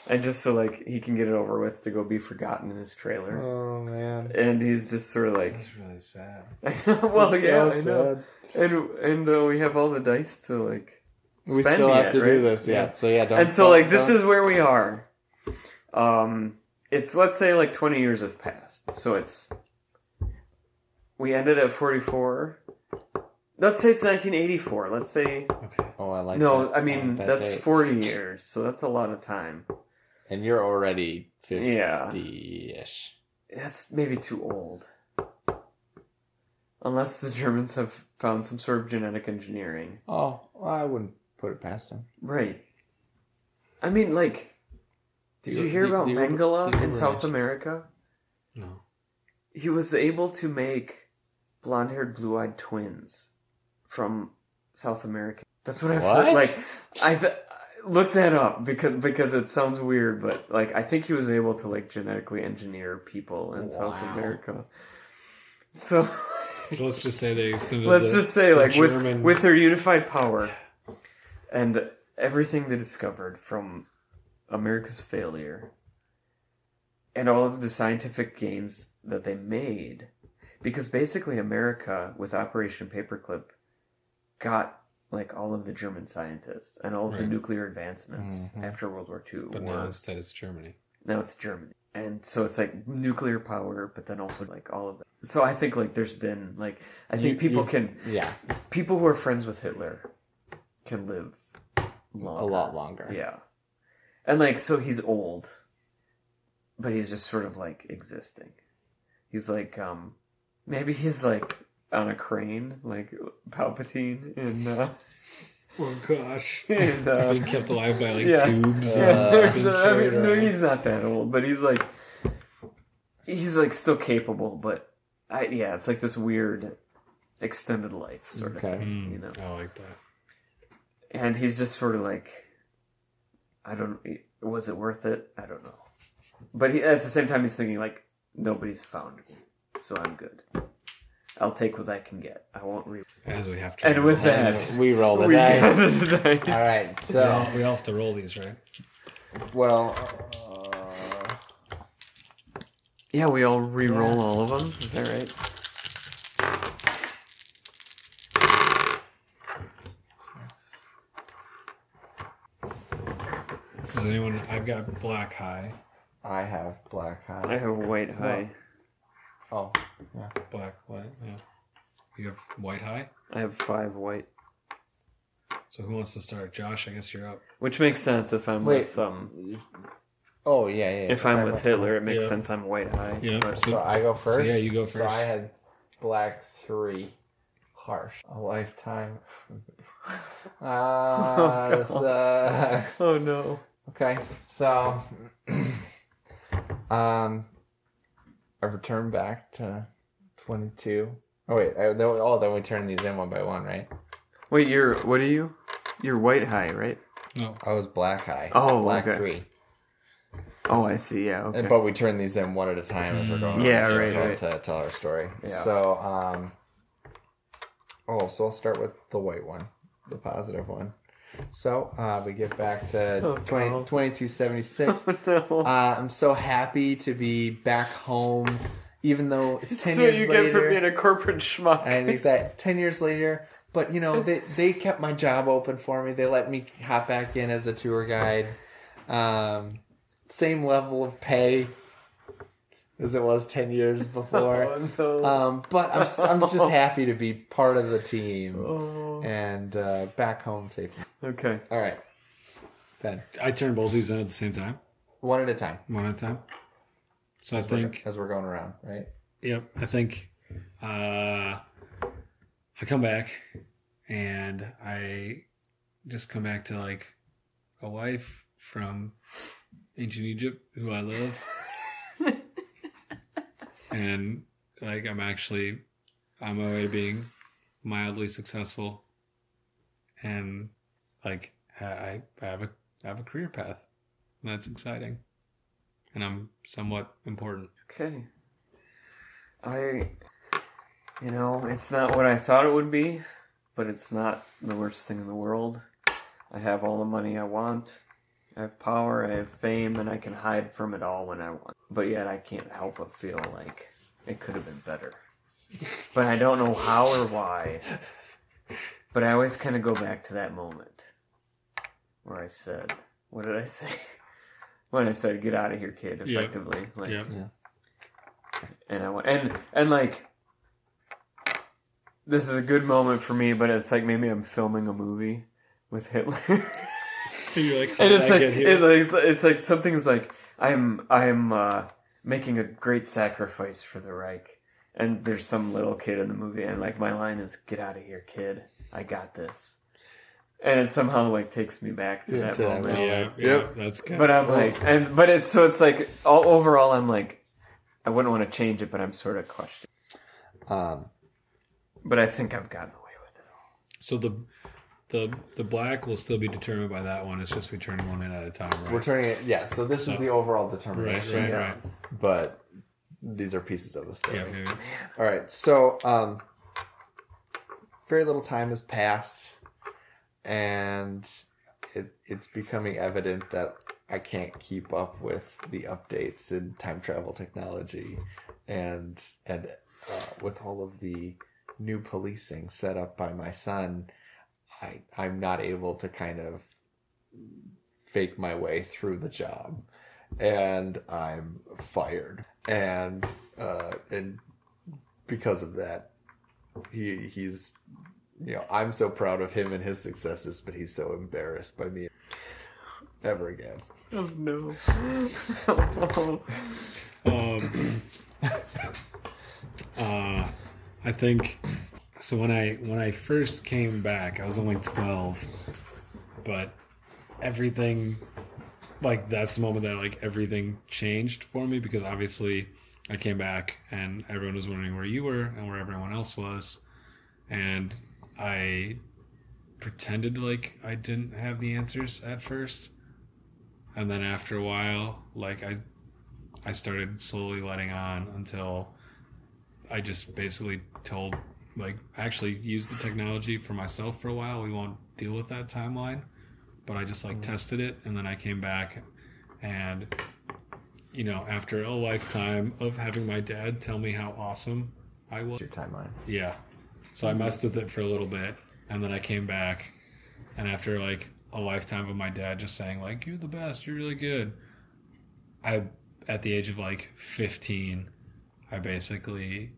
C: and just so like he can get it over with to go be forgotten in his trailer
B: Oh man.
C: and he's just sort of like *laughs*
D: That's really sad.
C: well yeah I know. and and uh, we have all the dice to like
B: We
C: spend
B: still
C: yet,
B: have to do
C: right?
B: this, yeah. So yeah, don't.
C: and so
B: don't-
C: like this
B: don't-
C: is where we are um it's let's say like 20 years have passed so it's we ended at 44. Let's say it's 1984. Let's say
D: Okay.
B: Oh, I like
C: no.
B: that.
C: I mean
B: like that
C: that's
B: date.
C: 40 years, so that's a lot of time.
B: And you're already
C: Yeah.
B: 50 ish.
C: That's maybe too old. Unless the Germans have found some sort of genetic engineering.
B: Oh, well, I wouldn't put it past him.
C: Right. I mean, like, did
B: The-
C: you hear
B: the-
C: about
B: the-
C: Mengele
B: the-
C: in South
B: the-
C: America?
D: No.
C: He was able to make blonde haired, blue eyed twins from South America. That's what I've
B: What?
C: heard. Like, I, th- I looked that up because because it sounds weird, but like, I think he was able to like genetically engineer people in South
A: Wow.
C: America. So. *laughs*
D: So let's just say they extended.
C: let's
D: the-
C: just say
D: the
C: like with
D: German-
C: with their unified power and everything they discovered from America's failure and all of the scientific gains that they made because basically America with Operation Paperclip got like all of the German scientists and all of the
D: Right. Mm-hmm.
C: nuclear advancements
B: Mhm.
C: after World War II
D: But
C: were
D: now instead it's Germany.
C: now it's Germany. And so it's like nuclear power, but then also like all of that. So I think like there's been like I think
B: You-
C: people
B: you-
C: can
B: Yeah,
C: people who are friends with Hitler can live longer.
B: a lot longer.
C: Yeah. And like so he's old, but he's just sort of like existing. He's like um maybe he's like on a crane, like Palpatine in uh, *laughs*
D: Oh gosh.
B: *laughs*
C: in uh, *laughs*
D: *laughs* Being kept alive by like
C: Yeah.
D: tubes.
C: Yeah,
D: and
B: Uh,
C: *laughs* there's
D: being
C: a- I
D: carried
C: mean, no,
D: around.
C: he's not that old, but he's like, he's like still capable, but I, yeah, it's like this weird extended life sort of
B: Okay.
C: thing,
D: Mm,
C: you know.
D: I like that.
C: And he's just sort of like, I don't, was it worth it? I don't know. But he, at the same time, he's thinking like, nobody's found me, so I'm good. I'll take what I can get. I won't re.
D: As we have to.
C: And with
B: And
C: that,
B: we roll the
C: *laughs*
B: dice. All right,
D: we
B: so
D: all, we all have to roll these, right?
B: well, uh,
C: Yeah, we all re-roll all of them. Is that right?
D: Does anyone? I've got black high,
B: I have black
C: I
B: high.
C: have white high.
B: Oh, yeah.
D: black what? Yeah. You have white high.
C: I have five white.
D: So who wants to start? Josh, I guess you're up.
C: Which makes sense if I'm
B: Wait.
C: with um
B: Oh yeah, yeah.
C: if I'm with Hitler, it makes
D: Yeah.
C: sense I'm white high.
D: Yeah.
C: but-
D: So,
B: So I go first.
D: yeah, you go
B: So
D: first.
B: I had black three, harsh, a
C: *laughs*
B: lifetime. Uh, Ah, this sucks.
C: oh no.
B: Okay, so *clears throat* um, I return back to twenty-two. Oh wait, I, then we- oh then we turn these in one by one, right?
C: Wait, you're what are you? You're white high, right?
D: no.
B: I was black high.
C: Oh,
B: black
C: okay.
B: three.
C: Oh, I see. Yeah. Okay.
B: And, but we turn these in one at a time as we're going. around
C: Yeah,
B: the
C: right,
B: circle
C: right.
B: To tell our story.
C: Yeah.
B: So um, oh, so I'll start with the white one, the positive one. So uh, we get back to
C: Oh,
B: 20,
C: no.
B: 2276.
C: no.
B: Uh, I'm so happy to be back home, even though it's ten
C: That's what
B: years
C: you
B: later.
C: get for being a corporate schmuck.
B: *laughs*
C: *laughs*
B: and exact ten years later, but you know they they kept my job open for me. They let me hop back in as a tour guide. Um, same level of pay as it was ten years before.
C: *laughs* oh no.
B: Um, but I'm s-
C: *laughs*
B: I'm just happy to be part of the team
C: Oh,
B: and uh, back home safely.
C: okay.
B: All right, Ben,
D: I turn both these in at the same time,
B: one at a time.
D: one at a time. So I think.
B: as we're going around, right?
D: Yep, I think uh, I come back and I just come back to like a wife from ancient Egypt who
C: *laughs*
D: I love, and like I'm actually on my way to being mildly successful, and like I, I I have a I have a career path, and that's exciting, and I'm somewhat important.
C: Okay. I, you know, it's not what I thought it would be, but it's not the worst thing in the world. I have all the money I want. I have power, I have fame, and I can hide from it all when I want. But yet I can't help but feel like it could have been better. But I don't know how or why. But I always kind of go back to that moment where I said, what did I say? *laughs* When I said, get out of here, kid,
D: Yeah.
C: effectively. Like,
D: Yeah.
C: and I went and and like this is a good moment for me, but it's like maybe I'm filming a movie with Hitler. *laughs*
D: And you're like, how
C: and
D: did
C: it's
D: I
C: like,
D: get here?
C: it like it's, it's like something's like I'm I'm uh, making a great sacrifice for the Reich, and there's some little kid in the movie, and like my line is "Get out of here, kid! I got this," and it somehow like takes me back to
B: Yeah,
C: that
B: to that
C: moment.
D: yeah, yeah,
B: Yep. uh,
D: that's good.
C: But I'm like, and but it's so it's like all, overall, I'm like, I wouldn't want to change it, but I'm sort of questioning.
B: Um,
C: But I think I've gotten away with it.
D: so the the the black will still be determined by that one. It's just we turn one in at a time, right?
B: we're turning it. Yeah. So this is the overall
D: right,
B: determination.
D: right,
C: yeah.
D: right.
B: But these are pieces of the story.
D: Yeah, yeah, yeah.
B: All right. So, um, very little time has passed, and it, it's becoming evident that I can't keep up with the updates in time travel technology, and and uh, with all of the new policing set up by my son, *laughs* I I'm not able to kind of fake my way through the job, and I'm fired, and uh, and because of that. He he's you know, I'm so proud of him and his successes, but he's so embarrassed by me ever
C: *laughs*
B: again.
C: Oh no.
D: Um, uh, I think so. When I when I first came back, I was only twelve, but everything like that's the moment that like everything changed for me because obviously I came back and everyone was wondering where you were and where everyone else was, and I pretended like I didn't have the answers at first. And then after a while, like I I started slowly letting on until I just basically told, like, actually used the technology for myself for a while. We won't deal with that timeline, but I just
B: Mm.
D: like tested it, and then I came back, and you know, after a lifetime of having my dad tell me how awesome I was,
B: Your timeline. Mm-hmm.
D: yeah. So I messed with it for a little bit, and then I came back, and after like a lifetime of my dad just saying like you're the best, you're really good, I at the age of like 15, I basically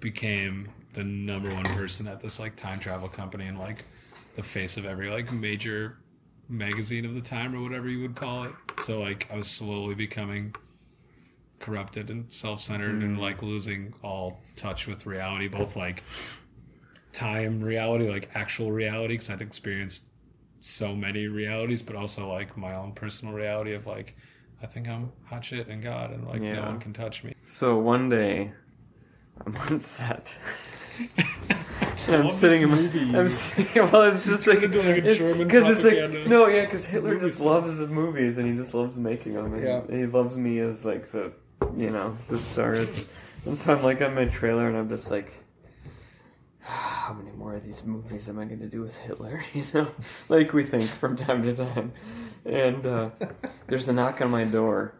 D: became the number one person at this like time travel company and like the face of every like major magazine of the time or whatever you would call it. So like I was slowly becoming corrupted and self-centered and like losing all touch with reality both like time reality like actual reality because i'd experienced so many realities but also like my own personal reality of like i think i'm hot shit and god and like no
C: Yeah.
D: one can touch me
C: *laughs* So one day, I'm on set.
D: I
C: And I'm
D: love
C: sitting in
D: this
C: my.
D: movie.
C: I'm sitting, *laughs* well, it's just like
D: Doing like a
C: it's-
D: German
C: it's like
D: propaganda
C: no, yeah, because Hitler
D: movie
C: just
D: thing.
C: loves the movies and he just loves making them. And
B: Yeah.
C: he loves me as like the, you know, the stars. and so I'm like on my trailer and I'm just like, "Ah, how many more of these movies am I going to do with Hitler? *laughs* You know, like we think from time to time. And uh, there's a knock on my door,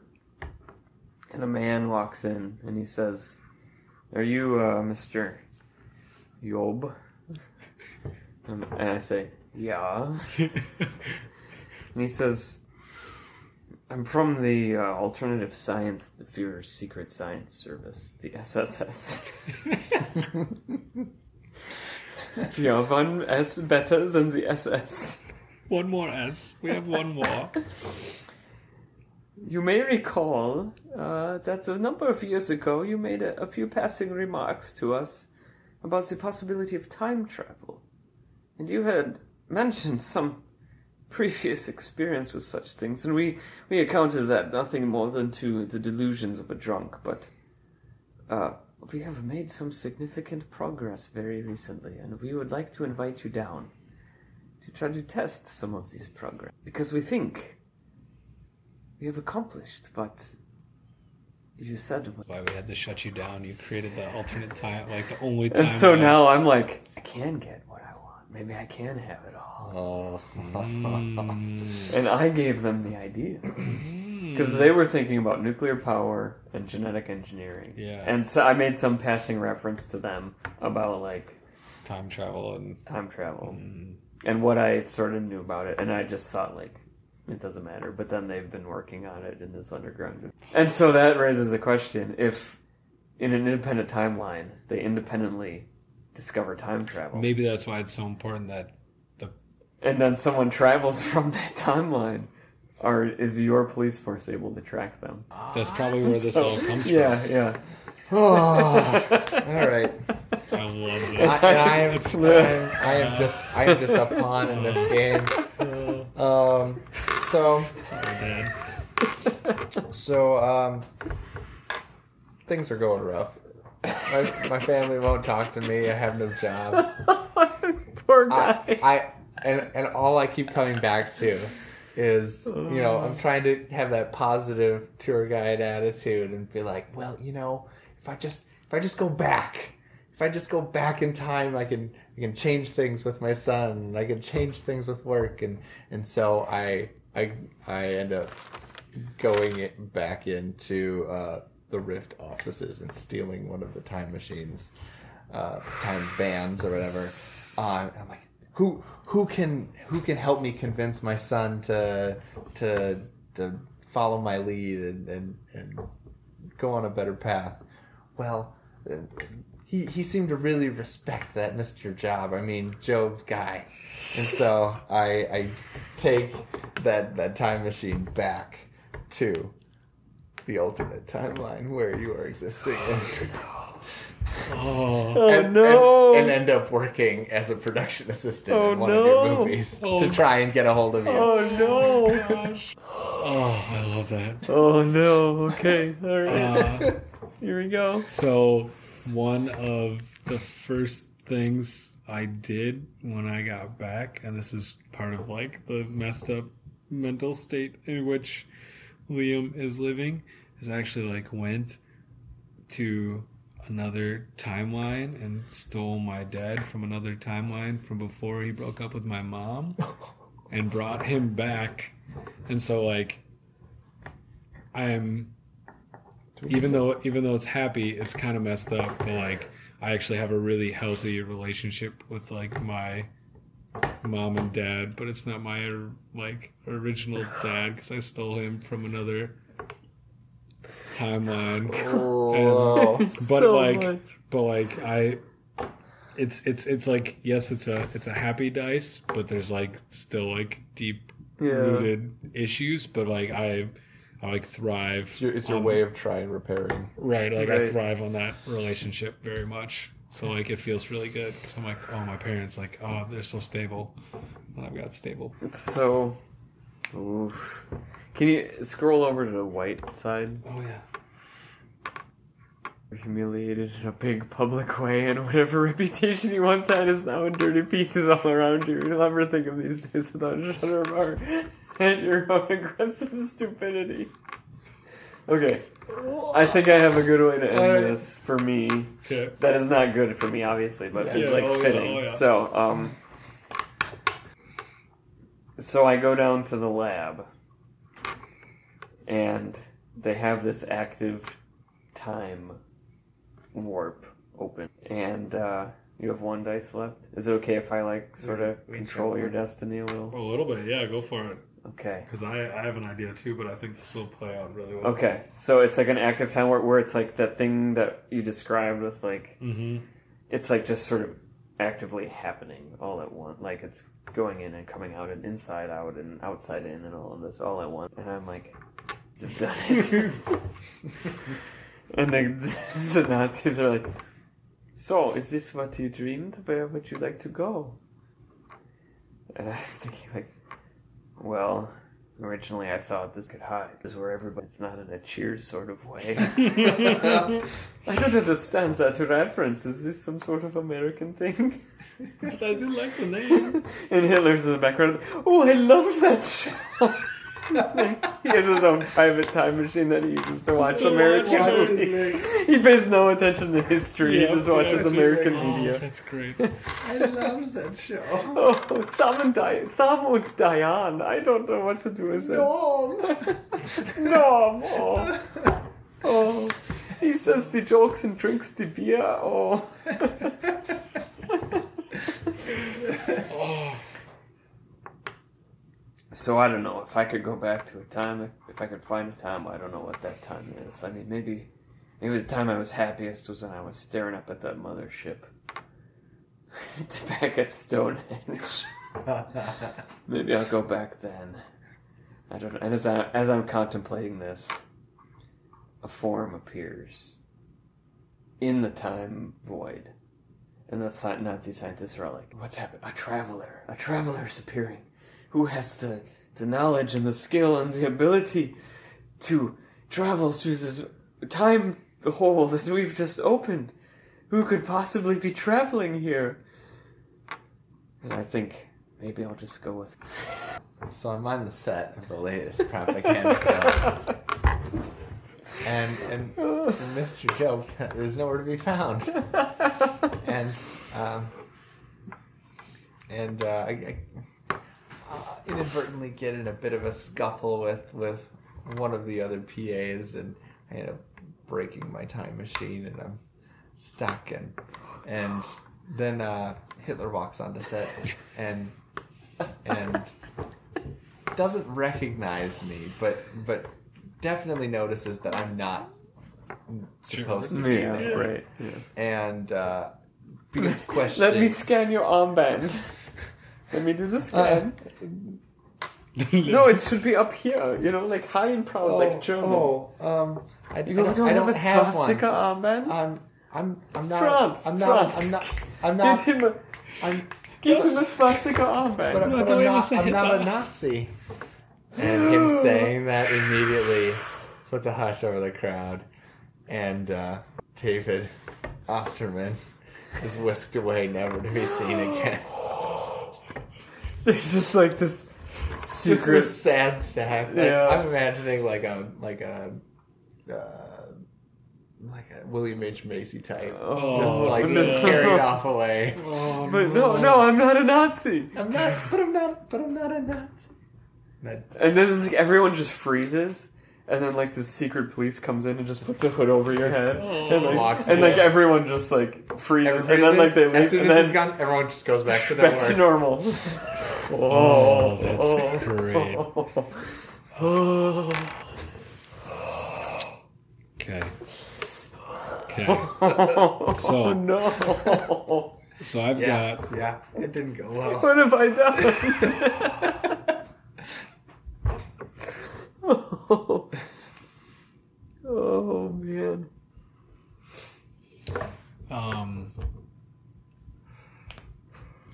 C: and a man walks in and he says, "Are you uh, Mister Yob?" Um, and I say, "Yeah." And he says, I'm from the uh, Alternative Science, the Fuhrer's Secret Science Service, the SSS. *laughs* We have one S betas and the SS.
D: one more s we have one more
C: You may recall uh, that a number of years ago you made a, a few passing remarks to us about the possibility of time travel. And you had mentioned *laughs* some previous experience with such things, and we, we accounted that nothing more than to the delusions of a drunk, but uh, we have made some significant progress very recently, and we would like to invite you down to try to test some of these progress. Because we think we have accomplished what you said. was-
D: why we had to shut you down you created the alternate time like the only time
C: And so
D: that-
C: now I'm like, I can get what I want. Maybe I can have it all.
B: Oh.
C: Hmm.
D: Mm.
C: And I gave them the idea. Because they were thinking about nuclear power and genetic engineering.
D: Yeah.
C: And so I made some passing reference to them about like
D: time travel and
C: time travel and what I sort of knew about it. And I just thought like it doesn't matter. But then they've been working on it in this underground. And so that raises the question if in an independent timeline they independently discover time travel.
D: Maybe that's why it's so important that the
C: And then someone travels *laughs* from that timeline. Or is your police force able to track them?
D: that's probably where this all comes from.
C: Ah, Yeah, *laughs* yeah.
B: All right. *laughs*
D: I love
B: I,
D: this.
B: and I am, I am, I am just, I am just a pawn in this game. Um, so,
D: Sorry, Dad.
B: so, um, things are going rough. My, my family won't talk to me. I have no job.
C: This poor
B: I, I and and all I keep coming back to is you know I'm trying to have that positive tour guide attitude and be like, well, you know, if I just if I just go back, if I just go back in time, I can I can change things with my son, and I can change things with work, and and so I I I end up going it back into uh, the Rift offices and stealing one of the time machines, uh, time vans or whatever. Uh, and I'm like, who who can who can help me convince my son to to to follow my lead and and, and go on a better path? Well. uh, He, he seemed to really respect that Mr. Job, I mean Job guy, and so I I take that that time machine back to the alternate timeline where you are existing and,
D: Oh,
B: and-
C: no.
B: and, end up working as a production assistant
C: Oh,
B: in one of
C: no.
B: your movies
D: Oh,
B: to
D: no.
B: try and get a hold of you.
C: Oh no!
D: oh, I love
C: *laughs*
D: that.
C: Oh no! Okay, all right.
D: Uh,
C: Here we go.
D: So, one of the first things I did when I got back, and this is part of like the messed up mental state in which Liam is living, is I actually like went to another timeline and stole my dad from another timeline from before he broke up with my mom and brought him back. And so, like, I'm even though even though it's happy, it's kind of messed up. But like, I actually have a really healthy relationship with like my mom and dad, but it's not my or- like original dad because I stole him from another timeline.
B: Whoa.
D: But
C: So
D: like,
C: much.
D: but like, I. It's it's it's like yes, it's a it's a happy dice, but there's like still like deep rooted issues. But like I, I like thrive.
B: It's your, it's your
D: on-
B: way of trying repairing.
D: Right, like I
C: Right.
D: thrive on that relationship very much. So like it feels really good because I'm like, oh, my parents like, oh, they're so stable. And I've got stable.
C: It's so. Oof. Can you scroll over to the white side?
D: Oh yeah.
C: Humiliated in a big public way, and whatever *laughs* reputation he once had is now in dirty pieces all around you. You'll never think of these days without a shudder of *laughs* horror at your own aggressive stupidity. Okay, I think I have a good way to end
B: Alright.
C: this for me.
D: Okay.
C: That is not good for me, obviously, but it's
D: Yeah,
C: like
D: oh, yeah,
C: fitting.
D: oh, yeah.
C: So, um, so I go down to the lab, and they have this active time warp open, and uh, you have one dice left. Is it okay if I like sort of
D: we
C: control
D: can-
C: your destiny a little?
D: A little bit, yeah. Go for it.
C: Okay.
D: Because I, I have an idea too, but I think this will play out really well.
C: Okay, so it's like an active time warp where it's like that thing that you described with like
D: Mm-hmm. *laughs*
C: it's like just sort of actively happening all at once. Like it's going in and coming out and inside out and outside in and all of this all at once. And I'm like, I've done it. and the, *laughs* the Nazis are like, so is this what you dreamed? Where would you like to go? And I'm thinking like, well. Originally, I thought this could hide. This is where everybody—it's not in a Cheers sort of way. I don't understand that reference. Is this some sort of American thing? *laughs*
D: But I do like the name.
C: and Hitler's in the background. Oh, I love that show. *laughs* he has his own private time machine that he uses to watch
D: Still
C: American
D: watch
B: watching
C: movies.
B: it.
C: He pays no attention to history.
D: Yeah,
C: he just
D: yeah,
C: watches
D: just
C: American
D: like, oh,
C: media. *laughs*
D: That's great.
B: I love that show.
C: Oh, Sam and Di- Sam and Diane. I don't know what to do with that. No, oh, oh. He says the jokes and drinks the beer. Oh.
D: Oh,
C: *laughs* So I don't know if I could go back to a time, if I could find a time, I don't know what that time is. I mean, maybe, maybe the time I was happiest was when I was staring up at that mothership, *laughs* back at Stonehenge. Maybe I'll go back then. I don't know. And as, I, as I'm contemplating this, a form appears in the time void. And that's not, not the scientists are all like, what's happened? A traveler. A traveler is appearing who has the, the knowledge and the skill and the ability to travel through this time hole that we've just opened. Who could possibly be traveling here? And I think maybe I'll just go with.
B: So I'm on the set of the latest
C: *laughs*
B: propaganda film. And, and Mr. Joe is nowhere to be found. And um, and uh, I, I uh, inadvertently get in a bit of a scuffle with, with one of the other PAs, and I end up breaking my time machine, and I'm stuck. And, and then uh, Hitler walks onto set and and doesn't recognize me, but but definitely notices that I'm not supposed *laughs* to be
C: Yeah,
B: there,
C: right.
B: and uh, begins questioning.
C: *laughs* Let me scan your armband. *laughs* Let me do the scan.
B: Uh,
C: *laughs* no, it should be up here. You know, like high and proud,
B: oh,
C: like German.
B: Oh, um, I,
C: you
B: I
C: don't,
B: don't, I don't
C: have a
B: have
C: swastika
B: one. Uh,
C: armband? *laughs*
B: I'm I'm I'm not
C: France,
B: I'm not
C: France.
B: I'm not I'm
C: Get
B: not
C: him a,
B: I'm
C: get him a swastika armband.
B: but,
D: No,
B: but
D: the
B: I'm
D: way
B: not,
D: was the
B: I'm
D: hit
B: not a
D: on-
B: Nazi. And him saying that immediately puts a hush over the crowd, and uh, David Osterman is whisked away, never to be seen again.
C: There's *laughs* just like this
B: Just
C: secret.
B: this sad sack. Like,
C: Yeah.
B: I'm imagining like a like a uh, like a William H Macy type,
C: Oh,
B: just like
D: no.
B: carried off
D: *laughs*
B: away.
D: Oh,
C: but no, no, I'm not a Nazi.
B: I'm not, but I'm not, but I'm not a Nazi. That-
C: And this is like everyone just freezes, and then like the secret police comes in and just puts a hood over your head,
D: oh.
C: and, like,
B: Walks
C: and like
B: away.
C: everyone just like freezes,
B: Everybody
C: and then like they
B: as
C: leave,
B: soon
C: and
B: as he's
C: then
B: gone, everyone just goes back to their
C: back
B: work. *laughs*
C: to normal.
D: Oh,
C: oh,
D: that's great. Okay.
C: *laughs*
D: Okay.
C: oh
D: So,
B: Oh.
C: no!
D: so I've
B: yeah,
D: got
B: yeah, it didn't go well.
C: What have I
B: *laughs*
C: done? *laughs* oh. oh man!
D: um.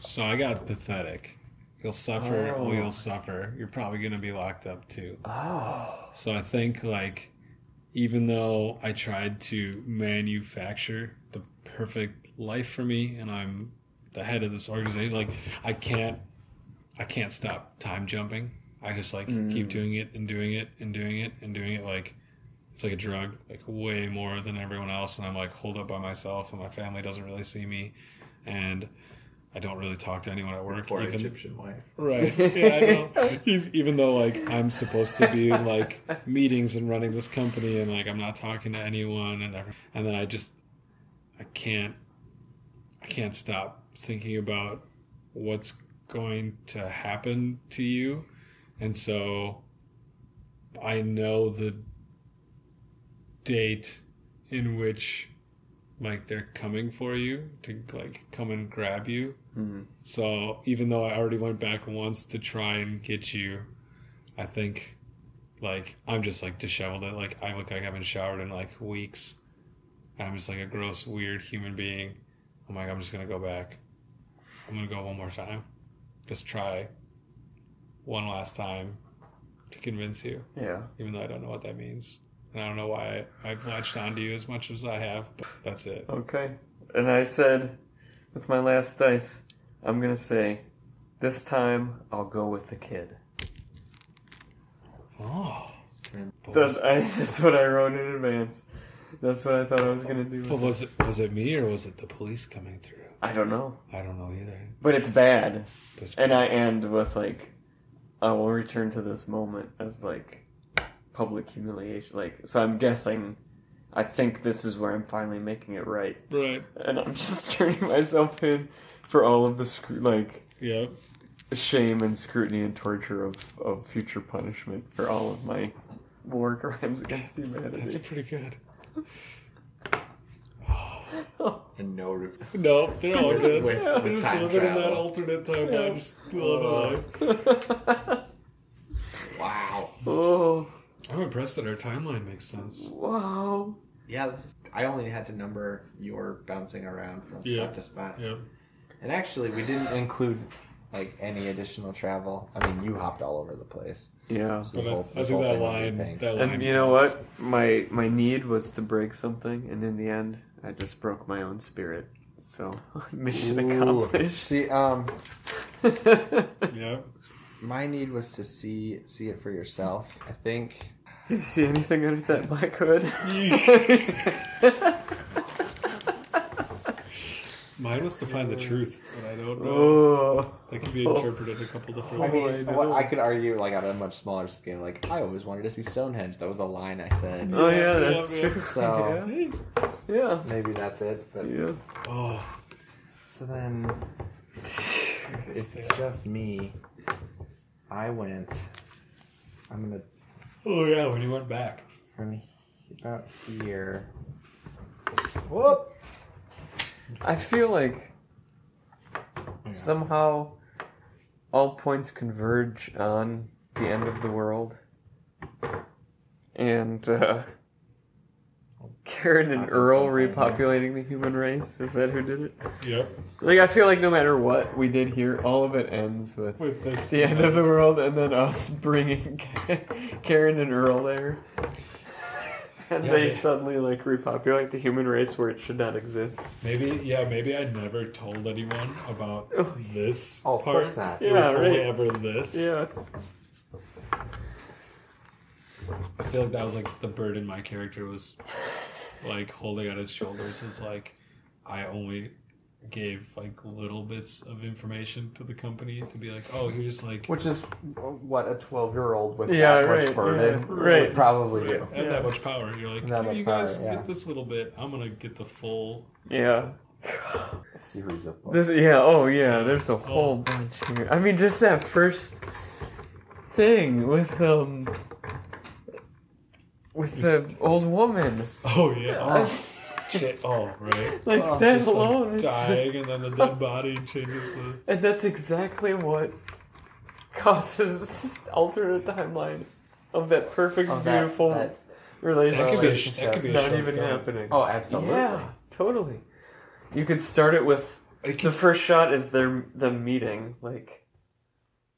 D: So I got pathetic. You'll suffer.
C: Oh.
D: Oh, you'll suffer. You're probably gonna be locked up too.
C: Oh.
D: So I think like, even though I tried to manufacture the perfect life for me, and I'm the head of this organization, like I can't, I can't stop time jumping. I just like keep
C: Mm.
D: doing it and doing it and doing it and doing it like it's like a drug, like way more than everyone else. And I'm like holed up by myself, and my family doesn't really see me, and I don't really talk to anyone at work.
B: Poor
D: even-
B: Egyptian wife.
D: Right. *laughs* Yeah, I know. E- Even though like I'm supposed to be in like meetings and running this company and like I'm not talking to anyone and every, and then I just I can't I can't stop thinking about what's going to happen to you. And so I know the date in which like they're coming for you to like come and grab you. So even though I already went back once to try and get you, I think like I'm just like disheveled. Like I look like I haven't showered in like weeks. And I'm just like a gross, weird human being. I'm like, I'm just gonna go back. I'm gonna go one more time. Just try one last time to convince you,
C: Yeah.
D: even though I don't know what that means. And I don't know why I've latched onto you as much as I have, but that's it.
C: Okay. And I said, with my last dice, I'm gonna say, this time I'll go with the kid.
D: Oh.
C: That's, I, *laughs* that's what I wrote in advance. That's what I thought I was gonna
D: But
C: do.
D: was it was it me or was it the police coming through?
C: I don't know,
D: I don't know either.
C: but it's bad.
D: But it's-
C: And I end with like, I will return to this moment as like public humiliation. Like, so I'm guessing, I think this is where I'm finally making it right,
D: right.
C: and I'm *laughs* just turning myself in for all of the screw like
D: Yeah.
C: shame and scrutiny and torture of, of future punishment for all of my war
D: *laughs*
C: crimes against
D: That's
C: humanity.
D: pretty good.
B: and no re-
D: No, they're all good.
B: With-
D: They're
B: with
D: just
B: time
D: living in that
B: travel.
D: alternate timeline, just living their life.
B: Wow.
C: *laughs* Oh,
D: I'm impressed that our timeline makes sense.
C: wow.
B: Yeah, this is, I only had to number your bouncing around from
D: Yeah.
B: spot to spot.
D: Yeah.
B: And actually, we didn't include like any additional travel. I mean, you hopped all over the place.
C: Yeah.
B: This
D: But I,
B: whole-
D: I
B: this whole
D: think that
B: thing was a
D: line,
B: thing.
D: that line.
C: And you know what? My my need was to break something, and in the end, I just broke my own spirit. So *laughs* mission
B: Ooh.
C: accomplished. *laughs*
B: See, um,
C: Did
D: Yeah.
B: my need was to see see it for yourself. I think.
C: you see anything under that black hood? *laughs*
D: *laughs* Mine was to find the truth, but I don't know.
C: oh.
D: That can be interpreted a couple different
B: I
D: ways.
B: mean,
C: Boy, no.
B: well, I could argue like on a much smaller scale. Like I always wanted to see Stonehenge. That was a line I said.
C: Oh yeah, that's
D: *laughs* Yeah, yeah.
C: true.
B: So-
D: Hey.
C: Yeah.
B: Maybe that's it. But
C: Yeah.
D: Oh,
B: so then, if it's just me, I went. I'm gonna
D: oh yeah, when you went back.
B: from he- about here. Whoop.
C: I feel like somehow all points converge on the end of the world. And uh Karen and
B: Happens
C: Earl
B: sometime, yeah.
C: repopulating the human race. Is that who did it?
D: Yep.
C: Like I feel like no matter what we did here, all of it ends with
D: With this. uh,
C: the end of the world and then us *laughs* bringing Karen and Earl there. *laughs* And
D: Yeah,
C: they
D: yeah.
C: suddenly like repopulate the human race where it should not exist.
D: Maybe yeah, maybe I never told anyone about
C: Oh.
D: this
B: Oh, of
D: part.
B: course not.
D: It was
C: Yeah,
D: only
C: right.
D: ever this.
C: Yeah.
D: I feel like that was like the burden my character was like holding on his shoulders is like I only gave like little bits of information to the company to be like, oh here's like
B: Which is what a 12 year old with
C: Yeah,
B: that
C: right,
B: much burden
C: yeah,
B: would
C: right.
B: probably
D: right,
B: do.
D: and that much power. You're like,
B: That
D: "Here,
B: much
D: you
B: power,
D: guys
B: yeah.
D: get this little bit. I'm gonna get the full
C: Yeah.
B: A series of books.
C: This yeah, oh yeah, there's a whole bunch here. I mean just that first thing with um with the old woman.
D: Oh yeah. Oh, shit. Oh right.
C: Like
B: Oh,
C: *laughs* that
D: Just, like,
C: alone is
D: dying
C: just
D: and then the dead body changes the
C: *laughs* and that's exactly what causes *laughs* alternate timeline of that perfect
B: Of that-
C: beautiful
B: that-
C: relationship
D: That could be a sh- that could be a
C: not
D: short
C: even
D: film.
C: happening.
B: oh, absolutely.
C: yeah, totally. You could start it with
D: It
C: the first shot is their them meeting, like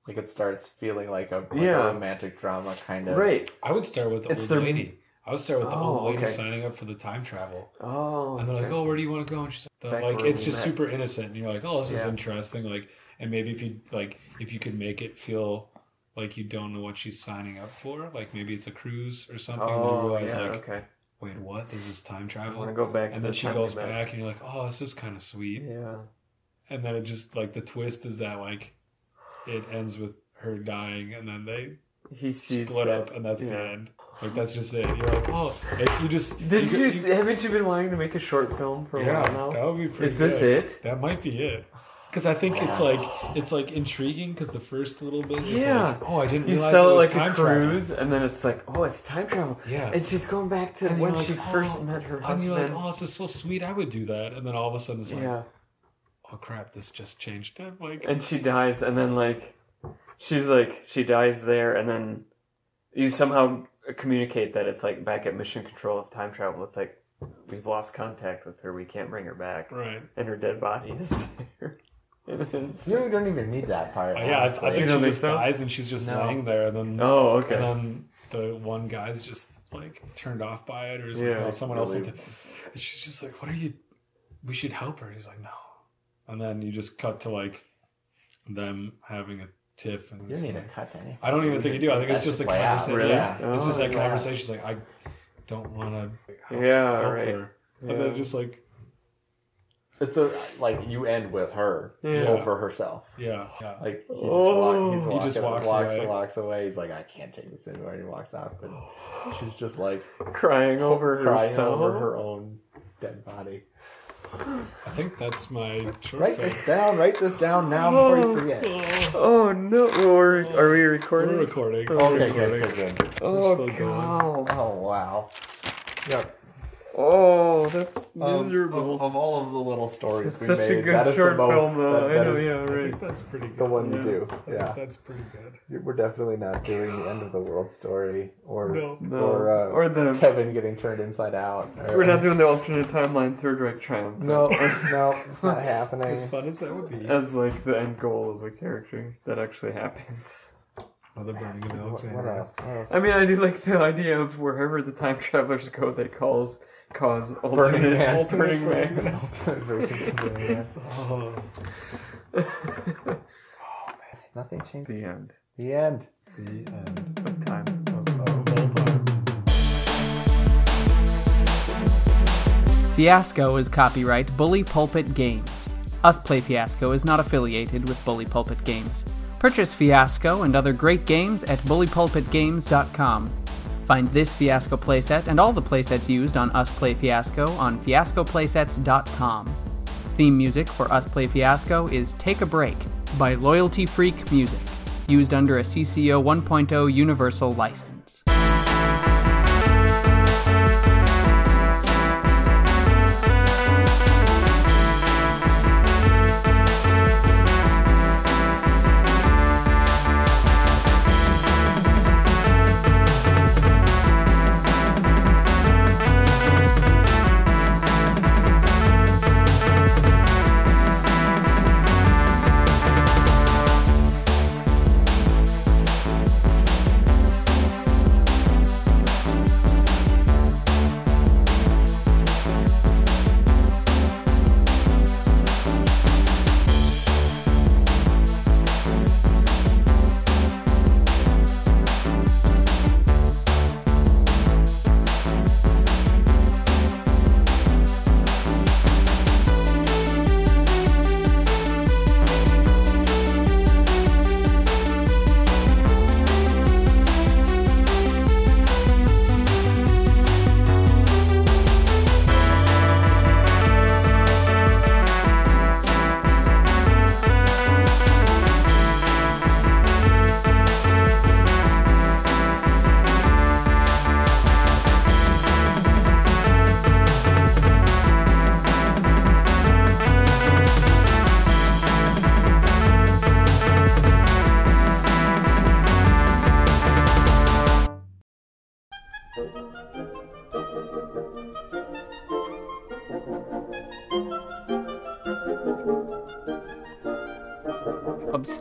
B: Like it starts feeling like a, like a
C: Yeah.
B: romantic drama kind of.
C: right.
D: I would start with the
C: It's
D: old
C: their-
D: lady. I would start with the
C: Oh,
D: old lady
C: okay.
D: signing up for the time travel.
C: Oh,
D: And they're like,
C: okay.
D: "Oh, where do you want to go?" And she's like,
C: Back
D: "Like,
C: where
D: it's
C: we
D: just
C: met."
D: super innocent." And you're like, "Oh, this is
C: Yeah.
D: interesting." Like, and maybe if you like, if you could make it feel like you don't know what she's signing up for, like maybe it's a cruise or something, and you
C: Oh,
D: realize
C: yeah,
D: like,
C: okay.
D: "Wait, what? This is time
C: I want
D: travel."
C: to go back. to
D: And then
C: the
D: she
C: time
D: goes
C: command.
D: back, and you're like, "Oh, this is kind of sweet."
C: Yeah.
D: And then it just like the twist is that like, it ends with her dying, and then they
C: He sees
D: split
C: that.
D: up, and that's the
C: yeah.
D: end. Like that's just it. You're like, "Oh, like, you just
C: Did
D: go-
C: you, see haven't you been wanting to make a short film for a
D: Yeah, Oh,
C: while
D: that
C: now?
D: would be pretty.
C: Is this
D: good.
C: it?
D: That might be it. Because I think it's like it's like intriguing because the first little bit is
C: Yeah.
D: like, oh, I didn't
C: You
D: realize
C: sell
D: it
C: it
D: was
C: like
D: time
C: a cruise, and then it's like, oh, it's time travel.
D: Yeah.
C: And she's going back to
D: travel. And
C: when
D: you're like,
C: she first
D: oh,
C: met her
D: And you're like,
C: husband.
D: oh, this is so sweet. I would do that. And then all of a sudden it's like,
C: yeah.
D: oh crap, this just changed. *laughs* it. like,
C: And she dies, and then like, she's like, she dies there, and then you somehow communicate that it's like back at Mission Control of time travel. It's like we've lost contact with her. We can't bring her back,
D: right?
C: and her dead body is *laughs* there. And then it's-
B: You really don't even need that part.
D: Uh, yeah, I, I
B: honestly.
D: think
C: You don't
D: she
C: think
D: just
C: so?
D: dies and she's just
B: No.
D: laying there. And then
C: oh, okay.
D: and then the one guy's just like turned off by it, or is like,
C: Yeah,
D: oh, someone else. will
C: really.
D: ta- And she's just like, what are you? We should help her. He's like, no. And then you just cut to like them having a tiff. And
B: You
D: it's
B: don't need to
D: like-
B: cut to any.
D: I don't even think you do. I think
B: That
D: it's just the
B: should play out,
D: conversation.
C: really.
D: Yeah,
C: Yeah.
D: it's just
C: Oh,
D: that
B: yeah.
D: conversation. She's like, I don't want to.
C: Yeah,
D: help
C: right.
D: Her. And
C: Yeah.
D: then just like,
B: It's a like you end with her
C: Yeah.
B: over herself.
D: yeah, yeah.
B: Like he just,
C: Oh.
B: walk, he's
D: He
B: walking,
D: just
B: walks,
D: walks
B: walks
D: away.
B: and walks away. He's like, I can't take this anymore, and he walks out.
D: *sighs*
B: But she's just like
C: crying over
B: crying
C: herself.
B: over her own dead body.
D: I think that's my short
B: Write
D: film.
B: this down. Write this down now before you forget.
D: Oh,
C: Oh no! Or are we
D: we're
C: recording?
D: recording.
B: Okay, Oh,
D: We're recording.
B: good, good, good.
C: oh
D: still going.
C: god!
B: Oh wow. Yep.
C: Oh, that's
B: Of,
C: miserable.
B: of- of all of the little stories oh, we
C: such
B: made,
C: a good
B: that is the
C: short
B: most,
C: film, though.
B: that- that
C: I know,
B: is
C: yeah,
D: I
C: right.
D: think that's pretty good.
B: the one
C: Yeah.
B: you do.
D: I think
B: Yeah,
D: That's pretty good.
B: we're definitely not doing the end of the world story or
D: No.
C: No.
B: or uh,
C: Or the-
B: Kevin getting turned inside out. or-
C: We're not doing the alternate timeline Third Reich triumph.
B: No, no, it's *laughs* not
D: *laughs*
B: happening.
D: As fun as that would be.
C: As like the end goal of a character that actually happens. *laughs*
D: Oh, the burning of
B: What,
D: Alexander.
B: what else? What else?
C: I mean, I do like the idea of wherever the time travelers go, they cause cause
B: Burning
C: alternate
B: Man. *laughs*
C: alternating
D: Burning
C: man.
B: Versions of Burning Man.
D: Oh,
B: Nothing changed.
C: The end
B: The end.
D: it's the end
C: of time.
B: Oh,
D: of, of all time.
A: Fiasco is copyright Bully Pulpit Games. Us Play Fiasco is not affiliated with Bully Pulpit Games. Purchase Fiasco and other great games at bullypulpitgames.com. Find this Fiasco playset and all the playsets used on Us Play Fiasco on fiascoplaysets.com. Theme music for Us Play Fiasco is Take a Break by Loyalty Freak Music, used under a CCO 1.0 universal license.